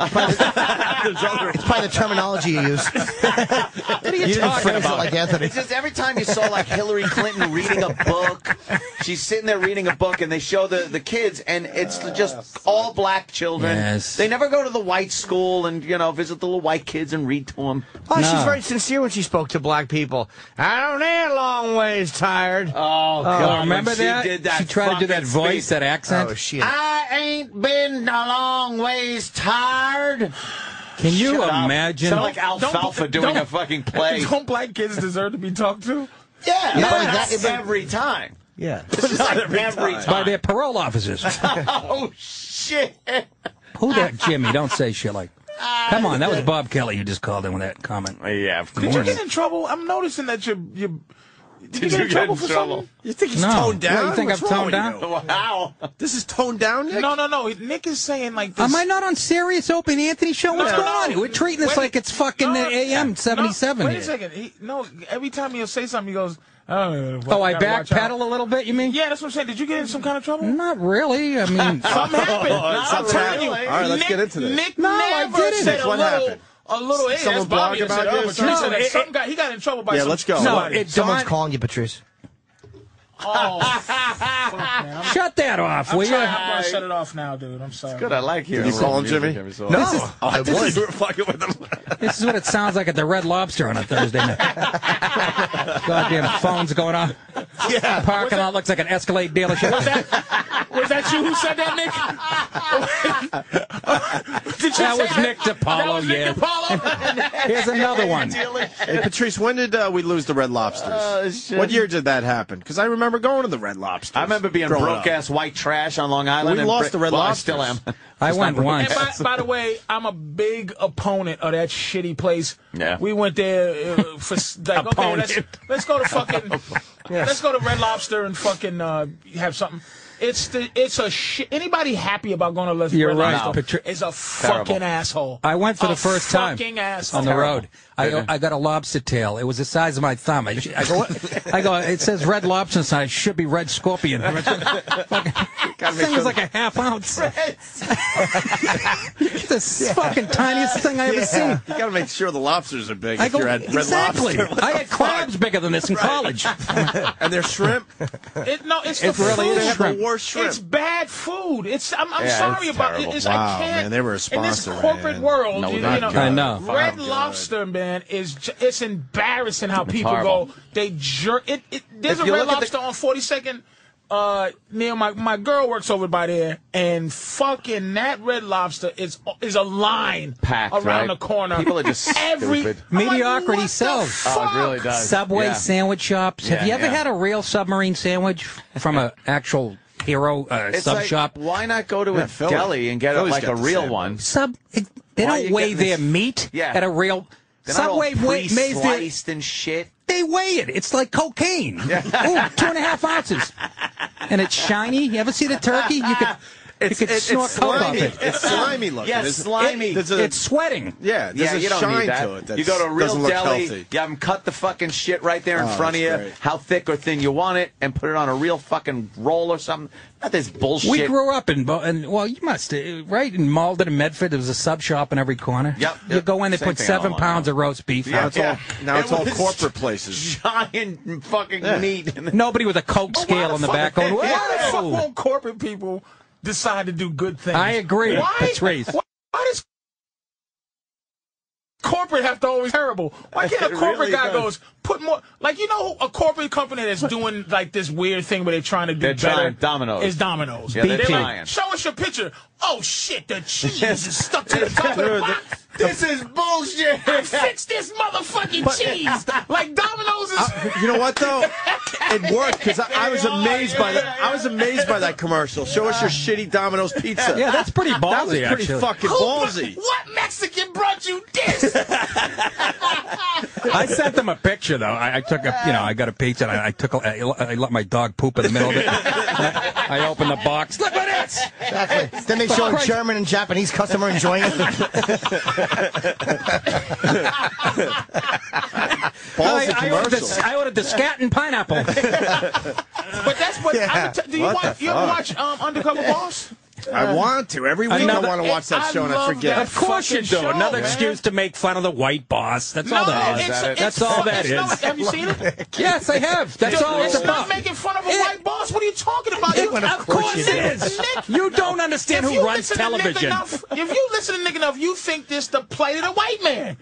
A: It's probably the terminology you
D: <laughs>
A: use.
D: What are you
A: You didn't
D: talking
A: phrase it
D: about?
A: like Anthony.
D: It's just every time you saw like Hillary Clinton reading a book, she's sitting there reading a book, and they show the, the kids, and it's just all black children.
G: Yes.
D: They never go to the white school and you know visit the little white kids and read to them.
A: Oh, she's
G: No.
A: very sincere when she spoke to black people. I don't need long ways tired.
D: Oh, God!
G: remember
D: when she
G: that?
D: Did that
G: She tried to do that
D: fucking
G: voice,
D: speech.
G: that accent.
A: oh shit.
D: I ain't been a long ways tired.
G: Can you
D: Shut up.
G: imagine?
D: Sound like alfalfa doing
B: don't-
D: a fucking play.
B: <laughs> Don't black kids deserve to be talked to?
D: Yeah,
A: Not
D: not
A: like that, but-
D: every time.
A: yeah.
D: It's just like every time.
G: by their parole officers.
D: Oh shit!
G: Who that Jimmy? Don't say shit like. Come on, that was Bob Kelly who just called in with that comment.
D: Yeah, of
B: Did you get in trouble? I'm noticing that you're. you're did you
D: Did
B: get
D: you
B: in
D: get
B: trouble
D: in
B: for
D: trouble?
B: something?
C: You think he's
G: No.
C: toned
G: What, you
C: down?
G: think
C: What's
G: I'm
C: wrong
G: toned
C: with
G: down?
C: you?
D: Wow.
C: This is toned down, Nick.
B: No, no, no. Nick is saying like this.
G: Am I not on serious open Anthony show? What's
B: No,
G: going
B: no.
G: on? here? We're treating this
B: Wait-
G: like it's fucking
B: No,
G: AM seventy seven.
B: No, wait a second. He, no, every time he'll say something, he goes, "Oh,
G: Oh, I
B: gotta watch
G: backpedal
B: out."
G: a little bit. You mean?
B: Yeah, that's what I'm saying. Did you get in some kind of trouble?
G: Not really. I
B: Something
G: mean,
C: <laughs>
B: happened. I'm
C: something
B: telling you.
C: happened. All right, let's
B: Nick-
C: get into this.
B: Nick
G: No, I
B: never
G: didn't.
B: said
C: Nick,
B: a
C: what
B: little.
C: happened?
B: A little. Hey,
C: Someone
B: that's Bobby
C: blog
B: that
C: about
B: said, oh,
C: you or
B: but
C: something?
B: you said
G: No,
B: that
G: it-
B: some guy. He got in trouble by
C: Yeah,
B: some-
C: let's go.
G: no,
B: somebody.
G: it
A: Someone's
G: dawned.
A: calling you,
D: <laughs>
A: Patrice.
B: Oh,
G: Shut that off, will
B: I'm
G: you?
B: sorry, I'm gonna shut it off now, dude. I'm sorry.
D: Good. I like hearing.
C: you call him,
D: music
C: Jimmy?
D: every so
C: No.
D: often.
C: I would. We're <laughs> fucking with him.
G: This is what it sounds like at the Red Lobster on a
B: <laughs>
G: Thursday night. Goddamn phones going on. Yeah. Parking lot looks like an Escalade dealership.
B: Was that you who said that, Nick? Did you
G: That
B: say
G: was Nick
B: That
G: DiPaolo,
B: was Nick
G: yeah.
B: DiPaolo. <laughs>
G: Here's another one.
C: Hey, Patrice, when did uh, we lose the Red Lobsters?
A: Oh,
D: shit.
C: What year did that happen? Because I remember going to the Red Lobsters.
D: I remember being
C: growing
D: broke
C: up.
D: ass white trash on Long Island.
C: We
D: and
C: lost the
D: bri-
C: Red
D: well, I
C: Lobsters.
D: still am.
G: I went
B: and
G: once.
B: by, by the way, I'm a big opponent of that shitty place.
D: Yeah.
B: We went there uh, for s- like okay, let's,
G: Opponent.
B: let's go to fucking let's go to Red Lobster and fucking uh, have something. It's the it's a shit. Anybody happy about going to Les-
G: You're
B: Red
G: right,
B: Lobster
G: Patri-
B: is a fucking
D: Terrible.
B: asshole.
G: I went for
B: A
G: the first time
B: Fucking asshole.
G: on the road. I, I got a lobster tail. It was the size of my thumb. I, sh- I go, "What?" I go, it says red lobster sign. It should be
D: <laughs>
G: red scorpion. This thing was like a half
B: <laughs>
G: ounce. It's the fucking tiniest thing I ever seen.
C: <laughs> You got to make sure the lobsters are big
G: I
C: if
G: go,
C: you're at Red
G: exactly.
C: Lobster.
G: I had crabs bigger
D: <laughs>
G: than this in college.
C: and their shrimp.
B: It, no, it's,
G: It's
B: the
G: really
B: food.
C: They have the
G: Shrimp.
C: worst shrimp.
B: It's bad food. It's I'm, I'm
D: Yeah,
B: sorry
D: it's
B: about it.
D: terrible.
B: It's,
C: Wow,
B: I can't,
C: man, they were a
B: In this
C: sponsor,
B: corporate
C: man.
B: world,
D: No,
B: you, you
D: not
B: know,
D: good.
G: I know.
B: Red
C: Fuck, good.
B: Lobster, man, is ju- it's embarrassing how people
D: horrible.
B: go. They jerk. It, it, there's
D: If
B: a
D: you
B: Red
D: look at
B: Lobster
D: the-
B: on 42nd. Uh, near my my girl works over by there, and fucking that Red Lobster is is a line
D: Packed,
B: around
D: right?
B: the corner.
D: People are just
B: every
D: stupid.
B: I'm like,
G: Mediocrity
B: what the
G: sells.
D: Oh,
B: fuck?
D: it really does.
G: Subway
D: Yeah.
G: sandwich shops. Have
D: Yeah,
G: you ever
D: yeah.
G: had a real submarine sandwich from an actual hero uh,
D: It's
G: sub
D: like,
G: shop?
D: Why not go to a
C: Philly.
D: deli and get it
C: Philly's
D: like
C: got
D: a
C: the
D: real
C: same
D: one?
G: Sub, it, they
D: Why are
G: don't
D: you
G: weigh
D: getting
G: their
D: this-
G: meat
D: Yeah.
G: at a real.
D: They're not all
G: Subway wa- weighs their
D: pre-sliced and shit.
G: They weigh it. It's like cocaine. Ooh, two and a half ounces. And it's shiny. You ever see the turkey? You could,
C: It's,
G: you could
C: it- it's
G: snort coke off
C: slimy.
G: it.
C: It's slimy looking.
D: Yeah,
C: There's-
D: slimy.
C: there's a-
G: It's sweating.
C: yeah, there's
D: yeah,
C: a
D: you don't
C: shine
D: need that.
C: to it. That's,
D: you go to a
C: doesn't
D: real
C: look
D: deli,
C: healthy.
D: you have them cut the fucking shit right there in
C: Oh,
D: front of you,
C: that's great.
D: how thick or thin you want it, and put it on a real fucking roll or something. Not this bullshit.
G: We grew up in, Bo- and well, you must, uh, right? In Malden and Medford, there was a sub shop in every corner.
D: Yep,
G: You
D: yep.
G: go in, they
D: Same
G: put
D: thing
G: seven
D: online,
G: pounds
D: yeah.
G: of roast beef.
C: now it's
I: <laughs>
C: all now
D: It
C: it's all
D: was-
C: corporate places.
D: <laughs> giant fucking meat. And
G: Nobody with a Coke scale on the back going,
B: Why the fuck
G: whoa!
B: won't corporate people decide to do good things?
G: I agree.
B: Why?
G: That's race.
B: Why, why does corporate have to always terrible? Why can't a
C: It
B: corporate
C: really
B: guy
C: does.
B: goes put more? Like you know, a corporate company that's doing like this weird thing where they're trying to do
D: They're
B: better.
D: trying Domino's.
B: Is Domino's?
D: Yeah, they're
B: like,
D: trying.
B: Show us your picture. Oh shit, the cheese is stuck to the top of the box. This is bullshit. I fixed this motherfucking cheese. <laughs> Like Domino's is.
C: you know what though? It worked because I, I was
B: Yeah,
C: amazed by that. I was amazed by that commercial. Show us your shitty Domino's pizza.
G: Yeah, that's pretty ballsy,
C: that was pretty
G: actually.
C: fucking
B: Who brought-
C: ballsy.
B: What Mexican brought you this?
G: I sent them a picture though. I, I took a, you know, I got a pizza and I, I took, a, I, I let my dog poop in the middle of it. I, <laughs> I opened the box. Look at this.
A: Exactly. Then they show a German and Japanese customer enjoying
D: <laughs>
A: it.
C: Ballsy
G: I, I ordered
C: commercial.
G: the, I ordered the scat and pineapple. <laughs>
B: But that's what. I would t- do you
C: What
B: watch?
C: the
B: You ever
C: fuck?
B: watch um, Undercover Boss?
C: I want to every week.
G: Another-
C: I want to watch that
B: I
C: show and I
B: love
C: forget.
B: that
G: of course you do.
B: Fucking show,
G: Another
B: man.
G: excuse to make fun of the white boss. That's all that is.
B: it's, it's,
G: That's all
B: fu-
G: that
B: it's not-
G: is.
B: have you
G: <laughs>
B: seen it?
G: Yes, I have. That's all
B: it's
G: it's about.
B: not making fun of a
G: It-
B: white boss. What are you talking about? You-
G: of course it is.
B: Nick,
G: You don't understand
B: if
G: who
B: you
G: runs
B: listen to Nick
G: television.
B: enough- if you listen to Nick enough, you think this the plight of the white man.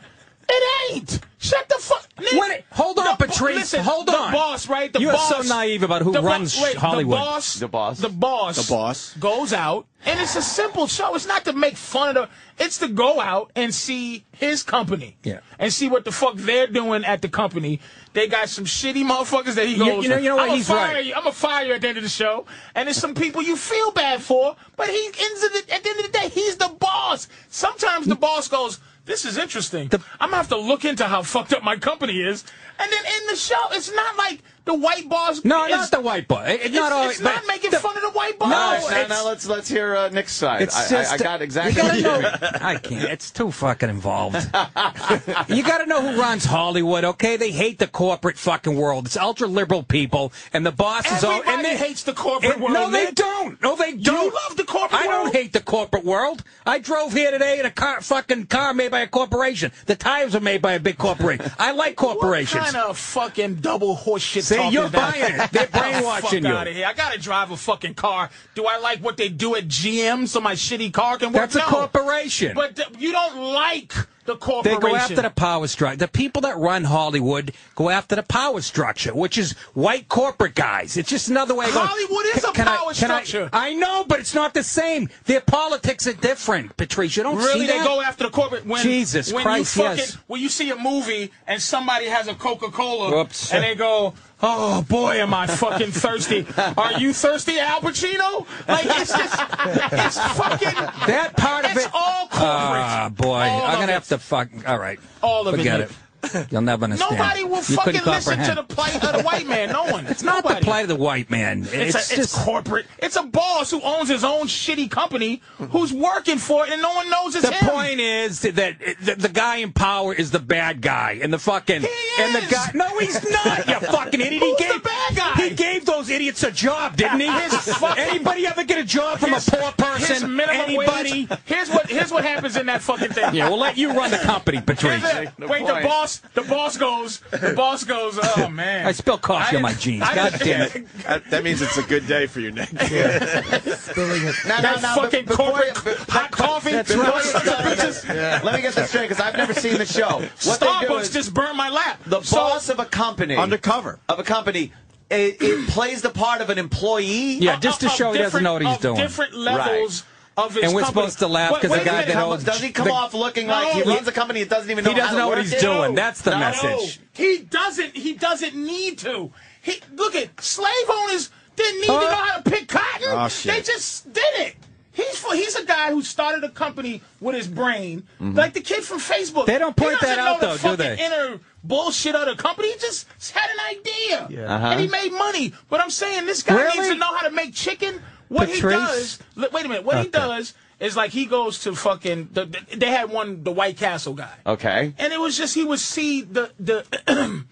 B: It ain't. Shut the fuck. Nick,
G: What- hold on,
B: the bo-
G: Patrice,
B: Listen,
G: hold on.
B: The boss, right? The
G: You are
B: boss.
G: so naive about who
B: the bo-
G: runs
B: wait,
G: Hollywood.
B: The boss.
D: The boss.
B: The boss.
C: The boss.
B: goes out, and it's a simple show. It's not to make fun of the. It's to go out and see his company.
G: Yeah.
B: And see what the fuck they're doing at the company. They got some shitty motherfuckers that he
G: You-
B: goes.
G: you know- you know what?
B: I'm
G: He's
B: fire
G: right.
B: You. I'm a fire you at the end of the show, and there's some people you feel bad for, but he ends of the, at the end of the day, he's the boss. Sometimes the boss goes. This is interesting. I'm gonna have to look into how fucked up my company is, and then in the show, it's not like the white boss.
G: No,
B: is,
G: not the white boss. It- it-
B: It's,
G: not all-
B: it's not
G: but
B: making
G: the-
B: fun of the white boss.
G: No,
D: now,
G: it's-
D: now let's let's hear uh, Nick's side.
G: It's
D: I, I-
G: just
D: I, got exactly.
G: You
D: what
G: gotta
D: you mean.
G: know. I can't. It's too
B: <laughs>
G: fucking involved. you gotta know who runs Hollywood. Okay, they hate the corporate fucking world. It's ultra liberal people, and the boss is all. And
B: Everybody
G: they
B: hates the corporate
G: and-
B: world.
G: No, they
B: Nick.
G: don't. No, they don't.
B: love the corporate
G: I
B: world.
G: don't hate the corporate world. I drove here today in a car, fucking car made by a corporation. The tires are made by a big corporation. I like corporations.
B: What kind of fucking double horseshit
G: See,
B: talk
G: you're
B: is that?
G: buying it. They're
B: <laughs> Get the
G: brainwashing
B: fuck
G: you.
B: Out of here. I gotta drive a fucking car. Do I like what they do at GM so my shitty car can work?
G: That's a
B: No.
G: corporation.
B: But th- you don't like the
G: They
B: corporation.
G: go after the power structure. The people that run Hollywood go after the power structure, which is white corporate guys. It's just another way. of going,
B: Hollywood is a
G: "Can- can I-
B: power
G: can I-
B: structure."
G: I, know, but it's not the same. Their politics are different, Patrice. You don't
B: Really,
G: see
B: they
G: that?
B: go after the corporate when
G: Jesus
B: when
G: Christ,
B: you fucking
G: yes.
B: when you see a movie and somebody has a Coca Cola
G: Whoops.
B: and they go, "Oh boy, am I fucking
G: <laughs>
B: thirsty? Are you thirsty, Al Pacino?" Like it's just it's fucking
G: that part of
B: it's
G: it.
B: all corporate.
G: Ah, boy,
B: All
G: I'm
B: of it.
G: gonna have to fuck. All right,
B: All of it,
G: forget
B: Nick.
G: it. You'll never
B: <laughs>
G: understand.
B: Nobody will
G: you
B: fucking
G: couldn't
B: listen to
G: comprehend.
B: the plight of the white man. No one.
G: <laughs> It's not
B: Nobody.
G: the plight of the white man.
B: It's,
G: It's,
B: a, it's
G: just
B: corporate. It's a boss who owns his own shitty company who's working for it, and no one knows it's
G: the
B: him.
G: point is that the, the guy in power is the bad guy, and the fucking
B: He
G: and the
B: is.
G: guy. No, he's not.
B: <laughs>
G: You fucking idiot.
B: Who's
G: he gave
B: the bad guy?
G: He gave those idiots a job, didn't
B: <laughs>
G: he?
B: His fucking-
G: Anybody ever get a job from
B: His-
G: a poor person?
B: Here's minimum
G: Anybody?
B: wage. Here's what. Here's what happens in that fucking thing.
G: Yeah, we'll let you run the
B: <laughs>
G: company,
B: Here's
G: Patrice.
B: it. Wait, the
D: point.
B: boss. The boss goes. The boss goes. Oh man.
G: <laughs> I spilled
B: I-
G: coffee on my jeans.
B: I-
G: God damn
B: <laughs>
G: it.
C: That, that means it's a good day for you, Nick.
F: No, no,
B: That
F: no.
B: fucking
F: but before
B: corporate
F: you-
B: c- hot coffee.
F: That's
B: those
F: right.
B: sons of bitches.
D: Let me get this straight because I've never seen the show.
A: <laughs>
D: What they do
B: Starbucks
D: is
B: just burned my lap.
D: the
B: So- uh,
D: boss of a company
C: Undercover.
D: of a company. It, it plays the part of an employee.
G: Yeah, just to
B: uh, of- of
G: show he doesn't
B: different-
G: know what he's
B: of
G: doing.
B: Different levels of his
G: And we're
B: company.
G: supposed to laugh
B: But
G: 'cause the
B: wait a
G: guy
B: minute,
G: that
B: how
G: owns-
B: much-
D: Does he come
G: The-
D: off looking like he
B: No,
D: runs a company that doesn't even know
G: He doesn't
D: how to
G: know what
D: work
G: he's
D: it?
G: doing. That's the message.
B: He doesn't. He doesn't need to. He look at slave owners didn't need to know how to pick cotton.
C: Oh, shit.
B: They just did it. He's for, he's a guy who started a company with his brain, like the kid from Facebook.
G: Mm-hmm. They don't
B: He
G: point that
B: doesn't
G: out,
B: know the
G: though, do they?
B: fucking Inner bullshit of the company. He just had an idea, and he made money. But I'm saying this guy
G: Uh-huh. Really?
B: needs to know how to make chicken. What he
G: Patrice?
B: does, li- wait a minute. What he does is like he goes to fucking. The, the- they had one, the White Castle guy.
D: Okay.
B: And it was just he would see the the <clears throat>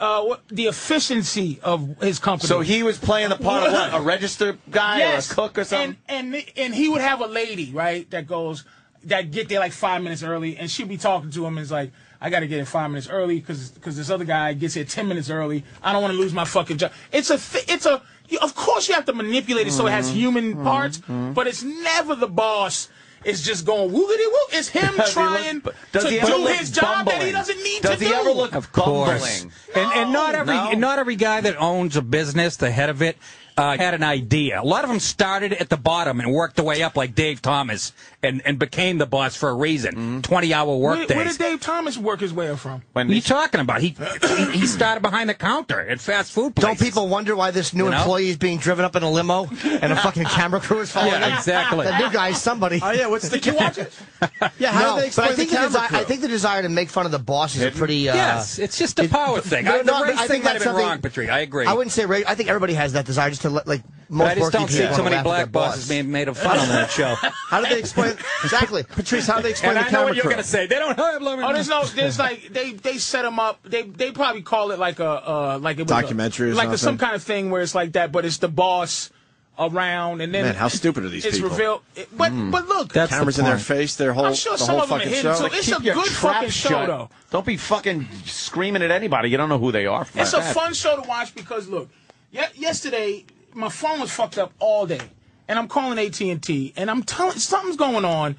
B: uh, what, the efficiency of his company.
D: So he was playing the part of what? A register guy
B: yes.
D: or a cook or something?
B: And, and and he would have a lady right that goes that get there like five minutes early, and she'd be talking to him and is like. I gotta get in five minutes early because this other guy gets here ten minutes early. I don't want to lose my fucking job. It's a th- it's a you- of course you have to manipulate it so it
D: Mm-hmm.
B: has human parts, but it's never the boss. is just going woogity woo. It's him
D: <laughs> Does he look-
B: trying
D: does
B: to
D: he ever
B: do
D: look
B: his job that he
D: bumbling?
B: doesn't need
D: Does
B: to
D: he
B: do.
D: ever look
G: Of course.
D: bumbling?
G: And and not every
D: No.
G: not every guy that owns a business, the head of it, uh, had an idea. A lot of them started at the bottom and worked their way up, like Dave Thomas, and, and became the boss for a reason. 20 hour work
B: Where,
G: days.
B: where did Dave Thomas work his way up from?
G: what are you talking about? He he- he started behind the counter at fast food
A: Don't
G: places.
A: people wonder why this new
G: You know?
A: employee is being driven up in a limo
G: <laughs>
A: and a fucking camera crew is following him?
G: Yeah, exactly.
A: The new guy's somebody.
C: Oh yeah, what's the? Did you watch it? <laughs> Yeah, how
A: no,
C: do they
A: but
C: explain
A: I think
C: the
A: the,
C: camera
A: desi-
C: crew?
A: I think the desire to make fun of the boss is a pretty. Uh,
G: Yes, it's just a power thing. I- the
A: but
G: race thing might have
A: that's
G: been
A: something-
G: wrong, Patrick. I agree.
A: I wouldn't say race. I think everybody has that desire just to let like most
G: But I just
A: working
G: don't see
A: people
G: too
A: wanna
G: many
A: laugh at their
G: black
A: boss.
G: bosses being made of fun on that <laughs> show.
A: How do they explain <laughs> exactly, Patrice? How do they explain
G: and
A: the
G: I know
A: camera
G: what you're
A: crew?
G: going to say. They don't have
B: Oh, there's no, there's like they they set him up. They they probably call it like a uh, like it was a-
C: Documentary or
B: like A, some
C: something?
B: kind of thing where it's like that, but it's the boss around, and then
C: Man, how stupid are these
B: it's
C: people? Hmm.
B: revealed. it- but but look,
G: That's
C: Cameras in their
G: point.
C: face, their whole
B: I'm sure
C: the
B: some
C: whole
B: of them are
C: fucking
B: hidden,
C: show.
B: so it's
D: Keep
B: a
D: your
B: good
D: trap
B: fucking show,
D: shut.
B: though.
D: Don't be fucking screaming at anybody. You don't know who they are.
B: It's a fun show to watch because look, ye- yesterday my phone was fucked up all day, and I'm calling AT and T, and I'm telling something's going on,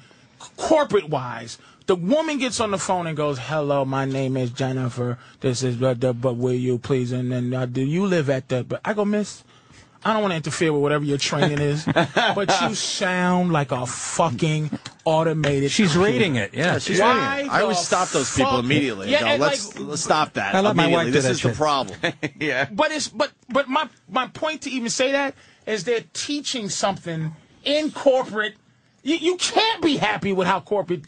B: corporate wise. The woman gets on the phone and goes, "Hello, my name is Jennifer. This is but but- but will you please?" And then uh, do you live at the? But I go, Miss. I don't want to interfere with whatever your
C: <laughs>
B: training is, but you sound like a fucking automated.
G: She's
B: computer."
G: reading it. Yeah, she's reading
B: Why
G: it.
C: I always
B: the
C: stop those people
B: fuck-
C: immediately. and
B: Yeah,
C: go,
B: and
C: let's,
B: like-
C: let's stop that.
G: I let my
C: immediately.
G: wife do
C: This
G: that
C: is the
G: shit.
C: problem. <laughs>
D: yeah.
B: But it's but but my my point to even say that is they're teaching something in corporate. You, you can't be happy with how corporate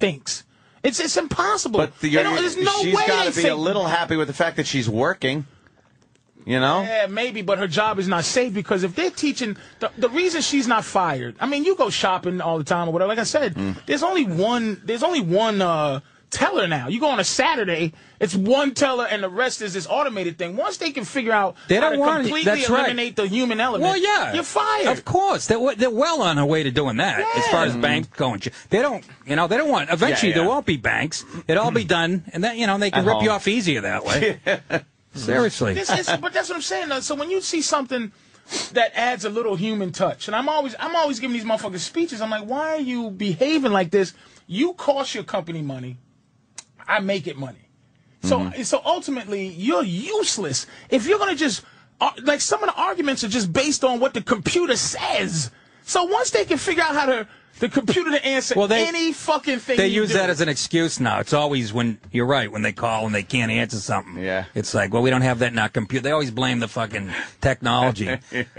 B: thinks. It's it's impossible.
D: But the,
B: They don't- there's no
D: she's
B: way
D: gotta
B: they
D: be a
B: think-
D: little happy with the fact that she's working. You know?
B: Yeah, maybe, but her job is not safe because if they're teaching the, the reason she's not fired. I mean, you go shopping all the time or whatever. Like I said,
G: Mm.
B: there's only one. There's only one uh, teller now. You go on a Saturday, it's one teller, and the rest is this automated thing. Once they can figure out
G: They
B: how
G: don't
B: to
G: want-
B: completely
G: that's right.
B: eliminate the human element,
G: Well, yeah,
B: you're fired.
G: Of course, they're w- they're well on their way to doing that. As far as banks going, they don't, you know, they don't want. Eventually,
D: Yeah, yeah.
G: there won't be banks. It'll all
B: Hmm.
G: be done, and then you know they can
D: At
G: rip you
D: home.
G: off easier
B: <laughs>
G: that way. Seriously,
B: This is, but that's what I'm saying. Though. So when you see something that adds a little human touch, and I'm always I'm always giving these motherfuckers speeches. I'm like, why are you behaving like this? You cost your company money. I make it money. So
G: Mm-hmm.
B: so ultimately, you're useless if you're gonna just ar- like some of the arguments are just based on what the computer says. So once they can figure out how to the computer to answer
G: Well, they-
B: any fucking thing,
G: they
B: you
G: use
B: do.
G: that as an excuse now. It's always when you're right when they call and they can't answer something.
D: Yeah.
G: it's like, well, we don't have that in our computer. They always blame the fucking
B: <laughs>
G: technology.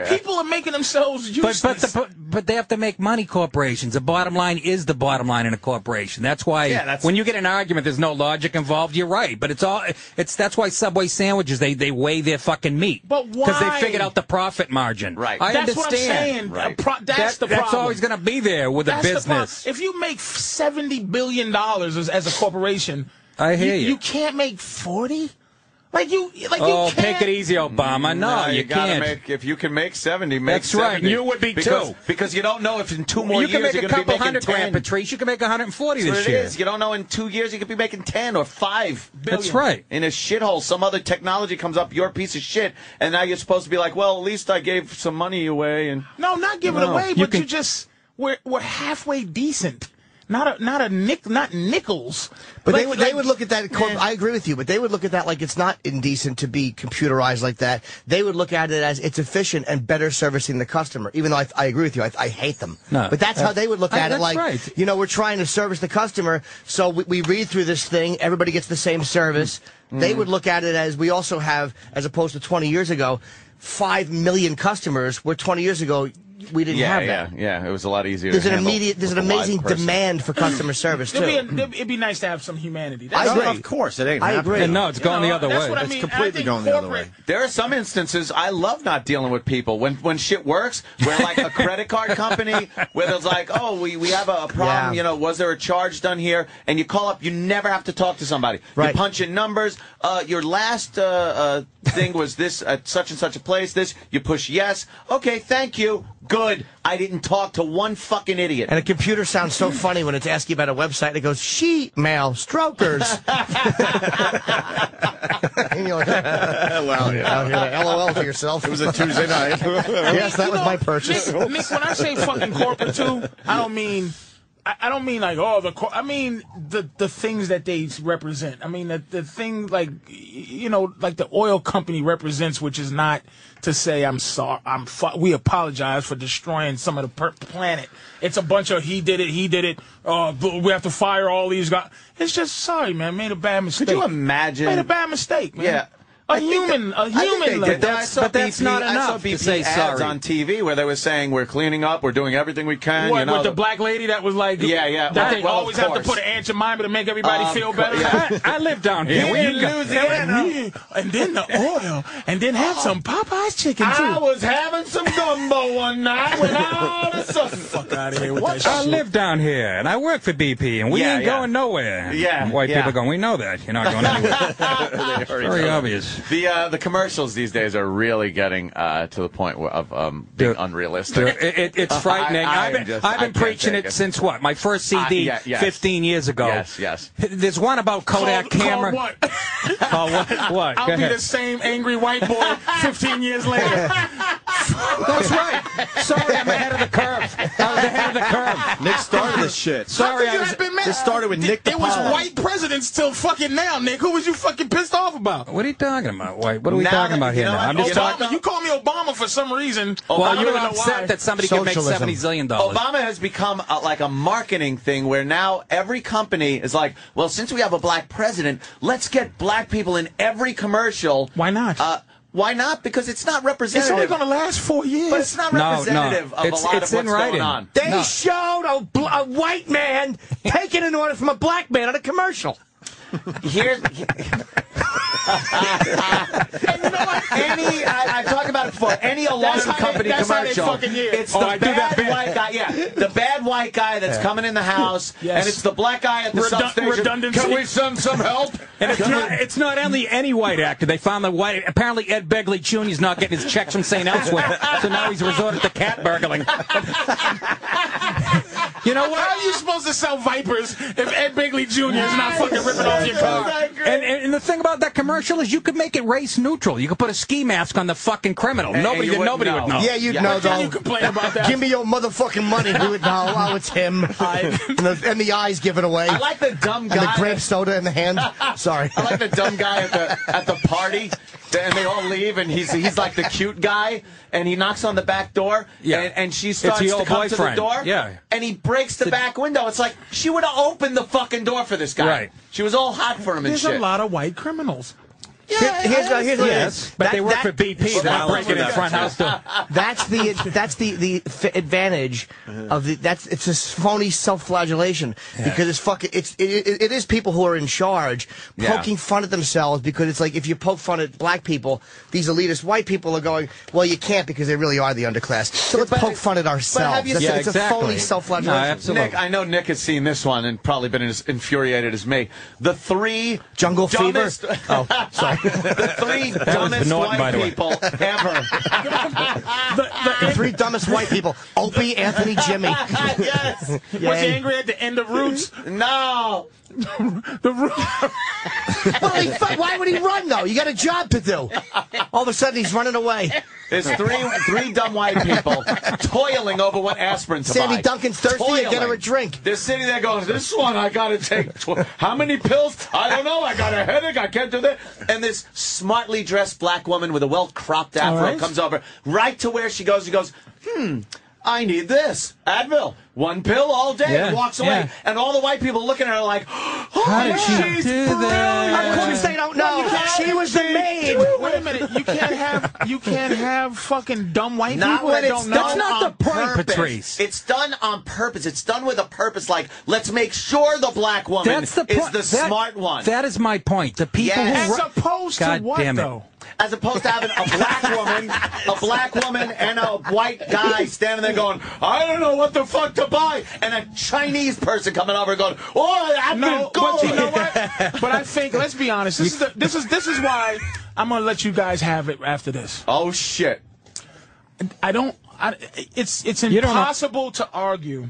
B: people are making themselves
G: But
B: useless.
G: but, the, but but they have to make money. Corporations. The bottom line is the bottom line in a corporation. That's why
D: Yeah, that's-
G: when you get an argument, there's no logic involved. You're right, but it's all it's that's why Subway sandwiches they they weigh their fucking meat.
B: But
G: Because they
B: why?
G: figured out the profit margin.
D: Right.
G: I
B: that's what I'm saying.
G: understand.
D: Right.
B: A pro- that's
G: That-
B: the problem.
G: That's always going to be there with a
B: That's the problem.
G: business.
B: if you make seventy billion dollars as, as a corporation,
G: I hear
B: you.
G: you.
B: can't make forty. Like you, like
G: oh,
B: you can't.
G: take it easy, Obama. No, you,
D: gotta
G: can't.
D: make if you can make seventy, make
G: That's right,
D: 70.
G: you would be
D: because,
G: too.
D: Because you don't know if in two more
G: you
D: years
G: can make
D: you're
G: a
D: gonna
G: couple
D: be making
G: hundred
D: 10.
G: grand, Patrice. You can make 140
D: That's
G: this
D: what it
G: year.
D: is. You don't know in two years you could be making ten or five.
G: That's right.
D: In a shithole, some other technology comes up, your piece of shit, and now you're supposed to be like, well, at least I gave some money away. And
B: No, not give it
D: No.
B: away.
D: You
B: but
G: can-
B: you just we're we're halfway decent. Not a not a nick not nickels.
A: But they
B: Like-
A: would
B: like-
A: they would look at that. Corp- I agree with you, but they would look at that like it's not indecent to be computerized like that. They would look at it as it's efficient and better servicing the customer. Even though I, I agree with you, I, I hate them.
G: No.
A: but that's how they would look
G: I-
A: at it.
G: that's
A: Like
G: right.
A: you know, we're trying to service the customer, so we, we read through this thing. Everybody gets the same service.
D: Mm-hmm.
A: They would look at it as we also have, as opposed to 20 years ago, five million customers. Where 20 years ago. we didn't
D: Yeah,
A: have
D: yeah,
A: that.
D: yeah. It was a lot easier.
A: There's
D: to
A: an
D: handle
A: immediate, there's an
D: with a live
A: amazing
D: person.
A: demand for customer service too.
B: It'd be, it'd, it'd be nice to have some humanity. That's,
A: I
C: No,
A: agree.
C: Of course, it ain't.
A: I
C: happening.
A: agree.
G: And no, it's gone
B: you
G: the
B: know,
G: other
B: that's
G: way.
B: What I
C: It's
B: mean.
C: completely
B: I think
C: going the other
B: corporate-
C: way.
D: There are some instances I love not dealing with people when when shit works. Where like a credit card company, where it's like, oh, we, we have a problem.
A: Yeah.
D: You know, was there a charge done here? And you call up, you never have to talk to somebody.
A: Right.
D: You punch in numbers. Uh, your last uh, uh, thing was this at such and such a place. This you push yes. Okay, thank you. Good. I didn't talk to one fucking idiot.
A: And a computer sounds so funny when it's asking about a website and it goes, she mail strokers. and you're like,
C: well, yeah.
A: oh, you're like, LOL to yourself.
C: It was a Tuesday <laughs>
A: <laughs>
C: night.
A: yes, that
B: You
A: was
B: know,
A: my purchase.
B: Nick, Nick, when I say fucking corporate too, I don't mean. I I don't mean like oh the cor- I mean the the things that they represent. I mean the the thing like y- you know like the oil company represents, which is not to say I'm sorry. I'm fu- we apologize for destroying some of the per- planet. It's a bunch of he did it, he did it. Uh, but we have to fire all these guys. It's just sorry, man. Made a bad mistake.
D: Could you imagine?
B: Made a bad mistake, man.
D: Yeah.
B: A
D: I think
B: human,
D: that-
B: a
D: I think
B: human.
D: they
B: level.
D: did that. I saw
G: But that's
D: BP
G: not
D: I saw
G: enough to
D: BP
G: say
D: ads
G: sorry.
D: on TV where they were saying we're cleaning up, we're doing everything we can.
B: What,
D: you know,
B: with the black lady that was like,
D: Yeah, yeah,
B: that
D: well,
B: they
D: well, of
B: always have to
D: course.
B: put an ant in mime to make everybody
D: Of
B: feel
D: cour-
B: better.
D: yeah.
B: <laughs>
G: I, I live down here. When you go-
B: Louisiana. And then the oil, and then have some Popeye's chicken too.
G: I
B: was having some gumbo one night when all the fuck out of here with that
G: I
B: shit.
G: live down here, and I work for BP, and we
D: Yeah,
G: ain't
D: yeah.
G: going nowhere.
D: Yeah,
G: white
D: yeah.
G: people going. We know that you're
D: <laughs>
G: not going anywhere. Very obvious.
D: <laughs> The uh, the commercials these days are really getting uh, to the point where- of um, being
G: They're- They're-
D: <laughs> unrealistic.
G: It, it, it's frightening.
D: Uh, I-
G: I,
D: I'm
G: have been,
D: just-
G: I've
D: I
G: been
D: can't
G: preaching
D: take
G: it
D: it.
G: since what? My first CD,
D: Uh, yeah, yes.
G: 15 years ago.
D: Yes, yes.
G: There's one about Kodak
B: Called-
G: camera.
B: called what?
G: Oh,
D: <laughs>
G: what? what?
B: I'll
G: Go
B: be
G: ahead.
B: the same angry white boy 15 years later.
G: That's right. Sorry, I'm ahead of the curve. I was ahead of the curve.
C: Nick started this shit.
G: Sorry, I
B: You
G: was.
B: have been mad.
C: This started with Nick
B: It was
C: DiPaolo.
B: white presidents till fucking now, Nick. Who was you fucking pissed off about?
G: <laughs> What are you talking about? Wait, what are we
D: Now
G: talking
D: that-
G: about here
D: you know
G: now?
D: what?
G: I'm just
D: Obama-
G: talking.
B: Obama, you call me Obama for some reason. I
G: Well,
B: don't
G: you were
B: even know why.
G: upset that somebody could make
A: Socialism.
G: $70 zillion.
D: Obama has become uh like a marketing thing where now every company is like, well, since we have a black president, let's get black people in every commercial.
B: Why not?
D: Uh, why not? Because it's not
B: It's
D: representative.
B: only going to last four years.
D: but it's not
G: No, no.
D: representative of
G: It's-
D: a lot
G: it's
D: of
G: in
D: what's
G: writing.
D: going on.
A: They showed a, bl- a white
G: <laughs>
A: man taking an order from a black man on a commercial.
D: Here's
B: And you know what?
D: any. I, I've talked about it before. Any alarm
B: That's how they-
D: company
B: that's how they
D: commercial.
B: fucking hear it.
D: It's Oh, the bad white guy. Yeah, the bad white guy that's coming in the house,
B: Yes.
D: and it's the black guy at the
B: Redu-
D: substation.
B: redundancy. <laughs>
D: Can we send some help?
G: And it's not, it's not only any white actor. They found the white. Apparently, Ed Begley Jr. is not getting his checks from St. Elsewhere, so now he's resorted to cat burgling. you know
B: How are
G: what?
B: you supposed to sell Vipers if Ed Bigley Jr. is not fucking ripping off your car?
G: And, and, and the thing about that commercial is you could make it race neutral. You could put a ski mask on the fucking criminal. nobody
D: you
G: did,
D: wouldn't
G: nobody
D: know.
G: would know.
A: Yeah, you'd know
B: Can
A: though.
B: you complain about that?
A: Give me your motherfucking money. Who would know? Oh, it's him. and, the, and the eyes given away.
D: I like the dumb guy.
A: and the grape soda in the hand. Sorry.
D: I like the dumb guy at the at the party, and they all leave, and he's he's like the cute guy, and he knocks on the back door,
G: Yeah.
D: and, and she
G: It's
D: starts
G: the
D: to
G: old
D: come
G: boyfriend.
D: to the door,
G: Yeah.
D: and he breaks the back window. It's like she would have opened the fucking door for this guy.
G: Right.
D: She was all hot for him and
B: There's
D: shit.
B: a lot of white criminals.
A: Here- here's the- here's the-
G: Yes, but
A: that-
G: they work
A: that-
G: for BP. They're not breaking in front house door.
A: That's the that's the the f- advantage of the that's it's this phony self-flagellation because it's fucking it's it, it, it is people who are in charge
D: Yeah.
A: poking fun at themselves because it's like if you poke fun at black people these elitist white people are going well you can't because they really are the underclass so let's
D: But-
A: poke fun at ourselves
D: have you
A: That's-
D: seen-
A: it's
G: exactly.
A: a phony self-flagellation
G: No, absolutely.
D: Nick, I know Nick has seen this one and probably been as infuriated as me. The three
A: jungle
D: dumbest,
A: fever <laughs> oh sorry
D: the
G: <laughs>
D: three dumbest
G: Benoit, by
D: white
G: the way.
D: people ever.
G: <laughs>
A: the three dumbest white people Opie Anthony <laughs> Jimmy
D: yes.
B: Was he
A: Yay.
B: angry at the end of Roots?
D: No.
B: The Roots.
A: What the fuck? Why would he run though? You got a job to do. All of a sudden he's running away.
D: There's three three dumb white people toiling over what aspirin to
A: Sandy
D: buy.
A: Duncan's thirsty, you get
D: Toiling.
A: her a drink.
D: They're sitting there going, "This one I gotta take. Tw- how many pills? I don't know. I got a headache. I can't do that." And this smartly dressed black woman with a well cropped afro
B: right.
D: comes over right to where she goes. She goes, "Hmm." I need this Advil, one pill all day,
G: Yeah,
D: and walks away.
G: yeah.
D: And all the white people looking at her like, "Oh
G: How did she
B: She's
G: do
B: brilliant.
A: Of
G: that?
A: course they don't know. she was the maid.
B: <laughs> Wait a minute. You can't have you can't have fucking dumb white
I: Not
B: people
I: when
B: that
I: it's
B: don't know.
G: That's not
I: on
G: the point,
I: purpose.
G: Patrice.
I: It's done on purpose. It's done with a purpose. Like, let's make sure the black woman
G: That's the
I: is
G: point.
I: the
G: That-
I: smart one.
G: That is my point. The people
I: Yes.
G: who
B: As
G: ru-
B: opposed
G: God
B: to what
G: damn it.
B: though?
I: as opposed to having a black woman, a black woman and a white guy standing there going, I don't know what the fuck to buy, and a Chinese person coming over going, Oh, I've
B: No,
I: been
B: but
I: going.
B: you know what? But I think let's be honest. This is the, this is this is why I'm gonna let you guys have it after this.
I: <laughs> oh shit!
B: I don't. I, it's it's
G: don't know-
B: impossible to argue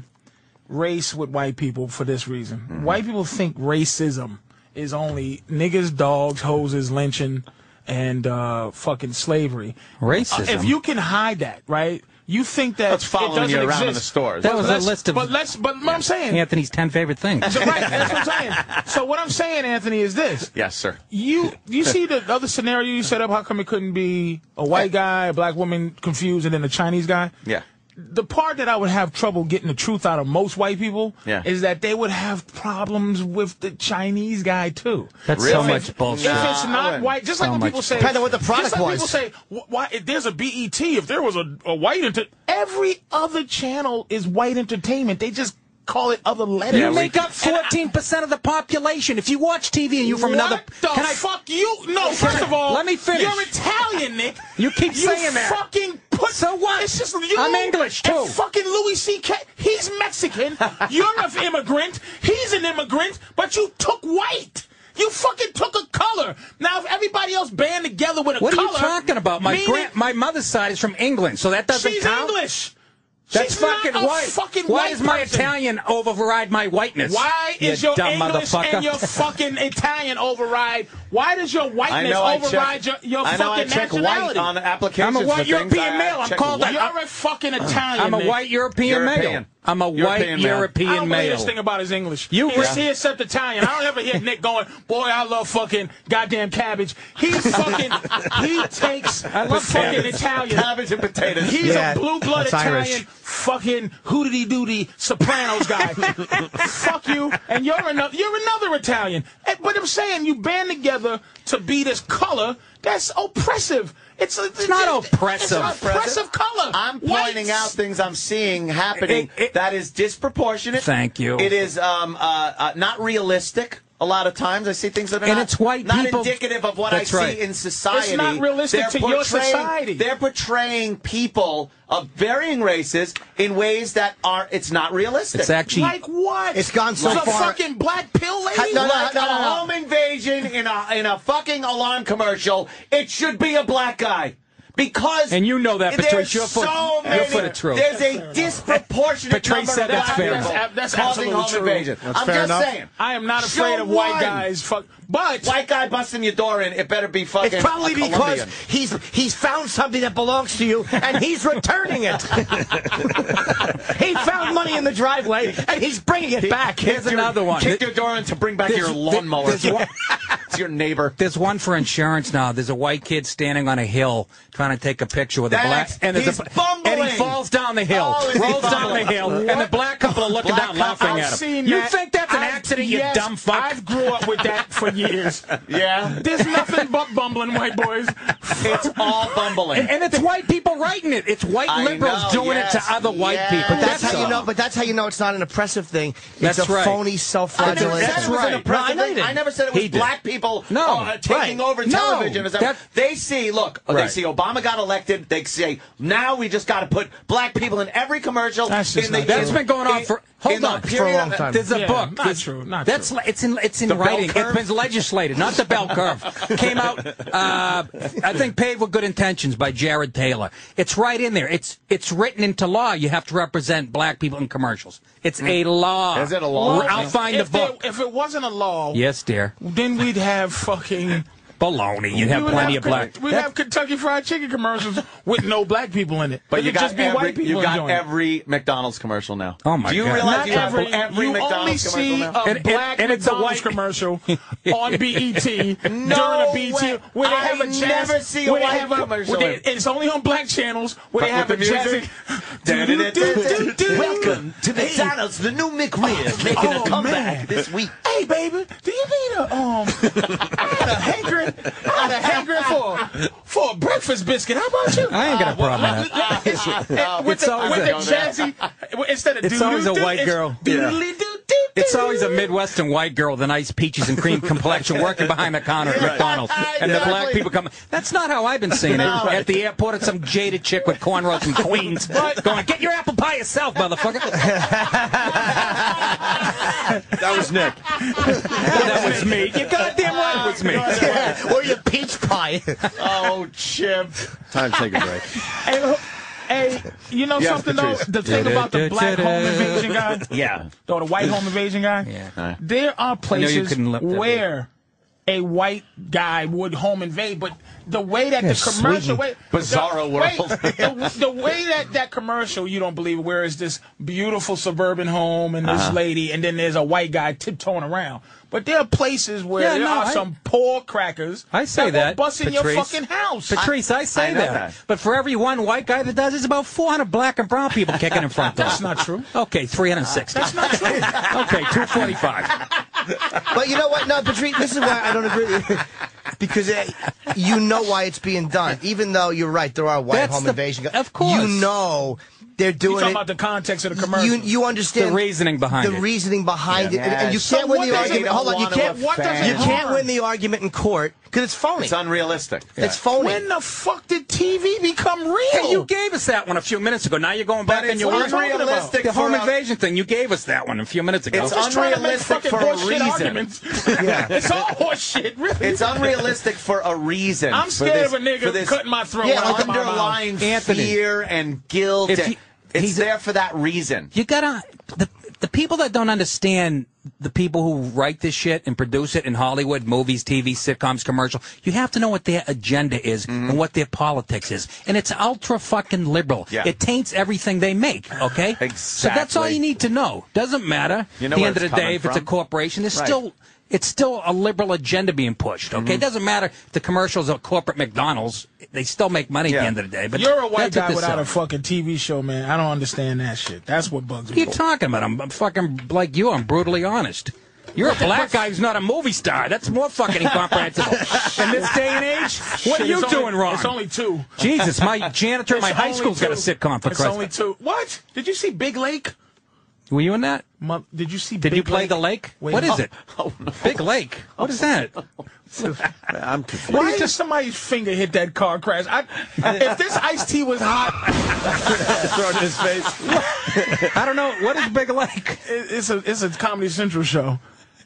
B: race with white people for this reason.
G: Mm-hmm.
B: White people think racism is only niggas, dogs, hoses, lynching, and uh, fucking slavery.
G: Racism.
B: If you can hide that, right? You think that
I: That's following
B: it doesn't
I: you around
B: exist.
I: in the stores.
G: That was
B: But
G: a
B: let's-
G: list of-
B: But let's. But what I'm saying.
G: Anthony's ten favorite things.
B: Right, that's what I'm saying. So what I'm saying, Anthony, is this:
I: Yes, sir.
B: you you see the other scenario you set up. How come it couldn't be a white guy, a black woman confused, and then a Chinese guy?
I: Yeah.
B: The part that I would have trouble getting the truth out of most white people
I: Yeah.
B: is that they would have problems with the Chinese guy too.
G: That's
I: Really?
G: so much bullshit.
B: If it's not white, just like when
G: much-
B: people say,
A: Depending on what the product
B: just like people
A: was.
B: say, "Wh- why if there's a BET, if there was a, a white enter, every other channel is white entertainment. They just call it other letters.
G: you make up fourteen percent of the population. If you watch TV and you from
B: what
G: another,
B: The
G: can I?
B: fuck you? No, first of all,
G: Let me finish.
B: You're Italian, Nick.
G: You keep saying that.
B: Fucking put.
G: So what?
B: It's just you.
G: I'm English, too.
B: And fucking Louis C.K. He's
I: <laughs>
B: Mexican. you're an immigrant. He's an immigrant, but you took white. You fucking took a color. Now, if everybody else band together with a
G: What are
B: color,
G: you talking about? My
B: meaning
G: grand, my mother's side is from England, so that doesn't
B: she's
G: count.
B: English.
G: That's
B: she's
G: fucking
B: not a
G: white.
B: fucking
G: Why
B: white
G: does my
B: person.
G: Italian override my whiteness?
B: Why
G: You
B: is your
G: dumb
B: English
G: motherfucker?
B: and
I: <laughs>
B: your fucking Italian override? Why does your
I: I
B: whiteness
I: know I
B: override
I: check.
B: your, your
I: I know I
B: fucking
I: check white
B: nationality?
I: on the applications.
G: I'm a
I: for
G: white
I: things.
G: European
I: I-
G: male.
I: I
G: I'm
I: check
G: called
I: white.
B: You're a
I: <clears throat>
B: fucking Italian.
G: <laughs> I'm a
B: Nick.
G: white European, male.
I: European.
G: I'm a
I: European
G: white
I: male.
B: I
G: European
B: don't believe this
G: male.
B: thing about his English.
G: You-
B: he, he except Italian. I don't ever hear Nick going, "Boy, I love fucking goddamn cabbage." He's fucking. he takes I
G: love
B: fucking
G: cabbage.
B: Italian.
I: Cabbage and potatoes.
B: He's
A: Yeah,
B: a blue blood
A: that's
B: Italian
A: Irish.
B: fucking hootity doody Sopranos guy. Fuck you. And you're another you're another Italian. Eh, But I'm saying you band together to be this color that's oppressive. It's, a- it's
G: not
B: a-
G: oppressive.
B: It's an oppressive color.
I: I'm pointing
B: Whites.
I: out things I'm seeing happening
G: It- it-
I: that is disproportionate.
G: Thank you.
I: It is um, uh, uh, not realistic. A lot of times, I see things that are
G: And
I: not,
G: it's white
I: not
G: people-
I: indicative of what
G: That's
I: I
G: right.
I: see in society.
B: It's not realistic
I: They're
B: to your
I: portraying-
B: society.
I: They're portraying people of varying races in ways that are it's not realistic.
G: It's actually
B: like what?
A: It's gone so
B: There's a
A: far-
B: fucking black pill lady.
A: Ha- no, no,
I: like
A: no,
I: a
A: no, no.
I: home invasion in a in a fucking alarm commercial. It should be a black guy. Because
G: And you know that,
I: there's
G: Patrice. You're for-
I: so
G: you're
I: many,
G: for the truth.
I: There's a disproportionate
G: Patrice
I: number
G: said
I: of
G: that's
I: black
G: fair.
I: people
B: That's- that's
I: causing
B: absolutely
I: home
B: true.
I: invasion.
C: That's
I: I'm
C: fair
I: just
C: enough.
I: saying.
B: I am not
I: Show
B: afraid of white
I: one
B: guys. Fuck, but
I: White guy busting your door in. It better be fucking.
A: It's probably
I: a
A: because
I: Colombian.
A: he's he's found something that belongs to you and he's returning <laughs> it. he found money in the driveway and he's bringing it back.
G: Here's another one.
I: kicked your door in to bring back your lawnmower.
G: there's one-
I: <laughs> it's your neighbor.
G: There's one for insurance now. There's a white kid standing on a hill trying to take a picture with a black,
I: That's-
G: there's
I: he's
G: a,
I: bumbling.
G: and he falls down the hill,
I: Oh, is he
G: rolls down the
I: bumbling.
G: hill, and the black couple are looking down, laughing
B: I've
G: at him.
B: seen
G: you
B: that.
G: think that's an
B: I've-
G: accident,
B: yes,
G: you dumb fuck?
B: I've grew up with that for years.
I: Yeah,
B: There's nothing but bumbling white boys.
I: it's all bumbling.
G: and, and it's white people writing it. It's white
I: I
G: liberals
I: know,
G: doing it
I: yes,
G: to other white
I: yes.
G: people.
I: But
A: That's,
G: That's
A: how you
G: all.
A: know. But that's how you know it's not an oppressive thing. It's
G: That's
A: a
G: right.
A: phony,
I: I never
A: self-flagellation.
I: said it was
G: right.
I: an oppressive
A: No, I know you
I: thing.
A: didn't.
I: I never said it was
G: He did.
I: black people
G: No,
I: uh, taking
G: right.
I: over
G: No,
I: television. or something.
G: that-
I: they see, look, they
G: Right.
I: see Obama got elected. They say now we just got to put black people in every commercial.
B: That's just
I: in the,
B: not
G: That's
I: in-
G: been going on
I: in-
G: for- hold
I: in the
G: on, for a
I: period
A: long
I: of-
A: time.
G: There's a
B: Yeah,
G: book.
B: not
G: There's-
B: true, not
G: that's
B: true.
G: li- it's in it's in
I: The bell
G: writing.
I: curve?
G: It's been legislated, not the bell curve. <laughs> Came out, uh, I think, "Paved with Good Intentions" by Jared Taylor. It's right in there. It's it's written into law. You have to represent black people in commercials. It's a law.
D: Mm. Is it a law?
G: I'll find the
B: if, there-
G: book.
B: if it wasn't a law,
G: yes, dear.
B: then we'd have fucking
G: Baloney. You'd have
B: We would
G: plenty
B: have
G: of black.
B: Ken- We'd have Kentucky Fried Chicken commercials with no black people in it.
I: But you
B: It'd
I: got
B: just be
I: every,
B: white people
I: you got
B: enjoying it.
I: every McDonald's commercial now.
G: Oh, my
I: Do you
G: God.
I: realize
B: Not
I: you have
B: every,
I: every
B: you only
I: McDonald's commercial
B: see
I: now?
B: a
G: And- and-
B: black
G: and it's a
B: McDonald's <laughs>
G: white-
B: commercial on BET during a BET
I: way.
B: where they
I: I
B: have a jazz
I: never see a
B: where they
I: white
B: have a- where
I: commercial.
B: they- and it's only on black channels where they
I: But
B: have a
I: with the
B: jazz. <laughs>
I: music? Da-da-da-da-da-da.
F: Welcome to McDonald's, the new McRib, making
B: Oh,
F: a comeback
B: man.
F: this week.
B: Hey baby, do you need a um? I had a hankering, I had a hankering for for a breakfast biscuit. How about you? Uh,
G: I ain't got a problem with that.
B: It's- it- uh, with
G: It's
B: the,
G: always
B: with
G: a-
B: the jazzy, instead of
G: It's always a
B: doo-doo-doo,
G: white
B: it's
G: girl.
B: doodly-doo-doo-doo.
G: It's always a Midwestern white girl, with the nice peaches and cream complexion, working behind the counter at <laughs> McDonald's, and the black people come. That's not how I've been <laughs> seeing it at the airport. It's some jaded chick with cornrows from <laughs> Queens going, "Get your apple pie yourself, <laughs> motherfucker."
C: That was Nick.
G: that was me. You're goddamn right, it was me.
A: or your peach pie.
I: Oh, Chip.
C: Time to take a break.
B: Hey, look, hey, you know
C: Yes,
B: something
C: Patrice.
B: though? The thing about the black home invasion guy,
G: <laughs> Yeah.
B: or the white home invasion guy,
G: Yeah.
B: there are
G: you
B: places
G: couldn't let that be.
B: where a white guy would home invade, but the way that the
A: sweet
B: commercial,
A: and
B: way,
I: bizarro
B: the,
I: world.
B: wait, <laughs> the, the way that that commercial, you don't believe, it, where is this beautiful suburban home and this
C: Uh-huh.
B: lady, and then there's a white guy tiptoeing around. But there are places where
G: Yeah,
B: there
G: no,
B: are
G: I-
B: some poor crackers
G: I say that.
B: will bust in your
G: Patrice.
B: fucking house.
G: <laughs> Patrice, I say
I: I know
G: that.
I: that.
G: But for every one white guy that does, it's about 400 black and brown people kicking in front of That's not true. Okay, 360. That's not true. <laughs> okay, 245.
A: But you know what? No, Patrice, this is why I don't agree. <laughs> with you. Because eh, you know why it's being done, even though you're right. There are white
G: That's
A: home
G: the-
A: invasion.
G: of course.
A: you know they're
B: you
A: doing
B: talking
A: it.
B: about the context of the commercial.
A: You you understand
G: The reasoning behind
A: the
G: it.
A: reasoning behind it, and- and you
I: Yes.
A: can't
B: So
A: win
B: what
A: the
B: does it-
A: argument. Hold on, you
I: wanna
A: can't.
B: what does
I: offend.
B: it
A: You can't
B: harm?
A: win the argument in court because it's phony.
I: It's unrealistic.
A: It's phony.
B: When the fuck did TV become real?
G: Hey,
I: Oh.
G: you gave us that one a few minutes ago. Now you're going back
I: But
G: and
I: it's
G: you're
I: unrealistic
G: The
I: for
G: home
I: a-
G: invasion thing. You gave us that one a few minutes ago.
I: It's
B: just trying to make fucking
I: unrealistic for a
B: bullshit
I: reason.
B: arguments. <laughs> it's all horseshit, really.
I: It's <laughs> unrealistic for a reason.
B: I'm
I: For
B: scared
I: this-
B: of a nigga
I: for this
B: cutting my throat
I: Yeah,
B: when I
I: like
B: come out of my
I: underlying
G: Anthony.
I: fear and guilt.
G: If
I: and-
G: he-
I: it's
G: he's a-
I: there for that reason.
G: you gotta the the people that don't understand the people who write this shit and produce it in Hollywood, movies, TV, sitcoms, commercial. You have to know what their agenda is
I: Mm-hmm.
G: and what their politics is, and it's ultra fucking liberal.
I: Yeah.
G: It taints everything they make. Okay, so that's all
I: <sighs> Exactly.
G: you need to know. Doesn't matter.
I: You know
G: At the
I: where
G: end of
I: it's
G: the day,
I: coming
G: if it's a
I: from.
G: corporation, there's
I: Right. Mm-hmm.
G: still it's still a liberal agenda being pushed. Okay, it doesn't matter if the commercials are corporate McDonald's. They still make money at
I: Yeah.
G: the end of the day. But
B: You're a white
G: that's what
B: guy
G: this
B: without a
G: is.
B: fucking TV show, man. I don't understand that shit. That's what bugs
G: What are
B: me.
G: you talking about? I'm, I'm fucking like you. I'm brutally honest. You're a black guy who's not a movie star. That's more fucking incomprehensible. <laughs> In this day and age, what are
B: Shit,
G: you
B: it's only-
G: doing wrong?
B: It's only two.
G: Jesus, my janitor, at my
B: It's
G: high
B: only
G: school's got a
B: two.
G: sitcom for
B: It's
G: Christ's
B: only
G: sake.
B: two. What? Did you see Big Lake?
G: Were you in that?
B: Mo- Did you see?
G: Did
B: Big
G: you play
B: Lake?
G: the lake? Oh,
B: Wait.
G: what is it? <laughs> Big Lake. What is that?
C: I'm confused.
B: Why did somebody's finger hit that car crash? I, if this iced tea was hot,
C: <laughs> Throw it in his face.
G: I don't know. What is Big Lake?
B: it, it's a it's a Comedy Central show,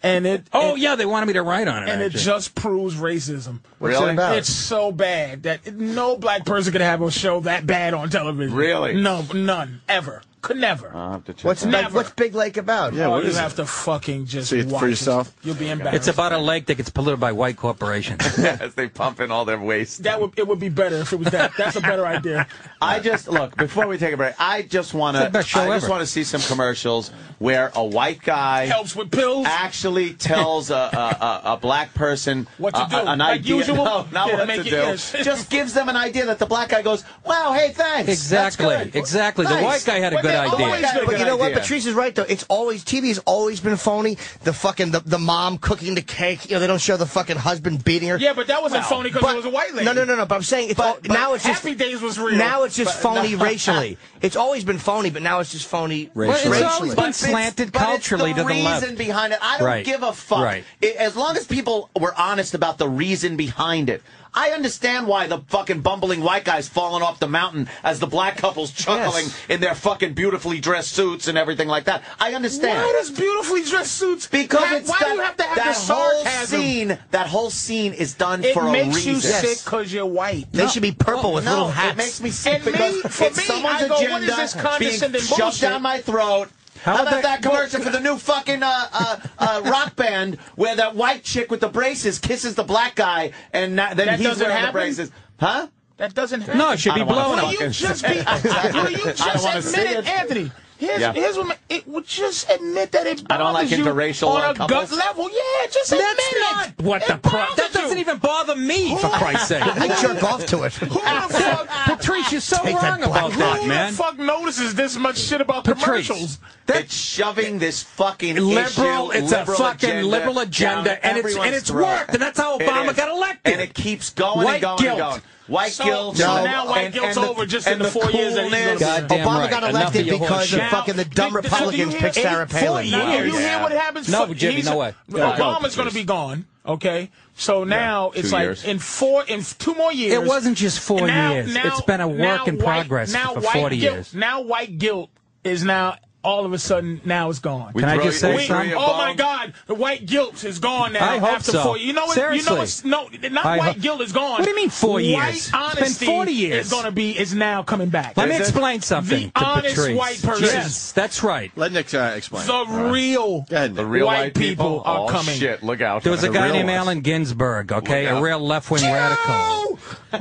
B: and it
G: Oh
B: it-
G: yeah, they wanted me to write on it.
B: and it
G: actually.
B: just proves racism.
I: really?
B: It's so bad that no black person could have a show that bad on television.
I: Really? Uh,
B: No, none ever. Could never.
I: I'll have to check
A: what's
I: that.
A: big,
B: Never.
A: what's Big Lake about?
C: Yeah,
B: oh,
C: what
B: you
C: is
B: have
C: it?
B: to fucking just
C: See it for
B: watch
C: yourself?
B: You'll be embarrassed.
G: it's about a lake that gets polluted by white <laughs> corporations.
I: Yes, they pump in all their waste.
B: that would it would be better if it was that. That's a better idea.
I: I just look before we take a break. I just want to.
G: It's the best show
I: I just
G: ever.
I: want to see some commercials where a white guy
B: Helps with pills.
I: Ah. actually tells a, a, a, a black person
B: What to
I: a-
B: do,
I: a- an
B: like
I: idea.
B: usual?
I: No, not
B: Yeah,
I: what
B: make
I: to
B: it-
I: do.
B: yes.
I: Just gives them an idea that the black guy goes, "Wow, hey, thanks."
G: exactly. Exactly. The oh,
I: Nice.
G: white guy had a
I: But
G: good
I: they
G: idea.
I: always make
A: But
I: an
A: you know what?
I: idea.
A: Patrice is right though. It's always TV's always been phony. The fucking the, the mom cooking the cake. You know they don't show the fucking husband beating her.
B: Yeah, but that wasn't phony 'cause phony because
A: But-
B: it was a white lady.
A: No, no, no, no. But I'm saying it's all,
B: But
A: now it's just
B: Happy Days was real.
A: Now it's just
B: <laughs>
A: phony racially. It's always been phony, but now it's just phony racially.
G: Racially. But it's always been-
I: But it's-
G: slanted
I: but it's
G: culturally
I: the
G: to the left.
I: reason behind it. I don't
G: Right.
I: give a fuck.
G: Right.
I: I- as long as people were honest about the reason behind it. I understand why the fucking bumbling white guy's falling off the mountain as the black couple's chuckling
A: Yes.
I: in their fucking beautifully dressed suits and everything like that. I understand.
B: Why does beautifully dressed suits?
I: because
B: Why-
I: it's
B: why
I: that,
B: do you have to have
I: that
B: the
I: whole
B: sarcasm?
I: scene. That whole scene is done
B: It
I: for a
B: makes
I: reason.
B: you sick because you're white.
A: they should be
B: Oh,
A: purple with
I: no,
A: little hats.
I: It makes me sick
B: And me-
I: because
B: for
I: it's
B: me,
I: someone's
B: I go, what is
I: agenda
B: this condescending
I: being shoved
B: bullshit?
I: down my throat.
G: How
I: How,
G: about
I: about,
G: that-
I: that, commercial for the new fucking uh,
B: <laughs>
I: uh, uh, rock band where that white chick with the braces kisses the black guy and not, then
B: That
I: he's
B: doesn't
I: wearing
B: happen?
I: the braces? Huh?
B: That doesn't happen.
G: No, it should be
I: don't wanna
G: blown
B: Will
G: up.
I: fuck
B: you just be? Will you
I: don't wanna
B: just
I: see
B: admit it,
I: it.
B: Anthony? Here's,
I: Yeah.
B: here's what my, it would just admit that it bothers
I: I don't like
B: you
I: interracial,
B: on
I: uh,
B: a gut
I: couples.
B: level. Yeah, just admit
G: That's
B: it.
G: not what
B: It
G: the pro-
B: bothers
G: That doesn't
B: you.
G: even bother me, for Christ's <laughs> sake.
A: I jerk off to it.
B: <laughs> Who the fuck?
G: <laughs> Patrice, you're so
A: Take that
G: wrong about
A: black
G: that,
B: who
G: man.
B: the fuck notices this much shit about
G: Patrice.
B: commercials?
I: it's shoving this fucking
G: liberal.
I: issue,
G: It's a
I: liberal
G: fucking
I: agenda
G: liberal agenda,
I: down
G: and it's and
I: everyone's
G: it's
I: throat.
G: worked, and that's how
I: It
G: Obama
I: is.
G: got elected.
I: And it keeps going
G: White
I: and going
G: guilt.
I: and going. White
B: So-
I: guilt.
B: so
I: and-
B: now white
I: and-
B: guilt's
I: and
B: over just in
I: and
B: the four years that he's gonna
I: coolness.
B: be there.
G: Goddamn
A: Obama
G: right.
A: got
G: Enough
A: elected
G: of your
A: because
G: horseshit.
A: of fucking the dumb
B: Now,
A: Republicans
B: do you
A: picked
B: hear-
A: Sarah Palin.
B: Now,
G: Wow.
B: you hear what happens?
G: No,
B: for-
G: Jimmy,
B: he's-
G: no way.
I: Yeah.
B: Obama's going to be gone. Okay, so now it's
I: two
B: like
I: years.
B: in four, in two more years.
G: It wasn't just four
B: Now-
G: years.
B: now-
G: it's been a work
B: now
G: in
B: white-
G: progress
B: now
G: for
B: white
G: 40
B: guilt-
G: years.
B: Now white guilt is now all of a sudden now it's gone.
G: Can I
I: throw
G: just
I: you-
G: say
I: we-
G: something?
I: we-
B: oh my God, the white guilt is gone now.
G: I hope
B: after
G: so.
B: four, you know what? You
G: Seriously.
B: know it's no, not
G: I
B: white
G: hope-
B: guilt is gone.
G: What do you mean four
B: white
G: years? It's been
B: honesty
G: 40 years.
B: is going to be is now coming back.
G: Let me
I: Is it?
G: explain something
B: The
G: to
B: honest
G: Patrice.
B: white person.
G: Yes, that's right.
C: Let Nick uh, explain.
B: the real
C: Go ahead, Nick.
D: The real
B: White
D: white,
B: people are
D: oh,
B: coming.
G: <laughs>
D: Shit, look out!
G: There was a
D: The
G: guy
D: real
G: named
D: ones.
G: Allen Ginsberg, okay, a
D: out.
G: real left-wing radical. <laughs>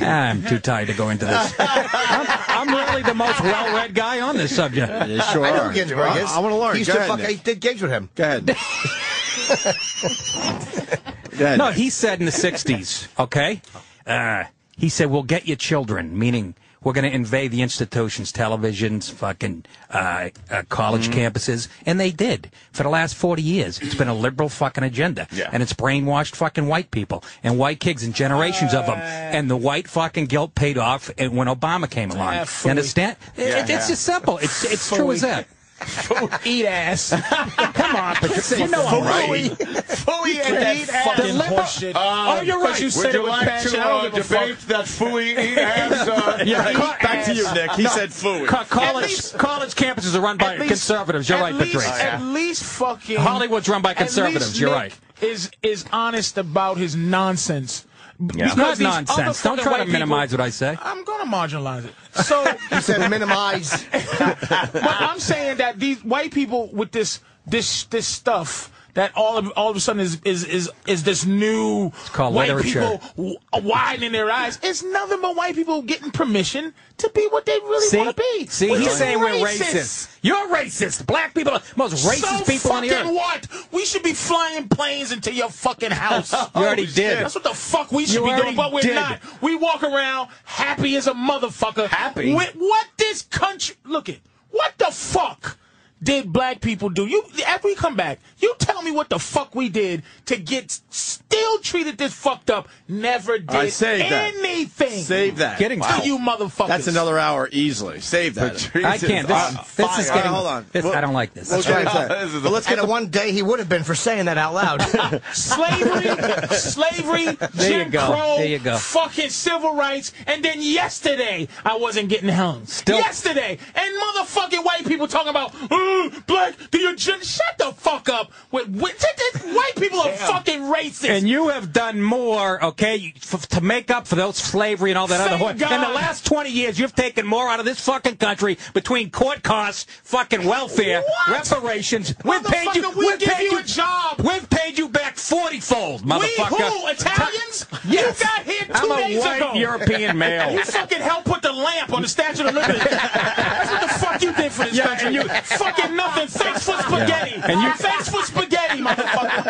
G: Ah, I'm too tired to go into this. I'm, I'm really the most well-read guy on this subject.
C: You sure
A: I know
C: are.
A: who Ginsburg is.
C: I, want to learn.
A: He used
C: Go
A: to
C: ahead,
A: fuck,
C: Nick.
A: I did gigs with him.
C: Go ahead. Go ahead.
G: <laughs> No, he said in the 60s, okay? Uh, he said, we'll get your children, meaning we're going to invade the institutions, televisions, fucking uh, uh, college campuses. And they did. For the last 40 years, it's been a liberal fucking agenda.
D: Yeah.
G: And it's brainwashed fucking white people and white kids and generations of them. And the white fucking guilt paid off and when Obama came along.
B: Ah,
G: you
B: fully.
G: understand? It,
D: yeah.
G: it's just simple. It's, it's true
B: Fully.
G: as that.
B: eat <laughs> ass.
G: Come on, but you know I'm right.
I: Fooey and eat ass.
B: fucking
G: liver-
B: horseshit.
G: Oh, you're
B: But
G: right.
B: you said it with passion. I don't give a fuck.
I: that fooey eat ass? uh,
G: Yeah,
I: eat
G: cut
I: back to you, Nick. He said
G: Co-
I: fooey.
G: College,
B: least-
G: college campuses are run by
B: At least-
G: conservatives. You're
B: at
G: right,
B: least-
G: Patrice.
B: At least fucking
G: Hollywood's run by
B: at least
G: conservatives, you're
B: Nick
G: right.
B: Is is honest about his nonsense. B-
D: Yeah.
G: It's
B: because
G: not
B: these other
G: nonsense. Don't
B: fucking
G: try
B: white
G: to
B: people-
G: minimize what I say.
B: I'm gonna marginalize it. So
A: He said minimize.
B: but I'm saying that these white people with this this this stuff that all of all of a sudden is is is, is this new
G: called
B: white
G: literature.
B: people w- widening their eyes. It's nothing but white people getting permission to be what they really want to be.
G: See,
B: We're
G: he's
B: just
G: saying we're racist. You're racist. Black people are the most racist
B: so
G: people on the
B: fucking
G: earth.
B: what? We should be flying planes into your
G: <laughs>
B: fucking house.
G: You already did.
B: That's what the fuck we should
G: You
B: be doing,
G: already
B: but we're
G: did.
B: not. We walk around happy as a motherfucker.
I: Happy?
B: With what this country? Look it. What the fuck did black people do? You after we come back, you tell me what the fuck we did to get still treated this fucked up. Never did
C: I saved that.
B: anything.
C: Save that.
G: Getting-
B: to you motherfuckers.
C: That's another hour easily. Save that.
G: I can't. This,
C: Uh,
G: this
C: fire.
G: is getting.
C: All right, hold on.
G: This,
C: We'll-
G: I don't like this.
C: We'll get into that.
D: This
A: <laughs>
C: But
D: is the-
C: let's get
A: And
C: the
A: the one day he would have been for saying that out loud.
G: <laughs>
B: slavery, slavery,
G: There you
B: Jim
G: go.
B: Crow,
G: There you go.
B: fucking civil rights, and then yesterday I wasn't getting hung.
G: Still-
B: yesterday, and motherfucking white people talking about "Oh, black the agenda. Shut the fuck up. With, with, white people are fucking racist.
G: and you have done more, okay, f- to make up for those slavery and all that
B: Thank
G: other. whore-
B: God.
G: In the last twenty years, you've taken more out of this fucking country between court costs, fucking welfare,
B: What?
G: reparations. We've paid you.
B: Motherfucker, we
G: have
B: give
G: paid
B: you a job.
G: We've paid you back forty-fold,
B: we
G: motherfucker.
B: who Italians?
G: Yes.
B: You got here 2
G: I'm a
B: days
G: white
B: ago.
G: European male.
B: <laughs> You fucking helped put the lamp on the Statue of Liberty. That's what the fuck you did for this
G: Yeah,
B: country.
G: and you-
B: fucking nothing. Thanks for spaghetti.
G: And you-
B: thanks for spaghetti, motherfucker.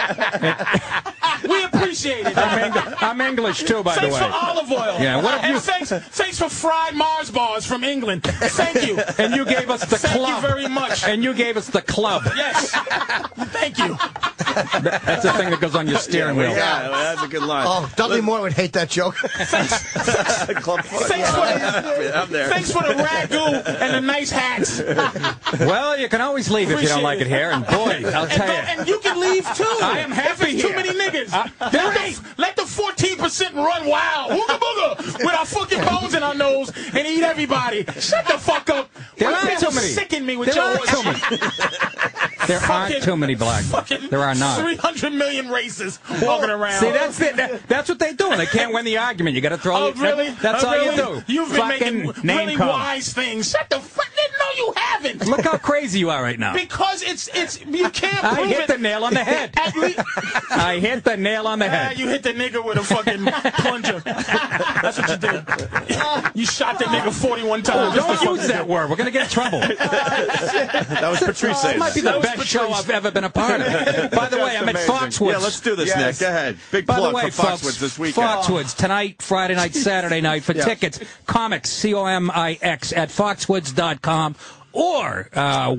B: we appreciate it.
G: I'm, Eng- I'm English too, by
B: Thanks
G: the
B: for
G: way.
B: olive oil.
G: Yeah, what if
B: and
G: you-
B: thanks, thanks for fried Mars bars from England. Thank you.
G: <laughs> And you gave us the
B: Thank
G: club.
B: you very much.
G: And you gave us the club.
B: yes. Thank you.
G: That's the thing that goes on your steering wheel.
C: Yeah, that's a good line.
A: Oh, Dudley Moore would hate that joke.
C: Club foot.
B: Thanks
G: <laughs>
B: for the,
C: I'm there.
B: thanks for the ragu and the nice hats.
G: Well, you can always leave if you don't like it here. And boy, I'll
B: And,
G: tell
B: go,
G: you.
B: and you can leave too.
G: <laughs> I am happy
B: If it's Too
G: here. Uh,
B: many niggas. let, the, let the 14% run wild. Wooga booga. with our fucking
G: <laughs>
B: bones in our nose and eat everybody. Shut the fuck up.
G: There
B: White
G: aren't
B: people
G: too many.
B: Sicken me with
G: There
B: your
G: aren't
B: horse
G: too
B: shit.
G: There aren't too many black.
B: Fucking
G: There are not.
B: 300 million races walking around.
G: See, that's the, that, that's what they're doing. They can't win the argument. You got to throw.
B: Oh,
G: it-
B: really?
G: that- that's
B: Oh,
G: all
B: really?
G: you do.
B: You've been
G: Fucking
B: making
G: name
B: really
G: call.
B: wise things. Shut the fuck. No, you haven't.
G: Look how crazy you are right now.
B: Because it's it's you can't
G: I
B: prove
G: hit
B: it.
G: the nail on the
B: <laughs>
G: head.
B: At least,
G: <laughs> I hit the nail on the
B: Ah,
G: head.
B: you hit the nigga with a <laughs> fucking plunger. That's what you <laughs> did. you shot the nigga 41 times.
G: Don't use that word. We're gonna get in
B: <laughs>
G: trouble.
C: That was Patrice.
G: This uh, might be the
B: That was
G: best show I've ever been a part of. By
B: <laughs>
G: the way, I'm at Foxwoods.
C: Yeah, let's do this,
I: Yes.
C: Nick. Go ahead. Big
G: By the
C: plug
G: way,
C: for
G: folks,
C: Foxwoods this weekend.
G: Foxwoods tonight,
C: <laughs>
G: Friday night, Saturday night for tickets. Comics, C O M I X at foxwoods.com or uh,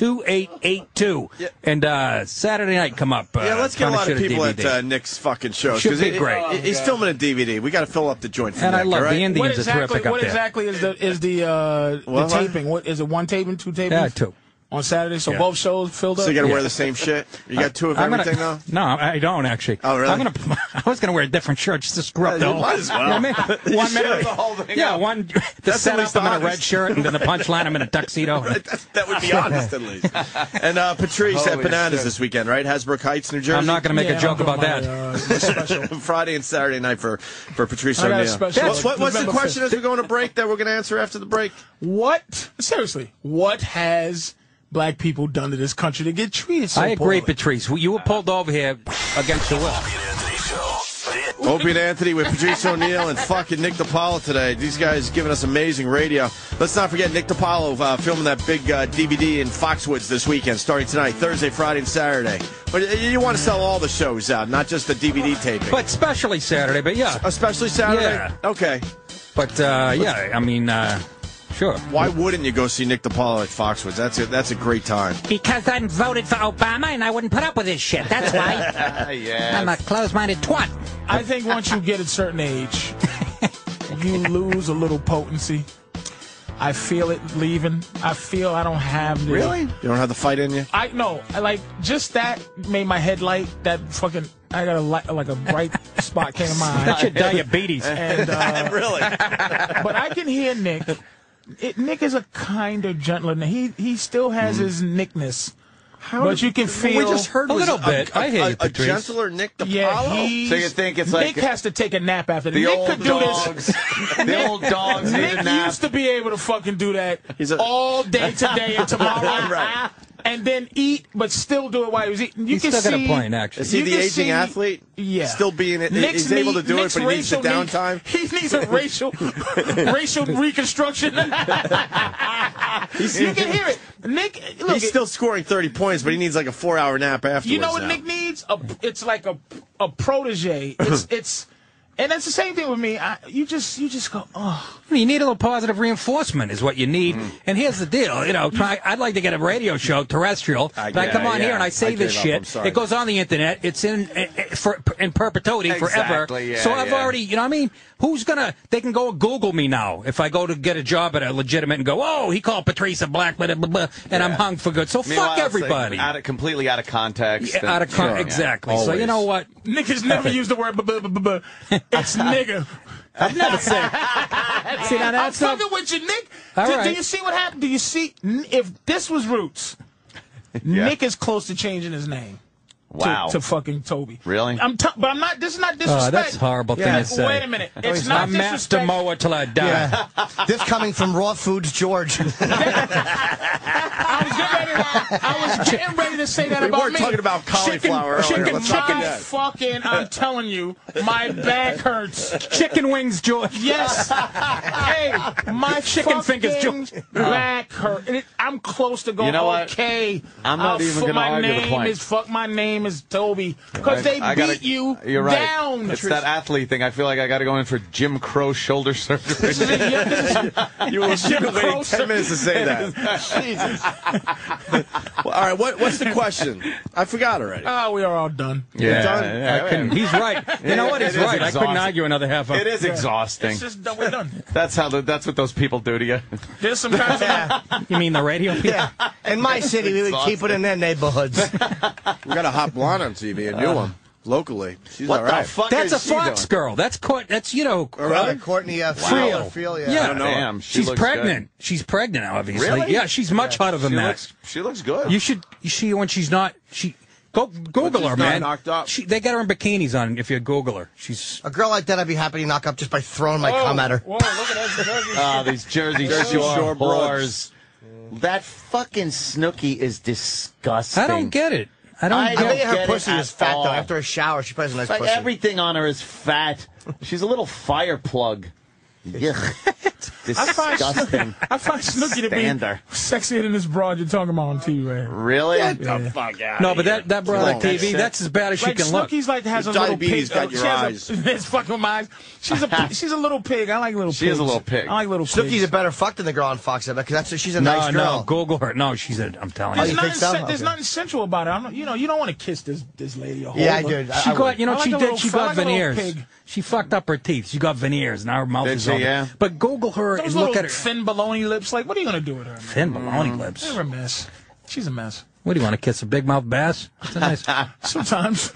G: 1-800-200-2882. And uh, Saturday night come up. Uh,
C: Yeah, let's get a
G: Trying to
C: lot of
G: Shoot
C: people at
G: DVD.
C: uh, Nick's fucking shows
G: Should be
C: he-
G: great.
C: he- he's filming a DVD. We got to fill up the joint for
G: And I
C: Nick,
G: love
C: all right?
G: the Indians
B: What
G: are
B: exactly?
G: terrific up
B: What
G: there.
B: exactly is the is the uh,
C: Well,
B: the taping? What is it? One taping, two tapings?
G: Yeah, two.
B: on Saturday. So
G: Yeah.
B: both shows filled up.
C: So you got to wear the same shit. You
G: <laughs>
C: got two of
G: I'm gonna-
C: everything
G: No, I don't actually.
C: Oh, really?
G: I'm gonna. <laughs> I was gonna wear a different shirt just to screw up the
C: you
G: whole.
C: might as well.
G: You know
C: <laughs>
G: what I mean? One minute.
I: the whole thing
G: yeah,
I: up.
G: one. <laughs> The
C: at
G: setup.
C: least
G: I'm in a
C: honest.
G: red shirt, and then the punchline. I'm in
C: <laughs>
G: a tuxedo.
C: now. that would be honest at
G: <laughs>
C: least. And uh, Patrice at
I: Holy
C: Bananas
I: shit.
C: this weekend, right? Hasbrook Heights, New Jersey.
G: I'm not gonna make
B: Yeah,
G: a joke
B: I'll do
G: about
B: my,
G: that.
B: uh, my
G: <laughs>
B: special.
C: <laughs> Friday and Saturday night for for Patrice
B: I got a
C: O'Neill.
B: special
C: What's- what- what's the
B: November
C: question as we're going to break that we're going to answer after the break?
B: What seriously? What has black people done to this country to get treated so
G: I agree,
B: poorly?
G: Patrice. You were pulled over here against your will.
C: Opie and Anthony with Patrice O'Neill and fucking Nick DiPaolo today. These guys giving us amazing radio. Let's not forget Nick DiPaolo uh, filming that big uh, DVD in Foxwoods this weekend, starting tonight, Thursday, Friday, and Saturday. But uh, you want to sell all the shows out, not just the DVD taping.
G: But especially Saturday. But yeah.
C: Especially Saturday?
G: Yeah.
C: Okay.
G: But uh, yeah, I mean, uh, sure.
C: Why wouldn't you go see Nick DiPaolo at Foxwoods? That's a, that's a great time.
G: Because I voted for Obama, and I wouldn't put up with his shit. That's why. <laughs>
I: yeah.
G: a closed-minded twat.
B: I think once you get a certain age, you lose a little potency. I feel it leaving. I feel I don't have the,
C: You don't have the fight in you?
B: I no, I, like just that made my head light. That fucking I got a light, like a bright spot came in my eye.
G: That's your diabetes.
B: And, uh,
C: <laughs> Really?
B: but <laughs> I can hear Nick. It, Nick is a kinder, gentler. He he still has his nickness, but you can feel.
C: Mm. we just heard
G: A
C: was
G: little bit.
C: A,
G: I hear
C: a-
G: you,
C: a
G: Patrice.
C: gentler Nick DiPaolo.
B: Yeah, he.
I: So you think it's like
B: Nick has to take a nap after
I: the
B: Nick
I: old
B: could do
I: dogs?
B: this.
I: the old dogs need a
B: Nick
I: nap.
B: used to be able to fucking do that
C: He's a-
B: all day today
C: <laughs>
B: and tomorrow, and then eat, but still do it while he was eating. You
G: He's
B: can
G: still got a
B: see-
G: plane, actually.
C: Is he
B: you
C: the
B: can
C: aging
B: see-
C: athlete?
B: Yeah,
C: Still being it.
B: Nick's
C: he's able to
B: need-
C: do
B: Nick's
C: it, but he needs the
B: racial need-
C: downtime.
B: <laughs> he needs a
C: <laughs>
B: racial racial reconstruction. you can hear it. Nick, look,
C: He's still scoring 30 points, but he needs like a four hour nap afterwards.
B: you know what
C: now. <laughs>
B: Nick needs? A, it's like a a protege.
C: <laughs>
B: It's it's. And that's the same thing with me. I, you just, you just go, oh,
G: You need a little positive reinforcement, is what you need. And here's the deal, you know. Try, I'd like to get a radio show, terrestrial.
C: I
G: but I
C: get-
G: come on
C: yeah,
G: here and I say
C: I
G: this
C: gave up. I'm
G: shit.
C: sorry.
G: It goes on the internet. It's in eh, eh, for in perpetuity forever.
I: Exactly, yeah,
G: so I've
I: yeah.
G: already, you know, what I mean, who's gonna? They can go Google me now if I go to get a job at a legitimate and go, oh, he called Patrice a black, blah, blah, blah, blah, and I'm hung for good. So
I: Meanwhile,
G: fuck
I: it's, like,
G: everybody.
I: out of, completely out of context.
G: Yeah,
I: and-
G: out of con-
I: Sure, yeah.
G: exactly. So you know what?
B: niggas never use the word, buh, buh, buh, buh,
G: <laughs>
B: buh. it's nigga.
G: I've never said. See now
B: I'm
G: that's not.
B: fucking with you, Nick.
G: All
B: do, do
G: right.
B: you see what happened? Do you see n- if this was
G: <laughs>
B: Roots? Nick is close to changing his name. to-
I: Wow.
B: To, fucking Toby.
I: Really?
B: I'm t- but I'm not. This is not disrespect.
G: Oh, that's a horrible thing
B: Yeah.
G: to say.
B: Wait a minute. It's not
G: I'm Master
B: disrespect.
G: Moa till I die.
A: this coming from Raw Foods George.
B: I was getting ready. To,
C: <laughs>
B: I was getting ready to say that
C: We
B: about
C: were
B: me.
C: talking about cauliflower
B: Chicken,
C: earlier.
B: chicken,
C: Let's not
B: my
C: forget.
B: fucking. I'm telling you,
C: <laughs>
B: my back hurts.
G: Chicken wings, George.
B: Yes. hey, my
G: Chicken
B: chicken
G: fingers,
B: fingers
G: George.
B: back hurt. And it, I'm close to going.
I: You know what?
B: okay.
I: I'm not
B: uh,
I: even
B: fu-
I: gonna
B: my
I: argue the
B: name
I: point.
B: Is, fuck. My name is Toby because they
I: I
B: beat
I: gotta-
B: you
I: You're right.
B: down.
I: It's that athlete thing. I feel like I got to go in for Jim Crow shoulder <laughs> surgery.
B: This is a- yeah, this is-
C: You were
B: Jim
C: been waiting
B: Crow
C: 10 minutes to
B: <laughs>
C: say that. Jesus. well, all right, what, what's the question? I forgot already.
B: Ah, we are all done.
I: yeah,
C: done.
I: yeah, yeah.
G: <laughs> He's right. You know what?
I: It
G: He's
I: is
G: right. I couldn't
I: exhausting.
G: argue another half hour.
I: It is exhausting.
B: It's just done. We're done.
I: That's how. The, that's what those people do
C: <laughs>
I: to you.
B: There's some kind of
G: You mean the radio? people?
A: yeah. In my city, we would keep it in their neighborhoods.
B: Uh,
C: We got a hot blonde on TV, a new one. locally. She's
I: What
C: all
I: the
C: right.
G: <laughs>
I: fuck
G: That's
I: is
G: a
I: she
G: Fox
I: doing?
G: girl. That's court. That's you know.
A: All right, Courtney uh,
G: Friel.
A: Friel, yeah.
G: Yeah,
I: don't know. Damn, she
G: she's
I: looks
G: pregnant. She's pregnant, obviously.
I: Really?
G: Yeah, she's much hotter than
I: She
G: that.
I: looks, she looks good.
G: You should. You see when she's not. She go Google
C: she's
G: her,
C: not
G: man.
C: knocked up.
G: She, they got her in bikinis on. If you Google her, she's.
A: A girl like that, I'd be happy to knock up just by throwing my cum at her.
B: Whoa, look at that Jersey
I: Uh,
D: Ah, these Jersey,
C: Jersey
D: Shore,
C: Shore
D: whores. That fucking Snooky is
B: <laughs>
D: disgusting.
G: I don't get it. I don't
D: I
A: I bet
G: get.
A: you her
D: get it
A: pussy
D: at
A: is fat
D: all.
A: though. After a shower, she probably has a nice
D: Like
A: pussy.
D: everything on her is fat. She's a little fire plug. Yuck. Disgusting.
B: I find Snooki to be
D: Stander.
B: sexier than this broad you're talking about on TV right now.
D: Really?
G: no, but that that brought on
C: Like that
G: TV.
C: shit.
G: That's as bad as
B: Like
G: she can look.
B: Snooki's like has
C: Your
B: a little
C: diabetes
B: pig.
C: got
B: uh,
C: your
B: she
C: eyes.
B: has a, <laughs> it's fucking mine. She's a she's a little pig. I like little.
D: She is a
B: pigs.
D: little pig.
B: I like little.
A: Snooki's
B: pigs.
A: a better fuck than the girl on Fox, I bet, because that's she's a
G: No,
A: nice
G: no,
A: girl.
G: Google her. No, she's a. I'm telling
A: Oh,
G: you.
B: There's,
A: you
B: nothing,
A: think so?
B: sen- there's
A: Okay.
B: nothing sensual about it. I'm not, you know, you don't want to kiss this this lady. Or
A: yeah, I
B: hold her.
A: do. I-
G: She
A: I
G: got, you know,
B: I like
G: she
B: a
G: did.
B: little-
G: She
B: I
G: got
B: like a little
G: veneers.
B: pig.
G: She fucked up her teeth. She got veneers, and her mouth
D: Did
G: is
D: she,
G: all.
D: yeah?
G: But Google her
B: Those
G: and
B: little
G: look at her
B: thin baloney lips. Like, what are you gonna do with her? man?
G: thin baloney lips.
B: They're a mess. She's a mess.
G: What do you want to kiss a big mouth bass? It's
B: <laughs>
G: a nice.
B: Sometimes.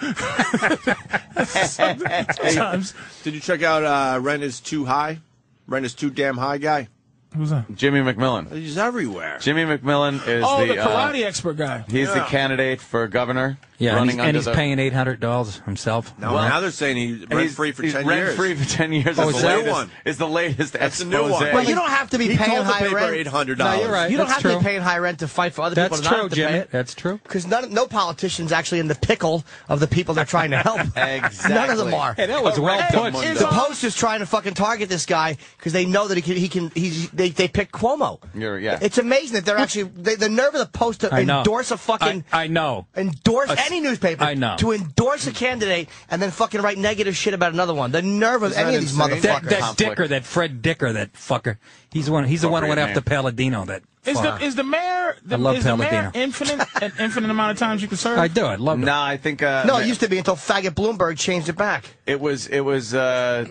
B: <laughs> Sometimes.
C: Did you check out uh, Rent is Too High? Rent is Too Damn High guy?
B: Who's that?
D: Jimmy McMillan.
C: He's everywhere.
D: Jimmy McMillan is
B: Oh, the,
D: the, uh,
B: karate expert guy.
D: he's the candidate for governor.
G: Yeah, and
D: running
G: he's,
D: under
G: and he's
D: the,
G: paying eight hundred dollars himself.
C: Now, now they're saying he's rent free for 10 years.
D: free for ten years.
G: Oh,
D: is
G: is
D: the
G: that-
D: latest,
C: one?
D: Is the latest
C: That's a
D: expose.
C: new one.
A: Well, you don't have to be
C: He
A: paying
C: told the
A: high
C: paper
A: rent.
C: $800.
A: No, you're right. You don't
G: That's
A: have to
G: true.
A: be paying high rent to fight for other
G: That's
A: people. to not
G: true,
A: have to
G: Jimmy.
A: pay it.
G: That's true.
A: Because none, no politician's actually in the pickle of the people they're trying to help.
D: Exactly.
A: None of them are.
G: Hey, that was well put.
B: It's
A: The
B: all-
A: Post is trying to fucking target this guy because they know that he can. He can. He's, they they pick Cuomo.
D: You're- yeah.
A: It's amazing that they're actually they, the nerve of the Post to
G: I know.
A: endorse a fucking.
G: I, I know.
A: Endorse
G: A s-
A: any newspaper.
G: I know.
A: To endorse a candidate and then fucking write negative shit about another one. The nerve of any of these
C: insane?
A: motherfuckers.
G: That, that
D: Conflict.
G: Dicker, that Fred Dicker, that fucker. He's the one. He's the one who went after Palladino. That.
B: Is
G: fuck.
B: the is the mayor the,
G: I love
B: is the mayor
G: Palladino.
B: infinite an infinite amount of times you can serve?
G: I do. I love
D: Nah, I think uh,
A: no, it used to be until faggot Bloomberg changed it back.
D: it was it was uh,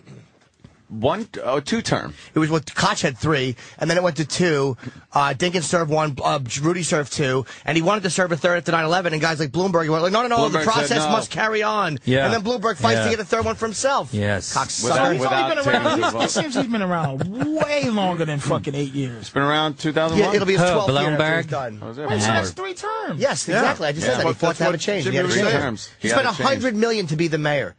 D: one oh two term.
A: It was what Koch had three, and then it went to two. Uh, Dinkin served one, uh, Rudy served two, and he wanted to serve a third after 9 11. And guys like Bloomberg were like, no, no, no, the
D: Bloomberg said
A: process
D: no.
A: must carry on.
G: Yeah.
A: And then Bloomberg fights
G: Yeah.
A: to get a third one for himself.
G: Yes.
D: Without-
A: Cocksucker.
B: So he's
D: without
B: only been around.
D: taking the
B: He's, it seems he's been around way longer than fucking eight years.
D: Been around two thousand
A: Yeah,
D: one.
A: it'll be his
G: Who,
A: 12th year after
G: Bloomberg?
A: he's done.
B: Wait, so that's three terms.
A: Yes, exactly. I just
D: Oh, Yeah.
A: said that.
D: Well,
A: he fought
C: that's
A: to have
C: what
A: a change.
C: Jimmy
A: He, had a
C: was
A: change.
C: saying.
D: Terms.
A: he
D: He
A: spent
D: had a change.
A: 100 million to be the mayor.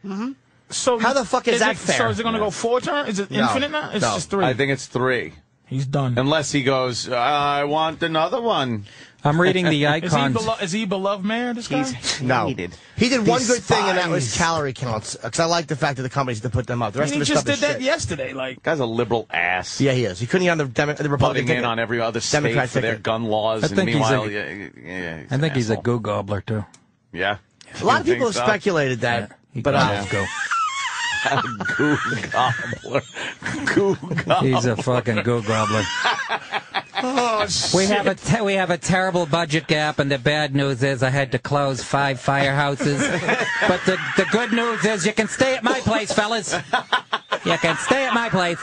B: So
A: How the fuck is that
B: it, So
A: fair?
B: is it going to go four terms? Is it infinite now? It's
A: No.
B: just three.
D: I think it's three.
B: he's done.
D: Unless he goes, I want another one.
G: I'm reading the
B: Is he,
G: icons.
B: belo- is he beloved mayor? This guy.
A: No. He
D: hated.
A: did one good thing, and that was calorie counts. Because I like the fact that the companies had to put them up. The rest
B: And he
A: of the
B: just
A: stuff
B: did
A: is
B: that
A: shit.
B: yesterday. Like
D: Guy's a liberal ass.
A: Yeah, he is. He couldn't get on the, Demo- the Republican
D: Putting in
A: ticket.
D: on every other state
A: Democrat
D: for their
A: ticket.
D: gun laws.
G: I
D: and
G: think he's a-
D: meanwhile, yeah, yeah, yeah,
G: I think he's a
D: asshole.
G: goo gobbler too.
D: Yeah.
A: A lot of
D: You
A: people have
D: think so?
A: speculated that,
G: He
A: but uh,
G: gobbles <laughs> goo.
D: Goo gobbler. Goo gobbler.
G: He's a fucking goo gobbler. <laughs> Oh, we have a te- we have a terrible budget gap, and the bad news is I had to close five <laughs> firehouses. but the the good news is you can stay at my place, fellas. You can stay at my place.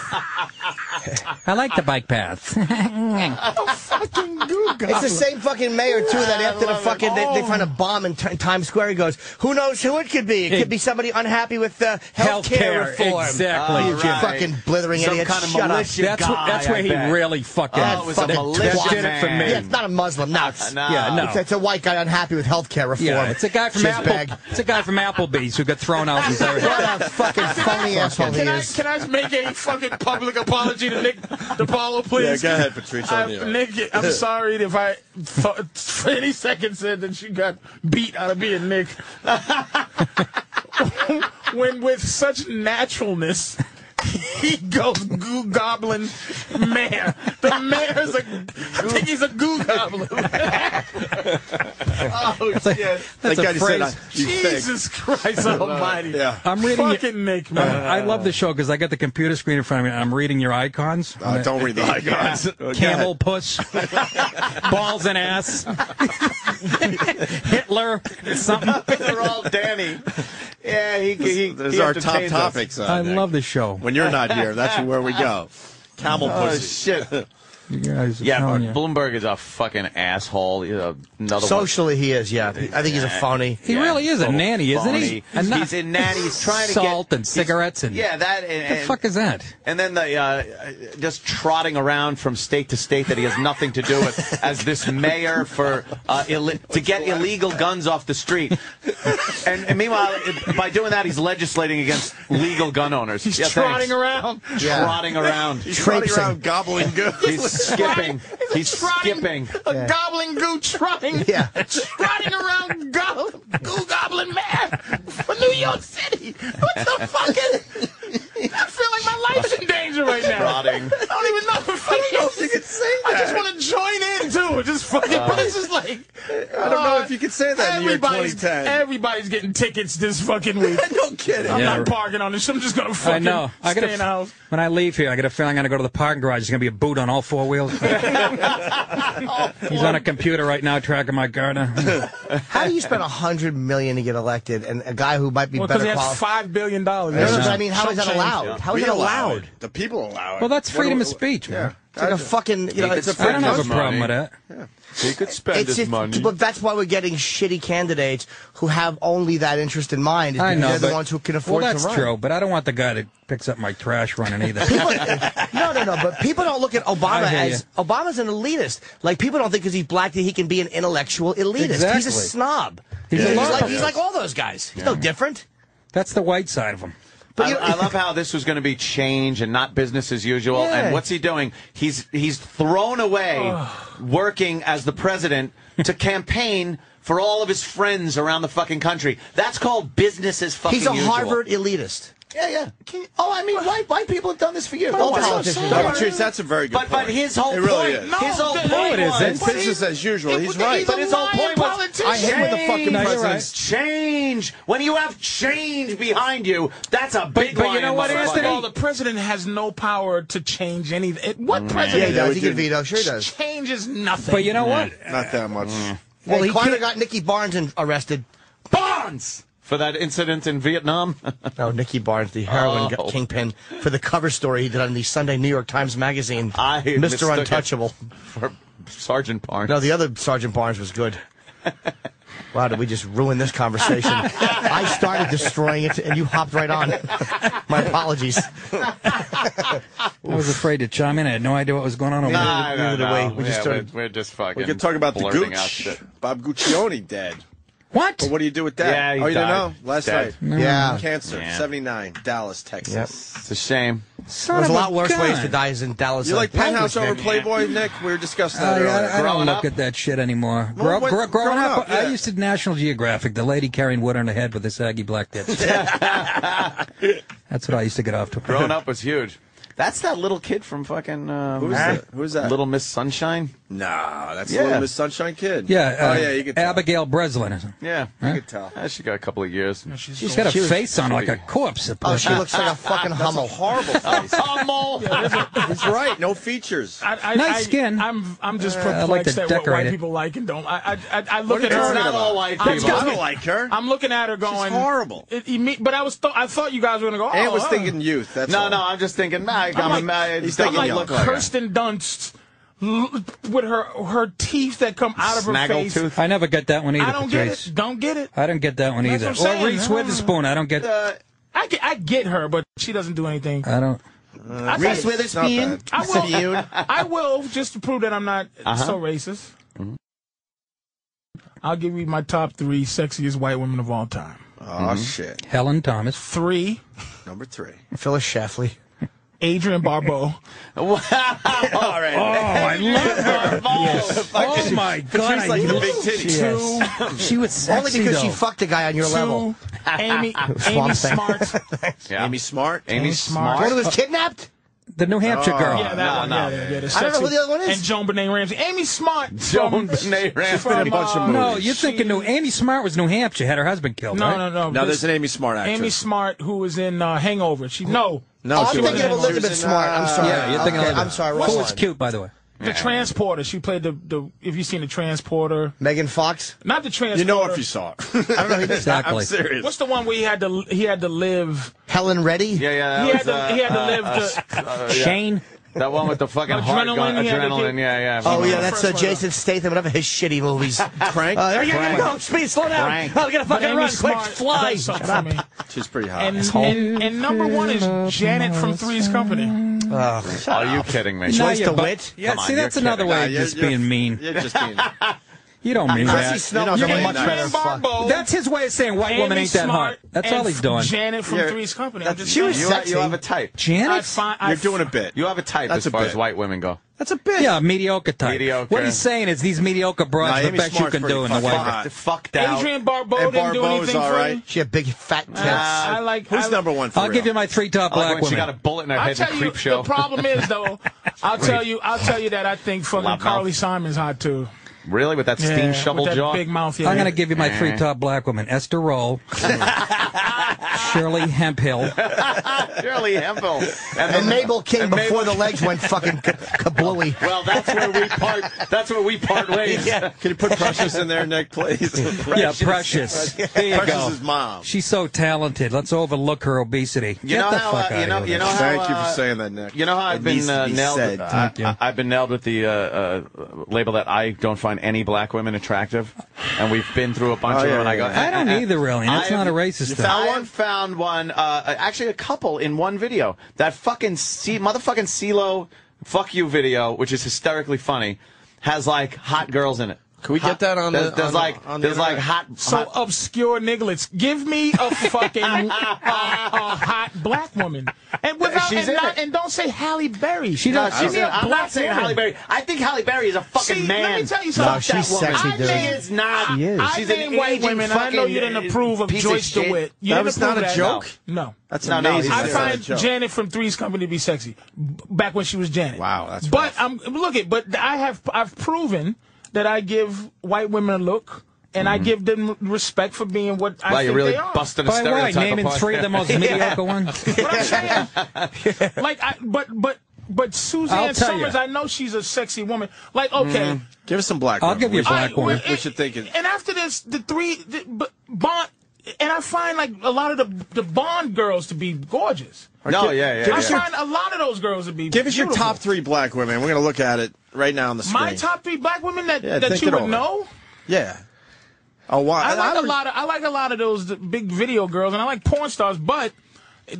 G: I like the bike paths.
A: it's the same fucking mayor too. That after the fucking they, they find a bomb in, t- Times Square, he goes, "Who knows who it could be? It could be somebody unhappy with the health care
G: Healthcare,
A: reform."
G: exactly,
A: you
D: Jim.
A: fucking blithering
D: Some
A: idiot.
D: kind of
A: Shut
D: militia.
A: up.
G: that's wh- that's
D: guy,
G: where
D: I
G: he
D: bet.
G: really fucking.
D: Oh, it was a
G: that-
D: militia
G: that did it for
D: man.
G: me.
A: Yeah, it's not a Muslim. No, it's,
D: no.
G: Yeah, no.
A: It's, it's a white guy unhappy with health care reform.
G: Yeah, it's a guy from Apple,
A: Shitbag.
G: It's a guy from Applebee's who got thrown out. And
A: What a fucking phony asshole he
B: Can I,
A: is.
B: can I make a fucking public apology to
C: <laughs>
B: Nick DiPaolo,
C: Yeah,
B: please?
C: go ahead, Patrice
B: I,
C: O'Neal.
B: Nick, I'm sorry if I thought <laughs> for any second said that you got beat out of being Nick. <laughs> when with such naturalness, <laughs> he goes goo goblin mayor. The mayor's a, I think he's a goo goblin.
C: That
G: That's
C: guy
G: a
C: just said,
G: phrase.
C: uh, you think.
B: Jesus Christ Almighty!
C: Yeah.
G: <laughs> I'm reading it-
B: fucking Nick, man.
G: I love the show because I got the computer screen in front of me and I'm reading your icons.
C: Uh, don't read the icons. Go
G: Camel
C: ahead.
G: puss, <laughs> balls and ass, Hitler, something.
D: <laughs> They're all Danny. Yeah, he, he,
C: Those
D: he
C: are our top
D: entertains us.
C: topics. uh,
G: I
C: Nick.
G: love this show.
C: When you're not here, that's where we go. Camel
D: Oh
C: pussy.
D: shit!
G: You guys are
I: Yeah,
G: telling
I: but
G: you.
I: Bloomberg is a fucking asshole. He's another one.
A: Socially, he is. Yeah, I think he's a phony.
G: He
I: Yeah,
G: really is a
I: total
G: nanny, isn't he?
I: phony.
G: A na-
I: He's a nanny. He's trying to get
G: salt and
I: he's-
G: cigarettes and
I: Yeah, that and,
G: the
I: and-
G: fuck is that?
I: And then the uh, just trotting around from state to state that he has nothing to do with as this mayor for uh, Ill- to get illegal guns off the street. And, and meanwhile, by doing that, he's legislating against legal gun owners.
B: He's
I: Yeah,
B: trotting
I: thanks.
B: around.
A: Yeah.
I: Trotting around.
C: He's running
A: Traipsing.
C: around gobbling good. <laughs>
I: He's skipping.
B: He's,
I: He's
B: trotting,
I: skipping.
B: A
A: Yeah.
B: goblin goo
C: <laughs>
B: trotting.
A: Yeah.
B: trotting around go, goo goblin mayor for New York City. What the fuck is... I feel like my life's in danger right now.
I: Trotting.
B: I don't even know if I'm fucking... I can say I just want to join in, too. Just fucking... but it's just like... uh,
C: I don't know if you could say that in the year
B: Everybody's,
C: 2010.
B: everybody's getting tickets this fucking week.
C: <laughs> no kidding.
B: I'm
G: Yeah,
B: not
G: right.
B: parking on this. I'm just gonna fucking
G: I know. I
B: stay
G: got
B: in the house.
G: when I leave here, I got a feeling I'm gonna go to the parking garage. There's gonna be a boot on all four
B: <laughs>
G: wheels. He's on a computer right now tracking my car. now.
A: How do you spend a hundred million to get elected, and a guy who might be
B: Well, because
A: better
B: he has
A: qualified?
B: five billion dollars.
A: No, no, but I mean, how is that allowed? How is
C: We
A: that
C: allow
A: allowed?
C: it. The people allow it.
G: Well, that's
C: What do
G: freedom
C: we-
G: of speech, man.
A: It's like a fucking. You know,
I: It's
A: it's
I: a
G: I don't have a
I: His
G: problem
I: money.
G: with that.
I: He could spend
A: It's just, but that's why we're getting shitty candidates who have only that interest in mind. Is
G: I
A: because
G: know,
A: they're
G: but
A: the ones who can afford
G: well, that's
A: to run.
G: true. But I don't want the guy that picks up my trash running either.
A: <laughs> No, no, no. But people don't look at
G: I
A: Obama
G: hear
A: as Obama's an elitist. Like people don't think because he's black that he can be an intellectual elitist. He's
G: Exactly.
A: a snob.
G: He's a loner.
A: like, he's like all those guys. He's no different.
G: That's the white side of him.
A: But
I: I,
A: you-
I: I love how this was going to be change and not business as usual.
A: Yeah.
I: And what's he doing? He's he's thrown away working as the president to campaign for all of his friends around the fucking country. That's called business as
A: <laughs>
I: fucking
A: He's a
I: usual.
A: Harvard elitist.
I: Yeah, yeah. Can you- oh, I mean, white white people have done this for years.
A: All
I: All
A: politicians
I: time.
A: have
C: No, but Chase, that's a very good
I: But
C: point.
I: but his whole
C: it really
I: point.
C: Is.
I: his whole
B: No,
I: point
G: it
I: was,
G: isn't.
C: It's business as usual. He's right.
I: But his whole point was,
C: I hate when the fucking
G: No, you're
C: president's
I: Change. When you have change behind you, that's a big.
G: but you
I: lion,
G: know what,
I: motherfucker.
G: Anthony?
B: First of all, the president has no power to change anything. What
A: Yeah,
B: president
A: he does.
C: we
A: He can
C: do.
A: veto. Sure, he does.
B: changes nothing?
G: But you know what?
C: Not that much.
A: Well,
G: he
A: he Kleiner
G: can't-
A: got Nicky Barnes in, arrested.
I: Bonds for that incident in Vietnam. <laughs>
A: No, Nicky Oh, Barnes, the heroin
I: Oh.
A: kingpin, for the cover story he did on the Sunday New York Times Magazine.
I: I mistook
A: Mr.
I: it.
A: Untouchable.
I: for Sergeant Barnes.
A: No, the other Sergeant Barnes was good. Wow, did we just ruin this conversation? I started destroying it, and you hopped right on. My apologies.
G: I was afraid to chime in. I had no idea what was going on over there.
I: Nah,
A: Neither
I: no,
A: way,
I: no.
A: we just
I: Yeah,
A: started-
I: we're, we're just fucking.
C: We could talk about the
I: blurting out
C: Gooch.
I: shit.
C: Bob Guccione dead.
G: What?
C: But what do you do with that?
I: Yeah, he
C: oh, you
I: died.
C: don't know? Last
I: Dead.
C: night.
A: Yeah.
C: Cancer,
I: Yeah.
C: 79, Dallas, Texas.
I: It's a shame.
G: Son
A: There's a
G: of
A: lot worse
G: gun.
A: ways to die as in Dallas.
C: You
A: than
C: like Penthouse
A: Nick.
C: over Playboy, Nick? We were discussing
G: I,
C: that earlier.
G: Oh, I, I don't
I: Growing
G: look
I: up?
G: at that shit anymore.
C: Well,
G: Grow,
C: when-
G: grow, growing
C: growing
G: up,
C: up, yeah.
G: I used to National Geographic, the lady carrying wood on her head with a saggy black tits. That's what I used to get off to.
I: Growing up was huge. That's that little kid from fucking. Uh,
C: Who's that? Who's that?
I: Little Miss Sunshine.
C: Nah, that's
I: Yeah.
C: Little Miss Sunshine Kid.
G: Yeah, uh,
C: oh, yeah, you could tell.
G: Abigail Breslin. or something.
I: Yeah,
C: You could tell.
I: Uh, she got a couple
C: <laughs>
I: of years.
G: She's got a face on like a corpse. a
A: Oh,
G: poor <laughs>
A: she
G: shit.
A: looks like a fucking Hummel.
C: Horrible face.
I: <laughs> Hummel.
C: He's right. No features.
B: I, I,
G: Nice
B: I,
G: skin.
B: I'm I'm just
G: Uh, I'd
B: perplexed
G: like to
B: at what
G: decorate
B: white
G: it.
B: people like and don't. I I, I, I look
C: What
B: at
C: are you
B: her.
I: It's
C: talking
I: not all
C: about?
I: white
C: I
I: people.
C: don't like her.
B: I'm looking at her going.
C: horrible.
B: It, it me- but I was th- I thought you guys were gonna go. Oh,
C: Ant was
B: oh.
C: thinking youth. That's
I: No,
C: all.
I: no, I'm just thinking. Nah, I'm,
B: like-
I: I'm, I,
C: He's
I: I'm
C: thinking
I: like,
C: young.
I: look like her.
B: Kirsten Dunst l- with her her teeth that come out of her face.
I: Snaggletooth.
G: I never get that one either.
B: I don't get
G: Patrice.
B: it. Don't get it.
G: I don't get that one
B: That's
G: either.
B: what I'm
G: or
B: saying.
G: Reese Witherspoon. I don't get.
B: I get, I get her, but she doesn't do anything.
G: I don't.
B: I, tell you-
C: It's not bad.
B: I will. I will just to prove that I'm not so racist.
G: Mm-hmm.
B: I'll give you my top three sexiest white women of all time.
C: Oh,
I: Mm-hmm.
C: shit.
G: Helen Thomas.
B: Three:
C: Number three.
A: Phyllis Schlafly.
B: Adrian
C: all
B: Barbeau.
C: right.
G: Oh, I love her. Oh
C: Fucking-
G: my god,
C: Patrice like
G: I
C: the
G: love
C: big titties.
G: she is. She was
A: Only
G: sexy
A: because
G: though.
A: she fucked a guy on your level.
B: Two: <laughs> Amy Amy
A: Swamp Thing.
B: Smart.
I: Yeah.
C: Amy Smart.
I: Amy
B: Smart.
A: The one
I: Smart.
A: who was kidnapped?
G: the New Hampshire girl.
B: Yeah, that
I: no,
B: one.
I: no,
B: yeah, yeah, yeah, the
A: I don't know
B: sexy-
A: who the other one is.
B: And Joan Benet Ramsey. Amy Smart.
I: Joan
B: from-
I: Benet Ramsey.
B: from,
C: in a bunch of
B: uh,
C: movies.
G: No, you're thinking New Amy Smart was New Hampshire, had her husband killed.
B: No,
G: right?
B: no, no.
C: Now
B: this-
C: there's an Amy Smart actress.
B: Amy Smart who was in uh, Hangover. She no.
C: No,
A: Oh, I'm
C: she
A: thinking of
C: wasn't. She was
A: Elizabeth
C: in,
A: Smart. I'm
C: uh,
A: sorry.
G: Yeah, you're thinking
A: okay,
G: of
A: I'm sorry.
G: Who
A: wrong
G: was
A: one.
G: cute, by the way.
B: The transporter. She played the the. If you've seen the transporter,
A: Megan Fox.
B: not the transporter.
C: You know if you
I: <laughs>
C: saw it.
A: I don't know. who this-
G: <laughs> Exactly.
C: I'm serious.
B: What's the one where he had to he had to live?
A: Helen Reddy.
I: Yeah, yeah. that
B: he had
I: was,
B: to
I: uh,
B: he had to <laughs>
I: uh,
B: live. the,
G: Shane.
I: That one with the fucking heart
B: Adrenaline,
I: going,
B: yeah, the
I: adrenaline,
B: kid-
I: yeah, yeah.
A: Oh yeah,
B: the
A: that's
B: first
A: uh,
B: one,
A: Jason Statham and other his shitty movies. Crank. Uh, yeah, yeah, go, speed, slow down.
I: Crank.
A: I'm gonna fucking
B: Amy
A: run.
B: Smart
A: Quick, fly.
B: does something
A: Shut up.
B: for me.
C: She's pretty hot.
B: And, and, and number one is Janet from Three's Company.
I: Are you kidding me?
A: Joyce
G: yeah, but-
A: DeWitt?
G: Yeah,
I: Come on,
G: see,
I: you're
G: that's another
I: kidding.
G: way
C: Nah,
G: of
C: you're-
G: just
C: you're-
G: being mean.
C: You're just being.
G: You don't mean
C: Pussy
G: that.
C: Snell,
A: you're
C: somebody
A: much
C: nice.
A: better.
B: Barbo,
G: That's his way of saying white
B: Amy
G: woman ain't that
B: Smart,
G: hot. That's
B: and
G: all he's doing.
B: Janet from
C: You're-
B: Three's Company. I'm just
A: she was
B: saying.
I: You,
A: sexy.
I: you have a type.
B: I
G: Janet?
B: find, I
C: You're doing a
B: f-
C: bit.
I: You have a type
C: That's
I: as
C: a
I: far
C: bit.
I: as white women go.
G: That's a bitch. Yeah, mediocre type.
I: Mediocre.
G: What he's saying is these mediocre broads are
C: Nah, Amy
G: the best
C: Smart's
G: you can do in
C: pretty
G: the
C: fucking
G: white.
I: Uh,
C: hot.
I: Fucked out.
B: Adrian Barbeau
C: And
B: didn't do
C: Barbeau's
B: anything
C: all
B: for
C: right.
B: you.
A: She had big fat tits.
B: I like.
C: Who's
B: I,
C: number one? For
G: I'll
C: real?
G: give you my three top
I: I like
G: black
I: when
G: women.
I: she got a bullet in her
B: I'll
I: head in
B: tell
I: a
B: you.
I: creep show.
B: The problem is
I: <laughs>
B: though. I'll tell you. I'll tell you that I think fucking
I: Loudmouth.
B: Carly Simon's hot too.
I: Really? With that steam
B: Yeah,
I: shovel
B: with that
I: jaw?
B: Big mouth. Yeah.
G: I'm going to give you my three top black women Esther Roll, Shirley
I: <laughs>
G: Hemphill,
B: <laughs>
I: Shirley Hempel. And
A: And Mabel King
I: And
A: before
I: Mabel-
A: the legs went fucking ka- kablooey.
I: Well, that's where we part. That's where we part
B: <laughs>
I: ways.
C: Can you put Precious in there, Nick, please?
G: Yeah, Precious. There you
C: Precious
G: go.
C: is mom.
G: She's so talented. Let's overlook her obesity.
I: You
G: Get
I: know
G: the
I: how,
G: fuck
I: uh,
G: out
I: you know-
G: of
I: you
G: here.
I: know-
C: Thank
I: how,
C: you for
I: uh,
C: saying that, Nick.
I: You know how I've
C: It
I: been
C: needs to
I: uh,
C: be
I: nailed.
C: said.
I: I,
G: you.
I: have been nailed with the uh, uh, label that I don't find any black women attractive, and we've been through a bunch
C: Oh,
I: of
C: yeah,
I: them. and I go,
C: yeah, yeah.
G: I don't
I: eh, eh, eh.
G: either, really. and That's
I: I
G: not a
I: have-
G: racist thing.
I: I have found one, uh, actually a couple in one video. That fucking C- motherfucking CeeLo fuck you video, which is hysterically funny, has like hot girls in it.
C: Can we get
I: Hot-
C: that on the-
I: There's, there's
C: on the-
I: like
C: on the
I: there's like
C: internet?
I: hot.
B: So
I: hot-
B: obscure nigglets. Give me a fucking uh, a, a hot black woman, and without
I: She's
B: and,
I: in
B: not,
I: it.
B: and don't say Halle Berry. She
I: No,
B: Give
I: she's
B: me
I: in-
B: a
I: I'm
B: black
I: not saying
B: woman.
I: Halle Berry. I think Halle Berry is a fucking
B: See,
I: man.
B: let me tell you
A: No,
B: something.
A: Oh, she's
B: Fuck that
A: sexy,
B: woman.
A: dude.
B: I
I: She
B: named-
I: is not.
A: She is.
B: I
I: She's
B: named
I: an
B: white
I: Asian
B: women. and I know you
I: fucking,
B: didn't
I: uh,
B: approve of
I: piece
B: Joyce
I: shit.
B: DeWitt. You
C: That
B: didn't
C: was not
B: approve
C: a
B: that.
C: joke?
B: No.
C: That's
I: No, no,
C: amazing.
I: I
B: I
C: That's
I: Yeah,
B: find
C: a joke.
B: Janet from Three's Company to be sexy. b- Back when she was Janet.
C: Wow, that's rough.
B: But I'm look at. But I have I've proven that I give white women a look, and
C: Mm-hmm.
B: I give them respect for being what I
I: Wow,
B: think
I: you're really
B: they are.
I: busting a
G: By the way,
I: stereotype
G: naming
I: apart. <laughs>
G: three of the most mediocre ones.
B: But I'm saying,
C: <laughs>
B: <laughs> like, I, but but but
G: I'll
B: Suzanne
G: tell
B: Summers,
G: you.
B: I know she's a sexy woman. Like, okay,
C: Give us some Mm-hmm. black.
G: I'll
C: women.
G: give you
C: We
G: a black
C: should-
B: I-
G: woman.
B: well,
C: We should think. it-
B: And after this, the three, the, but Bond, and I find like a lot of the the Bond girls to be gorgeous.
I: No, yeah, yeah.
C: Give
B: I
C: us your
B: find a lot of those girls to be.
C: give us your
B: beautiful.
C: top three black women. We're gonna look at it right now on the screen.
B: My top three black women that
C: Yeah,
B: that
C: think
B: you
C: it
B: would
C: over.
B: know.
C: Yeah. Oh wow.
B: I
C: And
B: like a
C: would-
B: lot of I like a lot of those th- big video girls, and I like porn stars, but. uh,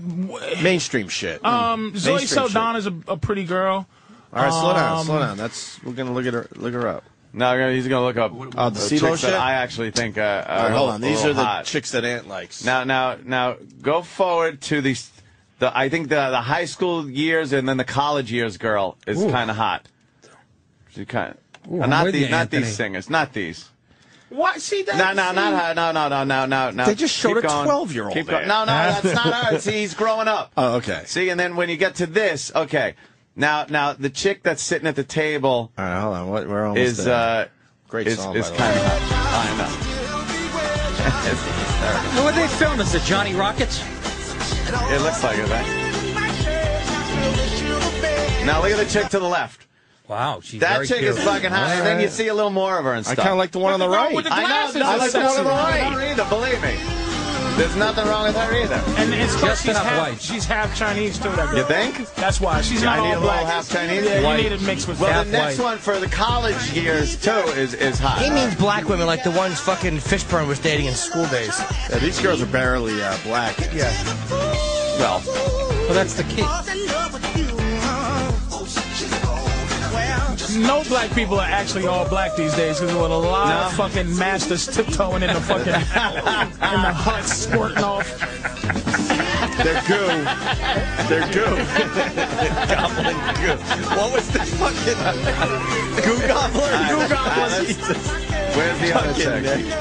C: mainstream shit.
B: Um, Zoe
C: Mainstream shit.
B: Saldana's a, a pretty girl.
C: All right, slow down,
B: um,
C: slow down. That's we're gonna look at her, look her up.
I: No, no, he's gonna look up
C: Oh, the
I: uh,
C: CeeLo
I: chicks
C: shit?
I: that I actually think. Uh, uh,
C: All right, hold
I: a
C: on. These
I: little
C: are the
I: hot.
C: chicks that Ant likes.
I: Now, now, now, go forward to the, the I think the the high school years and then the college years. Girl is kind of hot. She kind.
G: I'm
I: not
G: with
I: these,
G: you,
I: not
G: Anthony.
I: these singers, not these.
B: What? See that?
I: No, no,
B: see-
I: not her. No, no, no, no, no, no.
C: They just showed
I: Keep
C: a
I: going.
C: 12-year-old
I: Keep going.
C: there. <laughs>
I: No, no, that's not her. See, he's growing up.
C: oh, okay.
I: See, and then when you get to this, okay. Now, now the chick that's sitting at the table
C: All right, hold on. What we're almost
I: is
C: there.
I: uh,
C: Great
I: is,
C: song,
I: is
C: by the
I: kind
C: way.
I: of hot.
C: <laughs>
I: <laughs>
G: Who would they film this? The Johnny Rockets?
I: I know. It looks like it. Right? Now look at the chick to the left.
G: Wow, she's
I: That
G: very
I: chick
G: cute.
I: is fucking hot. And then you see a little more of her and
C: I
I: stuff.
C: kind of like the one on the
B: wrong
C: right.
B: with the-
I: I know.
B: Glasses
I: I
B: are
I: like the one on
B: sexy.
I: the right. Her either, believe me. There's nothing wrong with her either.
B: And it's
G: Just
B: just she's
G: enough
B: half,
G: white.
B: She's half Chinese too. That girl.
I: You think?
B: That's why she's
I: I
B: not
I: need a
B: all
I: little
B: black.
I: half Chinese.
B: Yeah,
I: White.
B: you need a mix with
I: Well,
B: half
I: the next
B: white.
I: one for the college years too is is
A: He
I: hot.
A: means black women like the ones fucking Fishburne was dating in school days.
C: Yeah, these girls are barely uh, black.
A: Yeah.
I: Well,
G: Well, that's the key.
B: No black people are actually all black these days because with a lot of fucking masters tiptoeing in the fucking
I: <laughs>
B: in the huts, squirting off.
C: They're goo. They're <laughs> goo.
I: goblin goo. What was the fucking <laughs> goo goblin? Goo goblin. Where's the other
C: Fucking
I: chick?
C: Nick.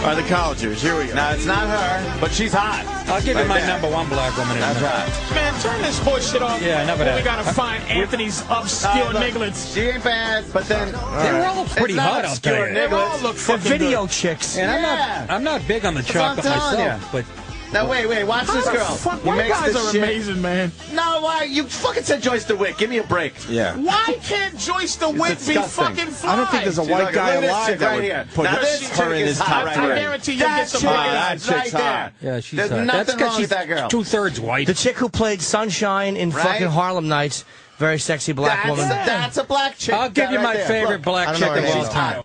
C: All right, the collegers. Here we go.
I: Now Uh, it's not her, but she's hot.
G: I'll give
I: Right
G: you my
I: there.
G: number one black woman. in a
I: That's
G: minute.
I: right.
B: Man, turn this horse shit off.
G: Yeah, enough of
B: Well, We
G: that.
B: gotta find Anthony's obscure
I: Uh, look,
B: nigglets.
I: She ain't bad, but then
G: They're all pretty
I: It's not
G: hot out
I: obscure
G: there.
B: They all look
A: The
B: fucking
A: video chicks.
G: And I'm
I: Yeah.
G: not, I'm not big on the
I: what
G: chocolate
I: I'm telling
G: myself, but
I: now wait, wait, watch
B: Good.
I: this
B: How the
I: girl.
B: fuck-
I: You
B: white
I: mix
B: guys
I: this
B: are
I: shit-
B: amazing, man.
I: No, why you fucking said Joyce DeWitt? Give me a break.
C: Yeah.
B: Why can't Joyce DeWitt be
I: disgusting.
B: fucking fly?
C: I don't think there's a
I: She's
C: white
I: like,
C: guy
I: look at this
C: alive
I: chick
C: that
I: right
C: would
I: here.
C: put
I: Now
C: her
I: this chick
C: in
I: is
C: his
I: hot
C: top
I: right
C: three.
B: I guarantee you'll
I: That
B: get
I: chick
B: some
I: is
C: hot.
B: black
C: That
I: right
C: chick's
I: there.
C: hot.
G: yeah, she's
I: There's
G: hot.
I: nothing
G: That's 'cause
I: wrong
G: she's
I: with that girl.
G: Two thirds white.
A: The chick who played Sunshine in
I: Right?
A: fucking Harlem Nights. Very sexy black
I: that's,
A: woman.
I: A, that's a black chick.
G: I'll give
I: That
G: you
I: right
G: my
I: there.
G: favorite
I: Look.
G: black
A: I don't
G: chick
A: know her
G: of all
A: name.
G: time.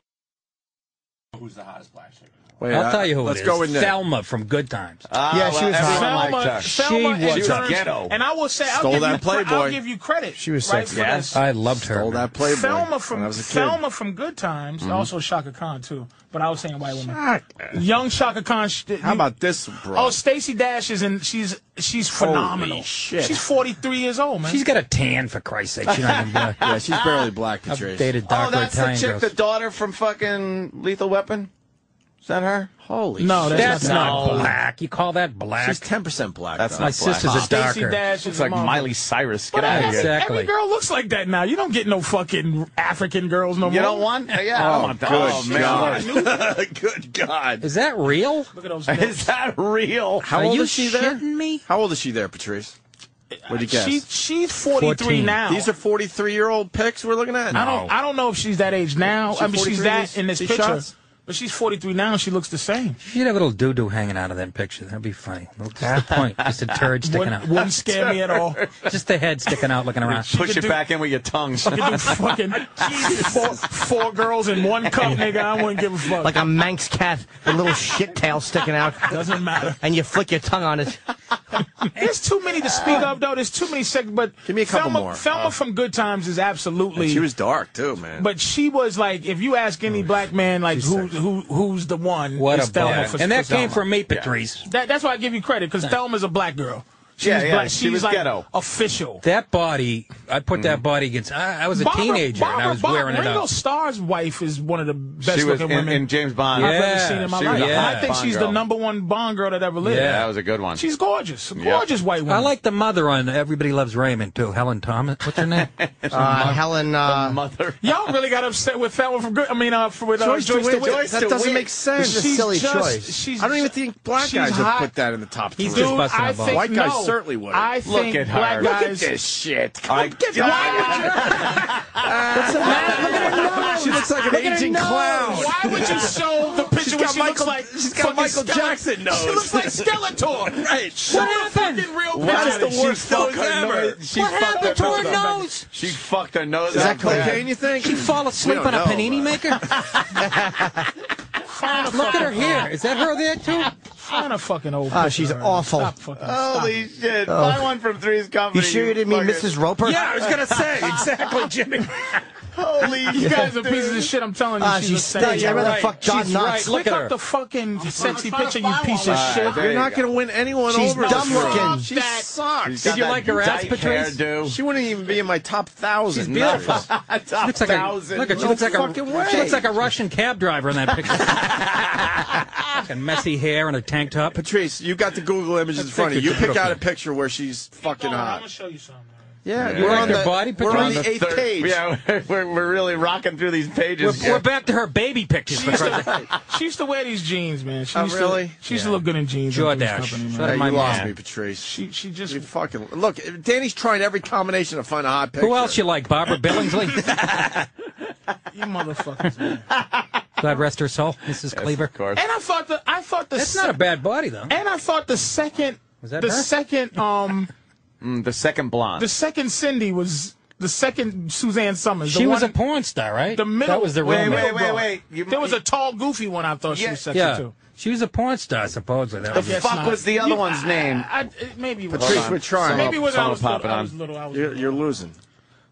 E: Who's the hottest black chick?
C: Wait,
G: I'll
C: I-
G: tell you who
C: Let's
G: it is.
C: go in there. Uh,
G: Thelma from Good Times.
I: Ah,
A: Yeah, she
I: well,
A: was
I: everyone
A: hot.
I: liked
B: Thelma,
I: her.
B: Thelma
G: She
B: in
G: was
B: terms-
I: ghetto.
B: And I will say, I'll
C: Stole
B: give
C: that
B: you cre-
C: Playboy.
B: I'll give you credit.
A: She was sexy.
B: Right, for
D: Yes.
B: this.
G: I loved her.
C: Stole that Playboy.
B: Thelma
C: when I
B: from
C: was a kid.
B: Thelma from Good Times, also Shaka Khan too. But I was saying white women. Young Shaka Khan. sh-
C: How
B: you-
C: about this, bro?
B: Oh, Stacy Dash is in. She's she's phenomenal.
C: shit.
B: She's 43 years old, man.
G: She's got a tan for Christ's sake. She's not even black.
C: yeah, she's barely black, <laughs> Patrice.
G: I've dated
I: Oh,
G: darker
I: that's the
G: Italian
I: chick,
G: girls.
I: the daughter from fucking Lethal Weapon. Is that her?
C: Holy <laughs>
B: no,
C: shit.
B: that's,
G: Oh, That's
B: not.
G: not black. You call that black?
C: She's 10% black.
I: That's
C: though.
G: My
I: not black.
G: sister's a
B: Stacy
G: darker.
B: Dash is
I: Looks like
B: a mom.
I: <laughs> Miley Cyrus. Get
B: But
I: out of
B: every,
I: here.
G: Exactly.
B: every girl looks like that now. You don't get no fucking African girls no more.
I: You don't want? Yeah, I don't want that.
C: good
I: oh, man.
C: God. Good God.
G: Is that real?
B: Look at those.
I: Is that real?
C: How
G: Are
C: old
G: you
C: is she there?
G: shitting me?
C: How old is she there, Patrice? What'd you guess?
B: She, she's 43
G: 14.
B: now.
C: These are 43 year old pics we're looking at?
B: I don't. I don't know if she's that age now.
C: She
B: I mean, she's
C: 43
B: that
C: these-
B: in this
C: these
B: picture,
C: shots?
B: but she's 43 now. and She looks the same.
G: She'd have a little doo doo hanging out of that picture. That'd be funny. Just the point. Just a turd sticking
B: Wouldn't,
G: out.
B: wouldn't scare me at all.
G: Just the head sticking out looking around.
I: Push
B: could
I: it
B: do-
I: back in with your tongues.
B: You do fucking four, four girls in one cup, nigga. I wouldn't give a fuck.
A: Like a Manx cat, a little shit tail sticking out,
B: doesn't matter.
A: and you flick your tongue on it.
B: <laughs> There's too many to speak of, though. There's too many sex. But
C: Give me a couple
B: Thelma,
C: more.
B: Thelma
I: Uh,
C: Oh.
B: from Good Times is absolutely.
C: She was dark, too, man.
B: but she was like, if you ask any black man, like who,
C: sexy.
B: who who's the one?
G: Oh, What
B: it's
G: a
B: Thelma
G: bum.
B: for-
G: And that
B: for
G: came
B: Thelma.
G: from me, Patrice.
B: That, that's why I give you credit because Thelma's a black girl. She's
I: Yeah, yeah,
B: black.
I: she
B: She's
I: was
B: like
I: ghetto.
B: official.
G: That body, I put that body against. I, I was a
B: Barbara-
G: teenager and I
B: Barbara
G: was
B: Bach-
G: wearing it
B: Ringo
G: up.
B: Starr's wife is one of the best
I: She was
B: looking
I: in,
B: women
I: in James Bond.
G: Yeah.
B: I've ever seen in my
I: she was
B: life.
I: a
B: And
I: hot
B: I think
I: Bond
B: she's
I: girl.
B: the number one Bond girl that ever lived.
I: Yeah,
G: Yeah.
I: that was a good one.
B: She's gorgeous,
I: Yeah.
B: gorgeous white woman.
G: I like the mother on Everybody Loves Raymond too. Helen Thomas. What's her name?
A: Uh, Helen, uh,
I: mother.
B: Y'all really got upset with that one from good. I mean, uh, for, with uh, Joyce, DeWitt.
C: that doesn't make sense.
A: This is a silly
B: just-
A: choice.
B: She's,
C: I don't even think black
B: she's
C: guys
B: hot.
C: would put that in the top three.
G: He's
B: Dude,
G: Just busting
B: I
G: a ball.
B: think
C: White guys
B: no.
C: certainly wouldn't.
B: I think
I: at her.
B: black
I: Look at
B: guys.
C: this shit.
I: I-
C: get She looks like an aging clown.
B: Why would <laughs> you show the picture
C: She's
B: where
C: got
B: she looks
C: Michael-
B: like
C: she's got
B: fucking
C: Michael
B: Skeletor?
C: Jackson nose.
B: She looks like <laughs> Skeletor.
C: Right.
B: Show the fucking real picture.
I: That is the
B: She
I: worst
C: fuck
I: fuck
C: her
I: ever.
C: nose.
I: She fucked her nose up.
G: nose?
I: She fucked her nose
C: Is that
I: up bad.
C: cocaine, you think?
G: She fall asleep
C: don't
G: on a
C: know,
G: panini
C: but-
G: maker.
B: Find a
G: Look at her
B: fucking-
G: hair. Is that her there too?
B: Find a fucking old.
A: Oh,
B: picture
A: she's
B: of her.
A: awful.
B: Stop fucking.
I: Holy shit. Buy one from Three's Company.
A: you sure you didn't mean
I: fucking-
A: Mrs. Roper?
G: Yeah, I was gonna
B: <laughs>
G: say exactly, Jimmy.
I: Holy
B: You guys are pieces of shit. I'm telling you,
A: Ah,
B: she's
A: she
B: a
A: stinks.
B: sexy-
A: I'd rather fuck John
G: She's
A: Knox.
G: right. Look
B: Pick
G: at
B: up
G: her.
B: the fucking sexy picture, you piece of
I: All right,
B: shit.
I: there
C: You're
I: you
C: not
I: go.
C: going to win anyone
A: She's
C: over.
A: dumb
C: over her.
A: looking.
C: She
B: That-
C: sucks.
G: Did you like her ass, Patrice?
I: Hairdo.
C: She wouldn't even be in my top thousand.
G: She's beautiful.
C: No.
I: Top
G: Looks like a, look at she
C: No
G: looks like a
C: fucking way.
G: she looks like a Russian cab driver in that picture. Fucking messy hair and a tank
C: <laughs>
G: top.
C: Patrice, you got the Google images in front of you. You pick out a picture where she's fucking
B: I'm gonna
C: hot.
B: show you something.
C: Yeah,
I: You
C: we're
I: like
C: on
G: her
C: the
G: body,
C: We're on
G: Patrice?
C: the eighth
I: Third-
C: page.
I: Yeah, we're, we're really rocking through these
G: We're,
I: pages.
G: we're back to her baby pictures. For Christ's sake.
B: She used to wear these jeans, man. She
C: Oh,
B: used
C: really?
B: To, she used to look good in jeans. in
G: Jordache.
B: Three's Company, man.
G: Shut
C: Hey,
G: up,
C: you
G: my
C: lost
G: man.
C: me, Patrice.
B: She she just
C: You fucking look. Danny's trying every combination to find a hot picture.
G: Who else you like? Barbara Billingsley.
B: you motherfuckers.
G: <laughs>
B: man.
G: God rest her soul, Mrs. Cleaver.
I: Of course.
B: And I thought the I thought the
G: That's not a bad body though.
B: and I thought the second
G: Was that
B: the
G: her?
B: second um
I: The second blonde.
B: the second Cindy was the second Suzanne Summers.
G: She
B: the
G: was a
B: one,
G: porn star, right?
B: the middle.
G: That was the
B: wait,
G: real
B: wait,
G: name.
B: wait,
I: wait.
B: wait.
I: You-
B: there was a tall, goofy one. I thought she
I: Yeah.
B: was sexy
G: Yeah,
B: too.
G: she was a porn star supposedly. That was
B: Yes,
I: fuck
B: not.
I: was the other one's name?
G: <laughs>
B: I, I, maybe it was
C: Patrice, we're trying.
B: Maybe it was I
I: Someone
B: was,
I: pop
B: little,
I: it
B: I
I: on.
B: was little. I was
C: You're,
B: little.
C: you're losing.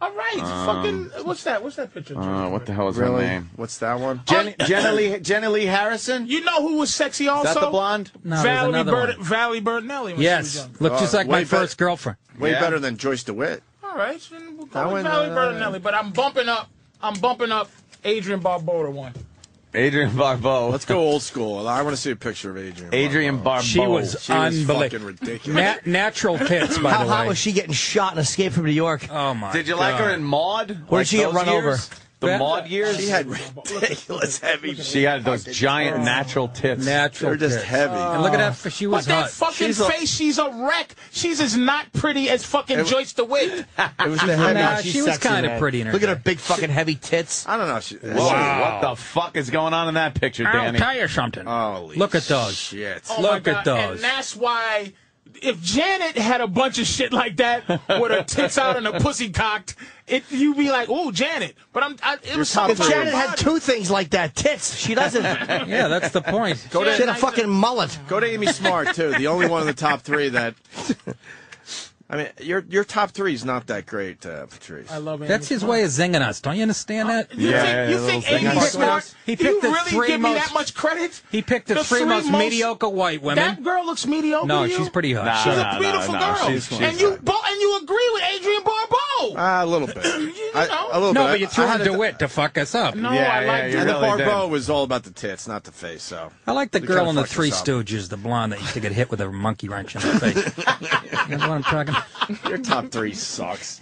B: All right, fucking. What's that? What's that picture? Oh,
I: Uh, what the hell is her
C: Really?
I: name?
C: What's that one?
I: Jenny, Jenny, Lee, Jenny Lee Harrison? Is
B: You know who was sexy also?
I: that the blonde?
G: No, there's
B: Valerie,
G: another
B: Bird,
G: one.
B: Valerie Bertinelli. When She
G: Yes,
B: was young.
G: looked just
C: Uh,
G: like my
C: way better-
G: first girlfriend.
C: Way
I: Yeah.
C: better than Joyce DeWitt.
B: All right, then we'll
C: That
B: go
C: one,
B: with Valerie
C: uh,
B: Bertinelli. But I'm bumping up. I'm bumping up Adrian Barbeau to one.
I: Adrian Barbeau.
C: Let's go old school. I want to see a picture of Adrian.
I: Adrian Barbeau.
G: She was
C: She was fucking
G: unbelievable.
C: ridiculous.
G: Nat- natural tits, by
A: How
G: the
A: hot
G: way.
A: was she getting shot and escaped from New York?
G: Oh my!
I: Did you like her
G: God.
I: in Maud?
A: Where did
I: Like
A: she get
I: those
A: run
I: years?
A: over?
I: The
G: That-
I: Maud years?
C: She had ridiculous heavy.
I: She had those giant natural tits.
G: natural?
C: They're just
G: tits.
C: heavy.
G: And look at that. f- She
B: But
G: was
B: that
G: hot.
B: fucking
C: She's a-
B: face, she's a wreck. She's as not pretty as fucking Joyce DeWitt.
C: It was the heavy.
G: Nah,
A: She's
G: she was
A: sexy,
G: kind of
A: man.
G: pretty in her.
A: Look at her
G: day.
A: big fucking heavy tits.
C: I don't know. if She,
I: Whoa,
C: Whoa.
I: what the fuck is going on in that picture,
G: I'll
I: Danny?
G: tell you something.
C: Holy
G: Look at those.
C: Oh, Shit.
B: Oh my
G: Look
B: God.
G: at those.
B: And that's why if Janet had a bunch of shit like that with her tits out and her pussy cocked, it you'd be like, "Ooh, Janet." But I'm I, it was something
A: If
B: about
A: Janet
B: her
A: had
B: body.
A: two things like that, tits. She <laughs> doesn't.
G: Yeah, that's the point.
C: Go
A: she had a
C: to
A: fucking mullet.
C: go to Amy Smart too. The only one in the top three that. <laughs> I mean, your your top three is not that great, uh, Patrice.
B: I love Amy
G: That's his
B: Smart.
G: way of zinging us. Don't you understand that?
B: You
C: Yeah,
B: think,
C: yeah,
B: you
C: little
B: think
C: thing.
B: Amy
C: He picked-
B: Smart?
G: he picked the
B: you really
G: three
B: give me that
G: most-
B: much credit?
G: He picked the, three, most, mediocre white women.
B: That girl looks mediocre.
G: no,
B: to you?
G: she's pretty hot.
B: She's
D: No,
B: a
D: no,
B: beautiful
D: no,
B: girl,
D: she's- she's
B: and you bo- and you agree with Adrian Barbeau.
C: Ah, a little
B: <coughs>
C: bit. I,
B: know.
C: a little
G: no,
C: bit.
G: but you threw
C: I
G: in
C: had a-
G: DeWitt to fuck us up.
B: no, I
D: yeah, yeah,
B: like
D: you
C: And
B: that.
C: the
D: really did.
C: Barbeau was all about the tits, not the face. So
G: I like the
C: They
G: girl
C: kinda
G: in the
C: fucked
G: Three
C: us up.
G: Stooges, the blonde that used to get hit with a monkey wrench in the face. you know what I'm talking about?
C: your top three sucks.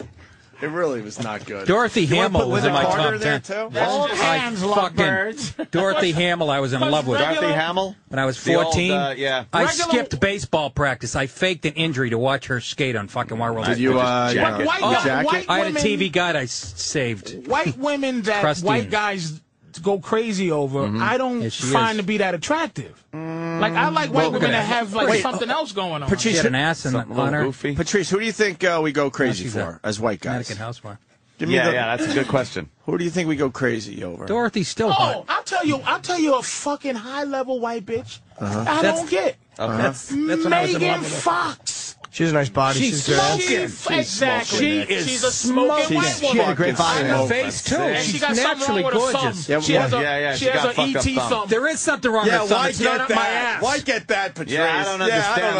C: It really was not good.
G: Dorothy
C: You wanna
G: Hamill
C: put
G: was
C: Linda
G: in my
C: Carter
G: top
C: there
G: ten.
C: too.
B: That's just
G: I
B: hands, love
G: fucking-
B: birds.
G: Dorothy Hamill, I was in love with.
B: regular-
D: Dorothy Hamill?
G: When I was
D: The old,
G: 14,
D: uh, yeah.
G: I
B: Regular-
G: skipped baseball practice. I faked an injury to watch her skate on fucking Wild World.
C: Did you? Uh, you
B: But
C: know,
B: white,
C: oh,
B: guy-
C: jacket?
B: white
G: I had a
B: women,
G: TV guide I s- saved.
B: White women that
G: Crusty.
B: white guys go crazy over, I don't
G: Yes, she
B: find
G: is.
B: to be that attractive. Like I like white women that have like something else going on.
G: She had an ass in, on her.
D: goofy.
C: Patrice, who do you think uh, we go crazy
G: she's
C: for
G: a
C: as white guys?
G: Connecticut housewife.
C: Give me
D: Yeah,
C: the-
D: yeah, that's a good question.
I: <laughs>
C: Who do you think we go crazy over?
G: Dorothy's still
B: oh,
G: hot.
B: I'll tell you, I'll tell you a fucking high level white bitch. I
G: That's-
B: don't get
G: That's, that's when I was in
B: Megan
G: love with her.
B: Fox.
A: She's a nice body. She's, good.
B: Smoking. exactly.
C: smoking.
B: She is she's a smoking
C: She's
B: white woman.
A: She had a great body.
C: fucking
A: though.
C: smoking.
G: face, too.
B: And she
G: She's
B: got something wrong
G: naturally
B: with her
G: gorgeous.
B: thumb. She has a
D: yeah, yeah,
B: she
D: she
B: has
D: got
B: a E
D: fucked up
B: ET
D: thumb.
B: thumb.
G: There is something wrong
C: Yeah,
G: with her thumb.
C: why
G: It's
C: get
G: not up
C: that?
G: my ass.
C: Why get that, Patrice?
D: Yeah, I don't understand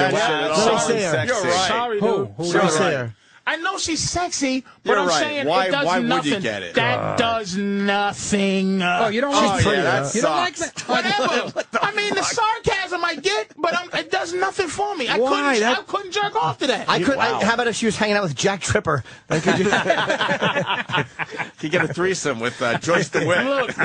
D: that
C: understand
D: picture.
C: shit
D: Wow,
C: at
D: that's
C: all.
A: so sexy.
C: You're right.
B: Sorry, dude.
G: Who? Who
C: You're
A: Don't
G: is
A: say
C: right.
A: her.
B: I know she's sexy, but
C: You're
B: I'm
C: right.
B: saying
C: Why-
B: it does
C: why would you
B: nothing.
C: get it?
B: That does nothing.
G: Oh, you don't
C: Oh,
G: like
C: yeah,
G: pretty.
C: that
G: you don't like
C: sucks.
G: that.
B: <laughs> Whatever. I mean, the sarcasm I get, but I'm, it does nothing for me. I
A: Why?
B: couldn't.
A: That-
B: I couldn't jerk off to that.
A: I could. I, how about if she was hanging out with Jack <laughs> Tripper? Like, could you-
C: You get a threesome with uh,
B: <laughs>
C: Joyce <laughs> DeWitt.
B: look,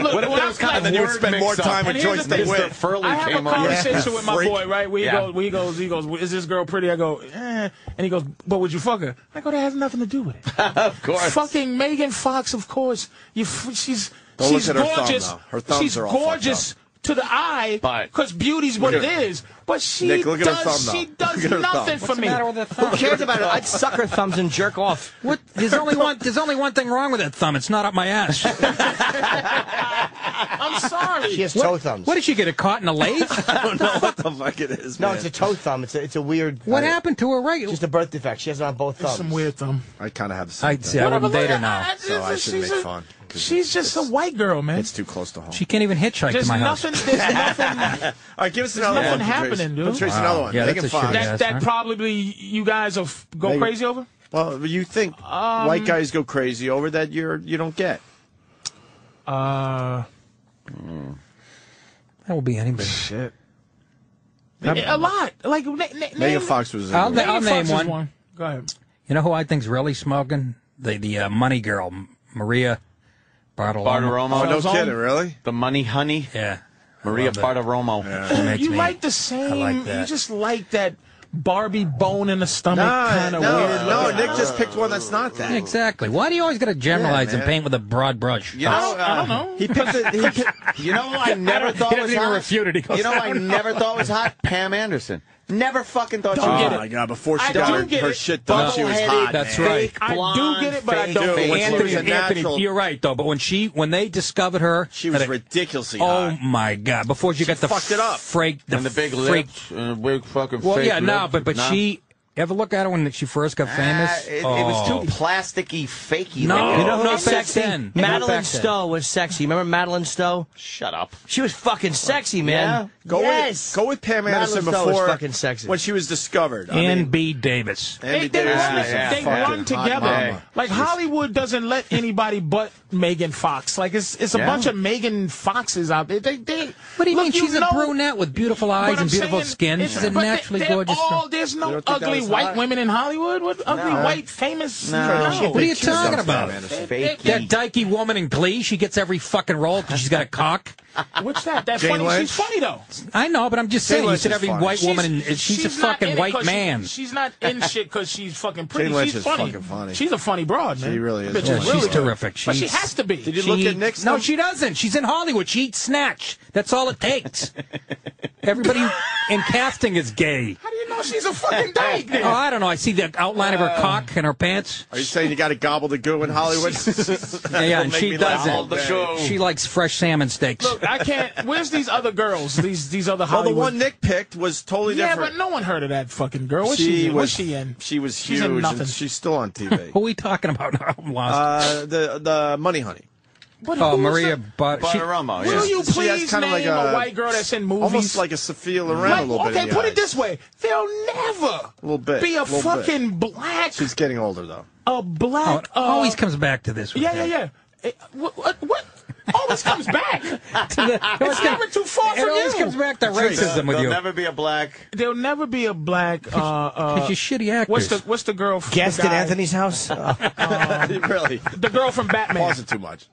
B: look,
D: What
B: when
D: if there
B: I
D: was kind
B: play-
D: of
C: then you would spend more time with
B: And here's
C: Joyce
B: the thing.
C: DeWitt.
D: Furley
B: I have
D: came
B: a
D: on.
B: conversation
C: <laughs>
B: with my
C: freak.
B: boy, right? Where he
D: Yeah.
B: goes, where he goes, he goes, is this girl pretty? I go, eh. and he goes, but would you fuck her? I go, that has nothing to do with
C: <laughs>
B: it.
D: Of course.
B: Fucking Megan Fox, of course. You, f- she's
C: Don't look
B: she's
C: at her thumb,
B: gorgeous.
C: though. Her thumbs
B: she's
C: are all fucked
B: gorgeous to the eye,
D: But-
B: because beauty's what
C: Look
B: it
C: at her-
B: is. But she
C: Nick, look at her
B: does
C: thumb, though.
B: she
C: Look
B: does
C: at her thumb.
B: nothing for
G: What's
B: me.
G: the matter with that
A: who
G: thumb?
A: cares about it? I'd suck her thumbs and jerk off.
G: What? There's only one. There's only one thing wrong with that thumb. It's not up my ass.
B: I'm sorry.
A: She has toe thumbs.
G: What did she get? It caught in a lathe?
C: I don't know what the fuck it is.
A: no,
C: man.
A: it's a toe thumb. It's a, it's a weird.
G: What
A: I-
G: happened to her? Right?
A: Just a birth defect. She has it on both thumbs.
B: Some weird thumb.
C: I kind of have the same.
G: I'd say I
B: Whatever,
G: wouldn't date her
B: look, I- I
G: now.
B: just-
C: So I shouldn't
B: she's
C: make
B: a-
C: fun, 'cause
B: She's just a white girl, man.
C: It's too close to home.
G: She can't even hitchhike to
B: There's
G: my house.
B: nothing.
C: <laughs>
B: There's nothing
C: All right, give us another
B: nothing
C: one. Patrice.
B: happening, dude.
C: Patrice, another one.
G: Yeah,
C: Make
G: that's
C: it
G: a
C: fun.
G: shitty
B: that
G: Yes,
B: that
G: huh?
B: probably you guys will f- go
C: Megan-
B: crazy over.
C: Well, you think white guys go crazy over that? You're you don't get.
B: Uh,
G: That will be anybody.
B: a lot. Like na- na-
C: Megan
B: name,
C: Fox was. In
G: I'll
C: there.
G: na- I'll
B: Megan
G: name
B: Fox is
G: one.
B: Go ahead.
G: You know who I think's really smoking? The the uh, money girl, M- Maria Bartiromo.
C: oh,
D: Bartiromo.
C: no
B: was on-
C: kidding, really?
D: The money honey.
G: Yeah.
D: Maria
G: Love it.
D: Bartiromo.
G: She makes
B: You
G: me-
B: like the same.
G: like
B: you
G: that.
B: just like that Barbie bone in the stomach
C: No,
B: kind
C: no,
B: of weird.
C: no.
B: looking-
C: Nick just picked one that's not that.
G: Exactly. Why do you always got to generalize and
C: man.
G: paint with a broad brush?
D: You know,
B: I don't, I don't
D: uh,
B: know.
C: He picked. A, he picked
D: you know who I never thought
G: he doesn't
D: was
G: even
D: hot?
G: refute it. He goes,
D: you know who I never thought was hot? Pam Anderson. Never fucking thought
B: Don't
D: she
B: get
D: was
C: oh
B: it.
D: hot.
C: my god! Before she
B: I
C: got
B: do
C: her,
B: get
C: her
B: it.
C: shit done, she was
D: Bubbleheaded,
C: hot.
G: That's
C: man.
G: right.
B: I do
D: Blonde,
B: get it, but I
D: fake
B: don't.
C: Dude,
B: get
C: when
B: it.
C: she was a
G: Anthony,
C: natural-
G: Anthony, you're right though. But when she, when they discovered her,
C: She was
G: that it-
C: ridiculously
G: Oh
C: hot.
G: my god! Before she, got the
C: fucked it up.
G: freak, the,
D: and the big
G: freak.
D: lips, and the big fucking.
G: Well,
D: fake
G: yeah, no,
D: lips.
G: but but
D: No.
G: she. Ever look at her when she first got famous?
D: Ah, it, it was
G: Oh.
D: too plasticky, fakey.
G: No.
D: looking.
G: You know who-
A: Not
G: Back
A: sexy.
G: then.
A: Madeline
G: Back then.
A: Stowe was sexy. Remember Madeline Stowe?
D: Shut up.
A: She was fucking sexy, man.
D: Yeah.
C: Go
A: yes.
C: with go with Pam
A: Madeline
C: Anderson
A: Stowe was
C: before
A: fucking sexy.
C: when she was discovered. I
G: Ann
C: mean,
G: B. Davis.
B: They,
C: Andy
B: they,
C: Davis
B: run,
C: was a
B: they
C: fucking
B: run
C: hot
B: together.
C: mama.
B: Like Hollywood doesn't let anybody but Megan Fox. Like it's it's a
D: Yeah.
B: bunch of Megan Foxes out there. They, they,
G: What do you
B: look,
G: mean? She's
B: know-
G: a brunette with beautiful
B: but
G: eyes
B: I'm
G: and beautiful
B: saying
G: skin.
B: it's-
G: She's a
B: but they-
G: naturally
B: they're
G: gorgeous
B: all-
G: girl.
B: there's
C: You
B: no
C: don't think that
B: ugly
C: was
B: white
C: hot?
B: women in Hollywood. What ugly white famous?
D: No.
G: What are you
D: She was
G: talking about?
D: upstairs.
B: That-
G: That
D: Fakey.
G: dykey woman in Glee, she gets every fucking role because she's got a cock.
B: What's that? That's
C: Jane
B: funny.
C: Lynch?
B: She's funny though.
G: I know, but I'm just saying. You
C: Lynch
G: said
C: is
G: every
C: funny.
G: white woman, and she's, a
B: not
G: fucking
B: in it
G: white
B: 'cause she-
G: man.
B: she's not <laughs> in shit because she's fucking pretty.
C: Lynch
B: she's
C: is
B: funny.
C: fucking funny.
B: She's a funny broad, man.
C: She really is
B: Bitch
G: Yeah,
C: funny.
G: she's
B: really good.
G: terrific.
B: But she
G: She's-
B: has to be.
C: Did you look
G: She-
C: at Nick's?
G: No,
C: one?
G: she doesn't. She's in Hollywood. She eats snatch. That's all it takes. Everybody in casting is gay.
B: How do you know she's a fucking dyke.
C: <laughs>
G: Oh, I don't know. I see the outline of her cock and her pants.
C: Are you saying you got to gobble the goo in
B: <laughs>
C: Hollywood?
G: Yeah, yeah, and
C: Make
G: she
C: me laugh
G: does
C: all day.
G: it. She likes fresh salmon steaks.
B: Look, I can't. Where's these other girls? These these other
C: Well, the
B: Hollywood.
C: one Nick picked was totally
B: yeah,
C: different.
B: but no one heard of that fucking girl. What's she, in?
C: was
B: What's she in?
C: She was
B: She's
C: huge.
B: in nothing.
C: and she's still
B: <laughs>
C: on TV.
G: Who are we talking about? <laughs> I'm lost.
C: uh, the the Money Honey.
B: What,
G: oh,
B: who's
G: Maria
B: the-
G: But she,
D: Bartiromo,
B: Will you
D: yeah.
C: Oh, She has
B: please
C: kinda
B: name
C: like
B: a,
C: a-
B: white girl that's in movies?
C: Almost like a Sophia Loren
B: Like,
C: a little bit.
B: okay,
C: in the
B: put
C: eyes.
B: it this way: there'll never
C: Little bit,
B: be a
C: little bit.
B: fucking black,
C: She's getting older though.
B: a
G: oh,
B: black.
G: it
B: uh,
G: always comes back to this.
B: Yeah, yeah, yeah. It- what, what? What? Always comes
G: <laughs>
B: back. it's never too far
G: It
B: from
G: always
B: you.
G: comes back to racism with
D: There'll
G: you.
D: never be a black.
B: There'll never be a black. Uh, uh,
G: Because you're shitty actors.
B: what's the What's the girl? From
A: Guest
B: the
A: at
B: guy-
A: Anthony's <laughs> house? Oh.
C: <laughs> really
B: The girl from Batman.
C: pause it too much.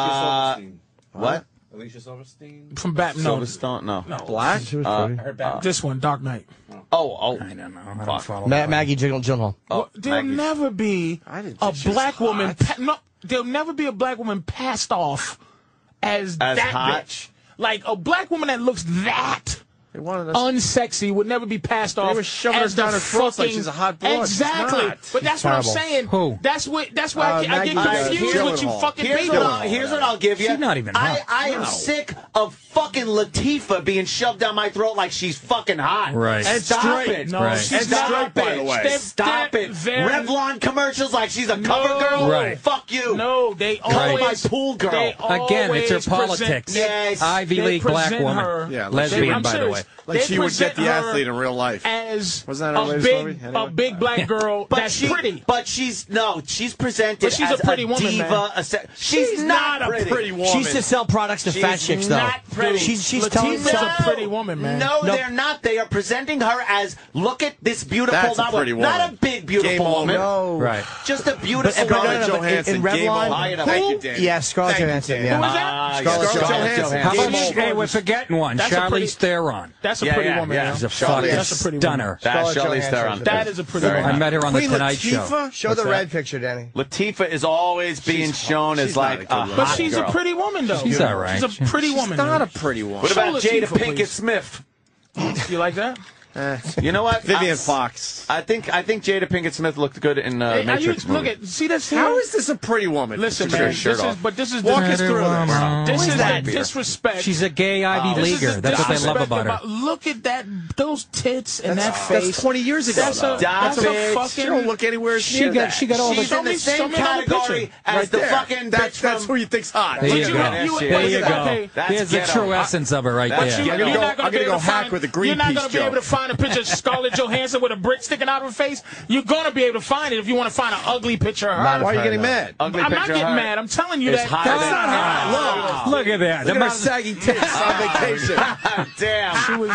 E: Silverstein.
D: What?
E: Alicia Silverstein.
B: From Batman. No,
D: Silverstone? No.
C: Black.
E: Her back.
B: this one, Dark Knight.
D: Oh, oh.
G: I don't know. I don't follow
A: Ma-
G: that.
A: Maggie Gyllenhaal. Gyllenhaal.
B: Well, there'll
D: Maggie.
B: never be a black woman. Pa- no, there'll never be a black woman passed off as, that
D: hot?
B: bitch. Like a black woman that looks that
C: They wanted us.
B: unsexy would never be passed off.
C: were shoving
B: as
C: her down
B: the
C: her throats like
B: fucking-
C: she's a hot broad. She's
B: Exactly.
C: not. Uh,
B: But that's
A: She's
B: what I'm
A: terrible.
B: saying.
G: Who?
B: That's what. That's why I, get- I
C: Maggie
B: get
C: does.
B: confused with you
C: Gyllenhaal.
B: fucking
D: Here's what,
B: people.
D: I'll, here's what I'll give you.
G: She's not even
D: I,
G: hot.
D: I am sick of fucking Latifa being shoved down my throat like she's fucking hot.
G: Right.
D: And
G: And
D: Stop
B: straight.
D: it.
B: No,
G: Right.
D: she's
B: she's
D: not
B: straight,
D: it.
B: by the way. They're-
D: Stop
B: they're
D: it.
B: very-
D: Revlon commercials like she's a cover girl.
G: Right.
D: Fuck you.
B: No, they
D: my
B: always
D: pool girl.
B: they
G: Again, it's her
B: always present-
G: politics.
B: they-
D: Yes.
G: Ivy
B: they
G: League black
B: present
G: woman.
B: her-
C: Yeah,
G: lesbian,
B: I'm
G: by the
B: serious.
G: way.
C: Like
B: They
C: she would get
B: present
C: the
B: her
C: athlete in real life.
B: as
C: Wasn't that her
B: a
C: latest
B: big,
C: movie?
B: a
C: Anyway.
B: big black girl
D: But
B: that's
D: she,
B: pretty.
D: But she's no. She's presented.
B: But she's a
D: as
B: pretty woman, man.
D: diva, a se- she's,
B: She's
D: not,
B: not a
D: pretty.
C: Pretty woman.
A: Oh, She used to sell products to fat chicks, though.
D: not pretty.
A: She's, she's
B: Latifah's
A: telling
B: a
A: some-
B: pretty woman, man.
D: No,
A: No.
D: they're not. They are presenting her as look at this beautiful
C: That's a
D: not,
C: pretty woman.
D: not a big beautiful
C: Game over.
D: woman.
A: No.
G: Right.
D: Just a beautiful
A: But- but
D: woman.
A: no, no, no, but in-
C: Johansson,
A: in
C: Game
A: Revlon-
C: over.
D: Who?
C: Thank you, Dan.
A: Yeah, Scarlett
C: Thank you,
A: Johansson.
C: Dan.
A: Yeah.
B: Who is
D: Ah,
B: that?
C: Scarlett Johansson.
G: How
C: Game
G: about,
C: over.
G: hey, we're forgetting one.
B: That's a
G: Charlize
B: pretty-
G: Theron.
B: that's a
D: Yeah,
B: pretty
D: yeah,
B: woman.
D: yeah.
B: man.
G: She's a fucking
B: That's a pretty
G: stunner.
D: That's
A: Scarlett
D: Charlize
A: Johansson.
D: Theron.
B: That is a pretty
D: Very
B: woman.
G: I met her on
C: Queen
G: the Tonight Show.
C: Latifah?
A: Show the red picture, Danny.
D: Latifah is always being shown
C: she's
D: as like
C: not a
D: a
C: good woman.
D: hot
B: But she's
D: girl.
B: a pretty woman, though.
G: She's all right.
B: She's a pretty
C: She's
B: woman.
C: not
B: though.
C: a pretty woman.
D: What about
B: Show
D: Jada
B: Latifah,
D: Pinkett
B: please.
D: Smith?
B: You like
G: <laughs>
B: that?
D: You know what?
C: Vivian
D: I-
C: Fox.
D: I think I think Jada Pinkett Smith looked good in uh,
B: Hey, are you,
D: Matrix
B: look
D: movie.
B: at see this here.
C: How is this a pretty woman?
B: Listen,
C: Put your
B: man.
C: shirt
B: This is
C: off.
B: but this is
C: Walk us
B: dis-
C: through
G: Woman.
C: this.
B: this is that
D: Beer.
B: disrespect.
G: She's a gay Ivy
B: This is
G: Leaguer.
B: the
G: That's what they love
B: disrespect
G: about her.
B: Look at that, those tits and that face.
C: That's 20 years ago.
B: That's
C: though.
B: a, that's a
D: Stop it.
B: fucking.
C: She don't look anywhere
G: She
C: near
G: got-
C: that.
G: she got all the-
D: She's
B: Show
D: in the
B: me- show
D: same
B: me another
D: category
B: picture.
D: as
C: Right
D: the
C: there.
D: fucking
C: that's,
D: bitch
C: that's
D: from.
C: who you think's hot.
G: There
C: Look
G: you
C: at
B: you-
G: go.
B: you-
G: There
B: look
G: you
B: at that
G: go.
B: page.
D: That's
G: Here's the
D: ghetto.
G: true essence of her right
D: That's
G: there.
D: ghetto.
C: I'm gonna
B: You're
C: go-
B: not gonna
C: I'm
B: be
C: gonna
B: able
C: go
B: to
C: hack
B: find-
C: with the
B: You're not
C: Greenpeace
B: gonna be
C: joke.
B: able to find a picture of Scarlett Johansson with a brick sticking out of her face. You're gonna be able to find it if you want to find an ugly picture of her.
C: Why are you getting mad?
D: Ugly
B: I'm
D: picture
B: not
D: of her.
B: getting mad. I'm telling you
D: It's
B: that.
D: hotter than-
G: Look
C: Look
G: at that. The
C: at her
G: amount-
C: saggy tits on <laughs> vacation.
D: Damn.
B: She was,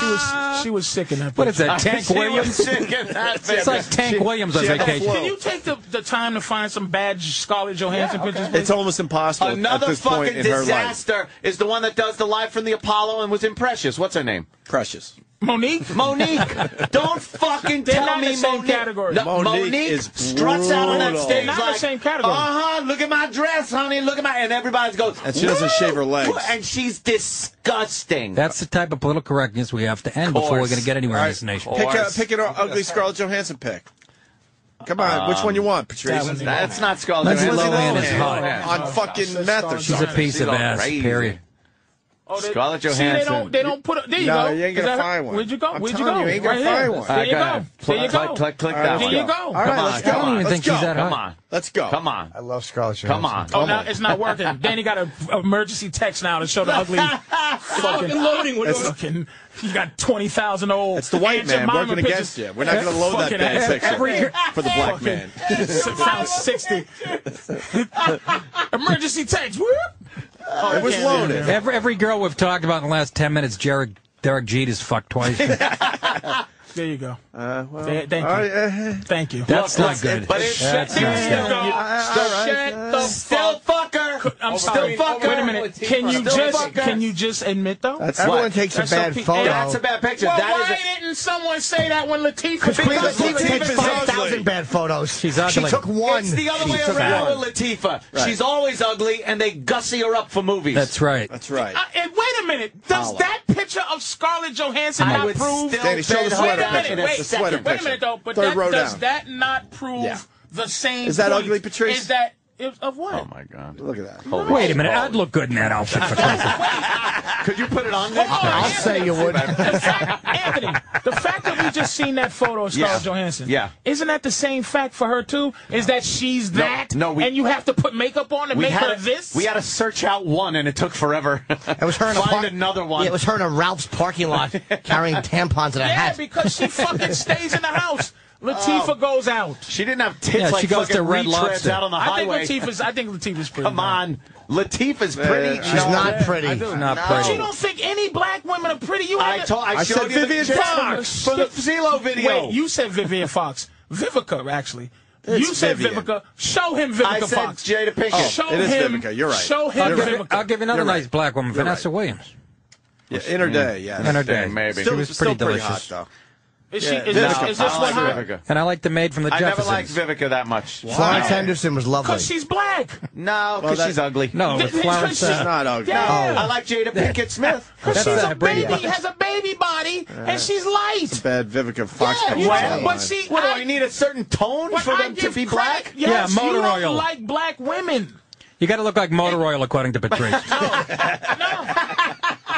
B: she was, she was sick in that.
G: What is
B: picture.
G: that? Tank
D: She was
G: Williams?
D: sick in that
G: It's like Tank Williams on
C: she had a
G: vacation.
C: flow.
B: Can you take the, the time to find some bad Scarlett Johansson pictures? please?
C: It's almost impossible at
D: Another
C: this point
D: fucking
C: in her life.
D: disaster is the one that does the live from the Apollo and was in Precious. What's her name?
C: Precious. <laughs>
B: Monique.
D: Monique. <laughs> Don't fucking
B: They're
D: tell
B: not in
D: me
B: the same
D: Monique.
B: category.
D: No,
C: Monique
D: Monique,
C: is
D: struts out on that
C: brutal.
B: They're
D: stage
B: not in the
D: like,
B: same category.
D: Uh-huh, look at my dress, honey. Look at my... And everybody goes...
C: And she doesn't shave her
D: "Woo!"
C: legs.
D: And she's disgusting.
G: That's the type of political correctness we have to end before we're
D: Course.
G: going to get anywhere in this nation.
C: Pick, a,
D: Horse.
C: pick an ugly Scarlett Johansson pick. Come on, which one you want, Patrice?
B: that one.
D: That's not Scarlett
G: Lindsay
D: Johansson.
G: Lohan is hot.
C: on fucking
B: That's
C: meth or
B: Scarlett
G: She's a
C: something.
G: piece
D: She's
G: of
D: all
G: ass,
D: crazy.
G: period.
B: Oh, they-
D: Scarlett
B: See, they
D: Johansson.
B: don't, they don't put. A, there you
C: No,
B: go.
C: you ain't
B: Is
C: gonna
B: that her?
C: find one.
B: Where'd you go?
C: I'm
B: Where'd you
C: telling
B: go?
C: you, you ain't gonna
B: right here.
C: find one.
B: There you
D: All right,
B: go.
D: go
B: There you
D: ahead.
B: go.
D: Click, click, click
B: There
D: that
C: one.
B: you go.
C: All right,
G: Come on,
C: let's
G: I
C: go.
G: don't even
C: Let's
G: think
C: go.
G: she's that
D: Come
G: hot.
D: on.
C: Let's go.
D: Come on.
A: I love Scarlett Johansson.
D: Come on.
B: Oh, now it's not <laughs> working. Danny got an emergency text now to show the ugly <laughs> fucking loading. fucking, you got twenty thousand old.
C: It's the white
B: Aunt
C: man
B: Jemima
C: working against
B: pictures.
C: you. We're not going to load that
B: Fucking
C: bad
B: ass.
C: picture
G: Every-
C: for the black man.
B: Found sixty. <laughs> emergency text. Whoop. Oh,
C: It was
B: yeah,
C: loaded.
G: Every, every girl we've talked about in the last 10 minutes, Jared, Derek Jeter has fucked twice.
B: There you go. Th- thank you.
C: All right, uh,
B: Thank you.
G: That's not good.
D: But it's
G: That's
D: still,
I: Uh,
G: not good.
B: Shut the
C: all right,
B: fuck
D: fucker.
B: could- I'm still fucking. Wait a minute. Can you just can you just admit though?
A: That's Everyone what- takes a
B: so
A: bad
B: pe-
A: photo.
B: and-
A: That's a
I: bad picture.
B: Well,
I: That is
B: why didn't someone say that when Latifah?
A: Because
B: Because
A: Latifah takes
B: Latifah's ugly.
A: 5,000 bad photos.
G: She's
A: She
G: ugly.
A: took one.
I: It's the other
A: She
I: way
A: took
I: around
A: one.
I: with Latifah. She's always ugly, and they gussy her up for movies.
G: That's right.
C: That's right.
B: Uh, and wait a minute. Does
I: Holla.
B: that picture of Scarlett Johansson
I: I
B: not
I: would
B: prove?
I: still
C: Danny, show the
I: bet
C: sweater
B: wait a
I: on that
C: picture.
B: minute. Wait,
C: That's the sweater
B: wait a minute
C: picture.
B: though. But
C: Third
B: that,
C: row
B: does
C: down.
B: that not prove
C: Yeah.
B: the same?
C: Is that
B: point?
C: ugly, Patrice?
B: Is that is- of what?
D: Oh my god.
C: Look at that.
D: Holy
G: Wait a
D: shit.
G: minute. I'd look good in that outfit. For Christ's sake.
I: Could you put it on
B: Come
I: there?
B: on,
A: I'll
B: Anthony.
A: say you would.
B: The fact- Anthony, the fact that we just seen that photo of Scarlett
I: Yeah.
B: Johansson,
I: Yeah.
B: isn't that the same fact for her too? Is that she's that?
I: no, we-
B: and you have to put makeup on to
I: We
B: make
I: had,
B: her
I: to,
B: this.
I: we had to search out one, and it took forever.
A: It was her in a
I: <laughs> Find
A: park-
I: another one.
A: Yeah, it was her in a Ralph's parking lot carrying tampons and a
B: yeah,
A: hat.
B: because she fucking stays in the house. Latifah
I: Oh.
B: goes out.
I: she didn't have tits
G: Yeah,
I: like
G: she goes
I: fucking
G: to Red
I: retreads
G: Lobster.
I: out on the
B: I think
I: highway.
B: Latifah's. I think Latifah's pretty.
I: Come on, Latifah's pretty.
C: Yeah,
A: She's
C: No,
A: not
B: yeah,
A: pretty.
B: I do.
G: Not
B: But you
G: pretty.
B: don't think any black women are pretty? You
I: I
B: haven't-
I: told, I,
C: I
I: showed
C: said
I: you
C: Vivian
I: the
B: Fox.
I: for the Zillow video.
B: Wait, you said Vivian Fox. Vivica, actually. you said
C: Vivian.
B: Vivica. Show him Vivica
I: I said
B: Fox.
I: Jada Pinkett. Oh,
B: show
C: it is
B: him,
C: Vivica. You're right.
B: Show him
G: I'll, give,
B: Vivica.
G: I'll give another
C: You're right.
G: nice black woman, Vanessa Williams.
C: Yeah, in her day, yeah.
G: In her day,
D: Yeah, maybe.
G: She
C: Still-
G: was pretty
C: still
G: delicious.
C: hot,
B: is, she,
C: Vivica.
B: is, this, is
I: I
B: this
I: don't
B: one
I: like
B: hot?
I: Vivica.
G: And I like the maid from the
I: I never
G: Jeffersons.
I: liked Vivica that much.
A: Florence Henderson was lovely.
B: Because she's black.
I: No, because
C: that-
I: she's ugly.
B: <laughs>
G: no, it was
B: Because
G: Florence.
B: she's
C: though.
G: Uh,
C: Not ugly.
B: Yeah.
I: I like Jada Pinkett Smith.
B: Because she's a
G: not pretty.
B: baby, has a baby body, and she's light.
C: Bad Vivica Fox.
B: Yeah,
C: comes
B: you
C: along.
B: know, but she.
I: What do
B: I,
I: I need a certain tone
B: but
I: for
B: I
I: them to
B: give
I: be
B: credit-
I: black?
B: Yes,
G: Yeah, motor
B: you don't
G: oil.
B: like black women.
G: you got to look like motor oil, according to Patrice.
B: No,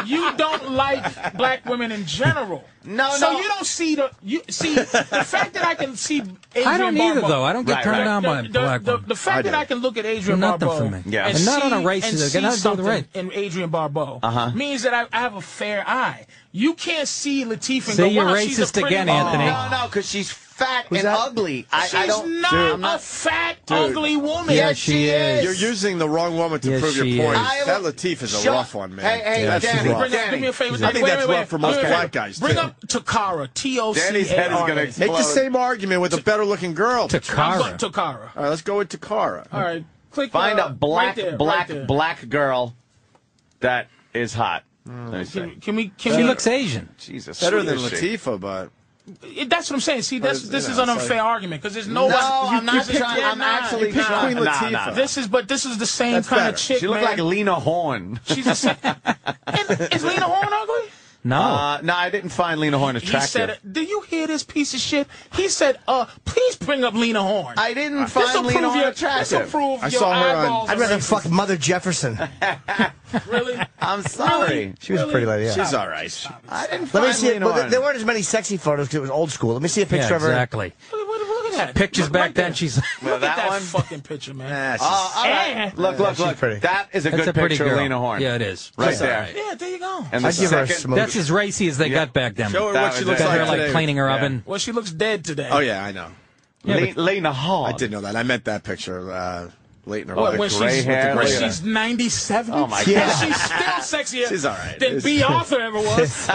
B: you
G: <laughs>
B: don't like black women in general.
I: No,
B: so
I: no.
B: you don't see the you see the fact that I can see. Adrian
G: I don't either,
B: Barbeau-
G: though. I don't get
I: Right,
G: turned
I: right.
G: on by
B: the,
G: black
B: the,
G: women.
B: the fact
C: I
B: that
C: do.
B: I can look at Adrian
G: Nothing
B: Barbeau
G: for me.
D: Yeah.
B: and
G: And not
B: see,
G: on a racist-
B: and
G: it
B: see
G: got nothing to do with
B: something
G: race.
B: in Adrian Barbeau
I: Uh-huh.
B: means that I, I have a fair eye. You can't see Latifah and
G: See,
B: go,
G: you're
B: wow, she's a
G: racist
B: pretty
G: again,
B: woman."
G: Anthony.
I: No, no, because she's fat and
C: that?
I: ugly. I,
B: She's
I: I don't.
B: not
I: I'm
B: a fat, ugly woman.
G: Yes, she is.
C: You're using the wrong woman to
G: Yes,
C: prove
G: she
C: your point.
G: is.
I: I
C: That
I: will-
C: Latif is a
I: Shut-
C: rough one, man.
I: Hey, hey,
C: That's
I: Danny,
C: rough.
B: Bring up,
I: Danny.
B: do me a favor.
C: I think
B: wait,
C: that's
B: wait, wait,
C: rough for most
B: wait,
C: black
B: wait.
C: guys,
B: Bring
C: too.
B: up Takara. T O C A R A.
I: Danny's head is gonna explode.
C: Make the same argument with a better looking girl.
B: I'm
G: Takara.
B: going Takara.
C: All right, let's go with Takara.
I: Oh,
B: All right, click.
I: Find
B: uh,
I: a
B: right
I: black,
B: there,
I: black,
B: right there.
I: black girl that is hot. Let me see.
B: Can, can we? Can
G: she
B: we?
G: looks Asian.
I: Jesus,
C: Better
I: sweet
C: than
I: as she.
C: Latifa, but
B: It- that's what I'm saying. See, that's,
C: But,
B: this
C: you
B: is
C: know,
B: an
C: it's
B: unfair
C: like-
B: argument because there's no.
I: No,
B: one,
I: I'm not trying. I'm actually
C: picked
I: trying.
C: Queen
I: Nah,
C: Latifah.
I: nah, nah.
B: This is, but this is the same
C: That's
B: kind
C: better.
B: of chick.
I: She looked
B: man.
I: like Lena Horne.
B: She's the
I: <laughs>
B: same. and, is Lena Horne ugly?
G: No.
I: Uh, no, I didn't find Lena Horne
B: He said,
I: attractive.
B: uh, "Do you hear this piece of shit?" He said, "Uh, please bring up Lena Horne."
I: I didn't
B: This'll
I: find Lena
B: prove
I: Horne
B: your, this'll
I: attractive.
B: prove
C: I
B: your
C: saw her on-
B: eyeballs.
A: I'd
B: are
A: rather
B: racist.
A: fuck Mother Jefferson.
I: <laughs>
B: Really?
I: I'm sorry.
A: She was a pretty lady. Yeah.
C: she's all right.
I: I didn't
A: Let
I: find
A: me see. it.
I: Lena
A: Well, there-
I: Horne.
A: there weren't as many sexy photos because it was old school. Let me see a picture
G: yeah,
A: of her.
G: exactly.
B: Look, look, look at that.
G: Pictures
B: Look
G: back
B: right
G: then,
B: there.
G: she's.
I: Well,
B: Look at that
I: one.
B: fucking picture, man.
C: Nah, she's-
I: Uh, all
B: Eh.
I: right. Look, look,
A: she's
I: look.
A: pretty.
I: That is a
G: That's
I: good
G: a pretty
I: picture
G: girl.
I: of Lena Horne.
G: Yeah, it is.
I: Right
G: That's all
I: there.
G: right.
B: Yeah, there you go.
I: And the
A: I'd give her a
I: second-
A: smoke.
G: That's as racy as they got back then.
C: Show her
G: Got
I: That
C: what
I: was
C: she
I: it.
C: looks
I: Got
C: like
G: her like
C: today.
G: cleaning her
I: Yeah.
G: oven.
B: Well, she looks dead today.
C: Oh yeah, I know.
G: Yeah,
I: Le- Lena Horne.
C: I did know that. I meant that picture uh, late in her life.
B: What, Oh, when
I: Oh, gray
B: she's,
I: hair,
B: when
I: look at
B: she's 97?
I: Oh, my
B: And
I: God.
B: she's still sexier
C: She's all right.
B: than
C: It's-
B: B. Arthur ever
I: <laughs>
B: was.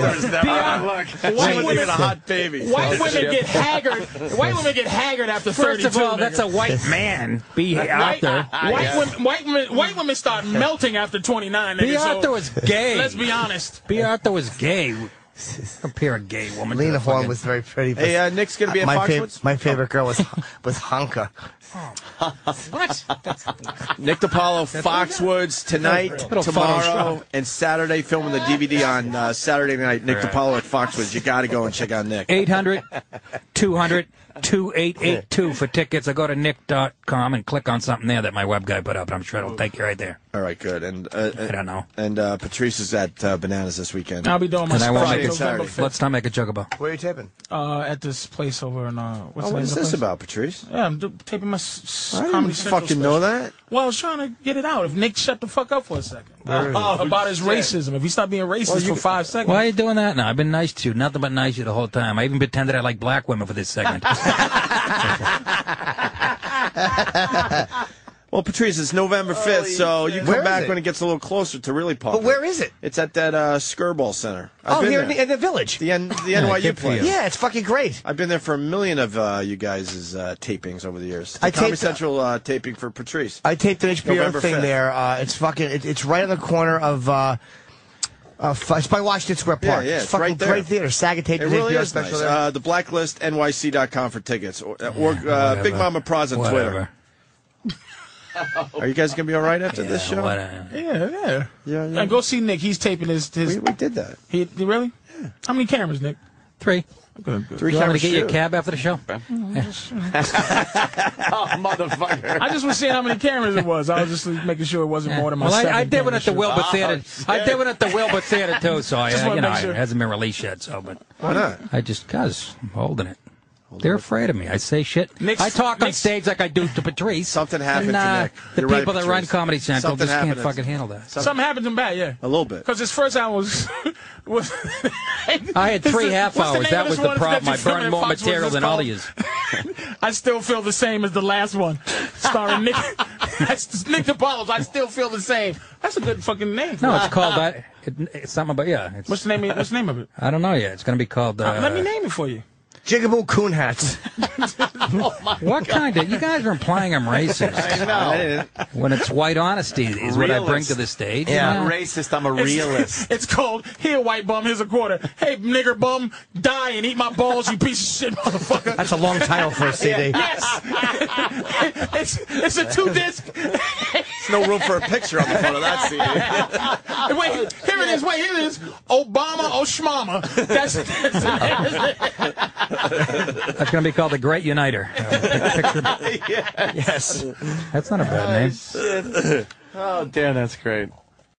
I: Look.
B: White
C: She was
B: women-
C: even a hot baby.
B: White women get haggard. White women get haggard after 32.
G: First of all, that's a
B: nigga.
G: white man. Be
B: White,
G: Arthur.
B: white, women, white, women, white women
I: <laughs>
B: start melting after 29.
G: Be
B: nigga, so
G: Arthur was gay.
B: Let's be honest.
G: Be Arthur was gay. Compare a gay woman. to
A: Lena
G: a
A: Horne
G: fucking-
A: was very pretty. but-
C: Hey, uh, Nick's gonna be at Oh.
A: my, fav-
C: Foxwoods.
A: my favorite girl was was Honka.
G: What? That's-
C: Nick DiPaolo, Foxwoods tonight,
G: Little
C: tomorrow, and Saturday. Filming the DVD on uh, Saturday night. Nick DiPaolo at Foxwoods. You got to go and check out Nick.
G: 800 200 2882 for tickets. I go to nick.com and click on something there that my web guy put up. I'm sure it'll take you right there.
C: All right, good. And uh,
G: I don't know.
C: And uh, Patrice is at uh, Bananas this weekend.
B: I'll be doing my
G: And I won't
B: spot
G: make it
B: November
C: Saturday.
B: 5th,
G: Let's not make a joke about
A: Where are you taping?
B: uh, at this place over in uh, what's
C: Oh, what
B: the name
C: is
B: of the
C: this
B: place?
C: about, Patrice?
B: Yeah, I'm do- taping my s- s-
C: I
B: comedy
C: didn't
B: Central
C: fucking know
B: special.
C: that.
B: Well, I was trying to get it out. If Nick shut the fuck up for a second <laughs> about his racism, if he stopped being racist for five seconds,
G: Why are you doing that now? I've been nice to you. Nothing but nice to you the whole time. I even pretended I
C: <laughs>
G: like <laughs> black women for this segment.
C: Well, Patrice, it's November 5th, so you come
A: Where is
C: back
A: it?
C: when it gets a little closer to really pop.
A: But where is it?
C: It's at that uh, Skirball Center. I've
A: oh,
C: been
A: here in
C: there.
A: the, in the village. <laughs>
C: the, N- the NYU place.
A: Yeah, it's fucking great.
C: I've been there for a million of uh, you guys' uh, tapings over the years. The
A: I
C: Comedy
A: taped-
C: Central uh, taping for Patrice.
A: I taped an HBO
C: November
A: thing
C: 5th.
A: there. Uh, it's fucking. It, it's right on the corner of. Uh, of it's by Washington Square
C: Yeah,
A: Park.
C: yeah, it's
A: fucking
C: right there.
A: great theater. Saga taped
C: It
A: an
C: really
A: HBO
C: is nice.
A: special there.
C: Uh, the blacklistnyc.com for tickets or, or uh, Big Mama Praz on Twitter.
G: Whatever.
C: Are you guys gonna be all right after this show?
G: Whatever.
B: Yeah, yeah.
C: Yeah, yeah.
B: And go see Nick. He's taping his. his
C: We, we did that.
B: he, he- really? How many cameras, Nick?
G: Three.
C: Three
G: You want me
C: cameras.
G: to get you a
C: shoot.
G: cab after the show?
D: motherfucker.
B: I just was seeing how many cameras it was. I was just making sure it wasn't more than my
G: Well,
B: seven
G: I, I did one
B: camera
G: at the
B: shoot.
G: Wilbur Theater. I did one at the Wilbur Theater too,
C: <laughs>
G: so I,
B: Just wanna
G: you know,
B: make sure.
G: it hasn't been released yet. So, but
C: Why not?
G: I just cause I'm holding it. They're afraid of me. I say shit.
B: Nick's-
G: I talk on
B: Nick's-
G: stage like I do to Patrice.
C: Something happened
G: and,
C: to
G: uh,
C: Nick.
G: The
C: You're right,
G: people that run
C: Patrice.
G: Comedy Central
C: Something
G: just can't
C: happened.
G: fucking handle that.
B: Something happened to him bad, yeah.
C: A little bit.
B: Because his first album was. <laughs> was <laughs>
G: I had three
B: What's the- what's
G: half
B: the
G: hours.
B: name
G: That
B: of
G: was
B: this
G: the
B: one
G: problem. I
B: that's coming
G: burned
B: in
G: more
B: Foxwoods?
G: material
B: It's
G: than all
B: called-
G: of yous.
B: I still feel the same as the last one, starring
G: <laughs>
B: Nick. That's Nick DePaulo's. I still feel the same. That's a good fucking name.
G: No, it's called that. It, it's something about yeah. It's,
B: What's the name? Of, what's the name of it?
G: I don't know yet. It's going to be called. Uh,
B: Let me name it for you.
A: Jigaboo Coon hats.
G: What kind of? You guys are implying I'm racist.
C: I didn't.
G: when it's white honesty is what I bring
D: Realist.
G: to the stage. Uh,
D: I'm not racist. I'm a realist.
B: <laughs> It's called Here, White Bum, Here's a Quarter. Hey, nigger bum, die and eat my balls, you piece of shit,
G: <laughs>
B: motherfucker.
A: That's a long title
C: <laughs>
A: for a CD.
B: Yes! <laughs> it's, it's a two
G: <laughs>
B: disc.
C: There's no room for a picture on the front of that CD.
B: Wait, here it is. Wait, here it is. Obama Oshmama. That's,
G: <laughs>
B: that's
G: That's going to be called the Great Uniter. yes. That's not a bad name.
D: Oh, damn, that's great.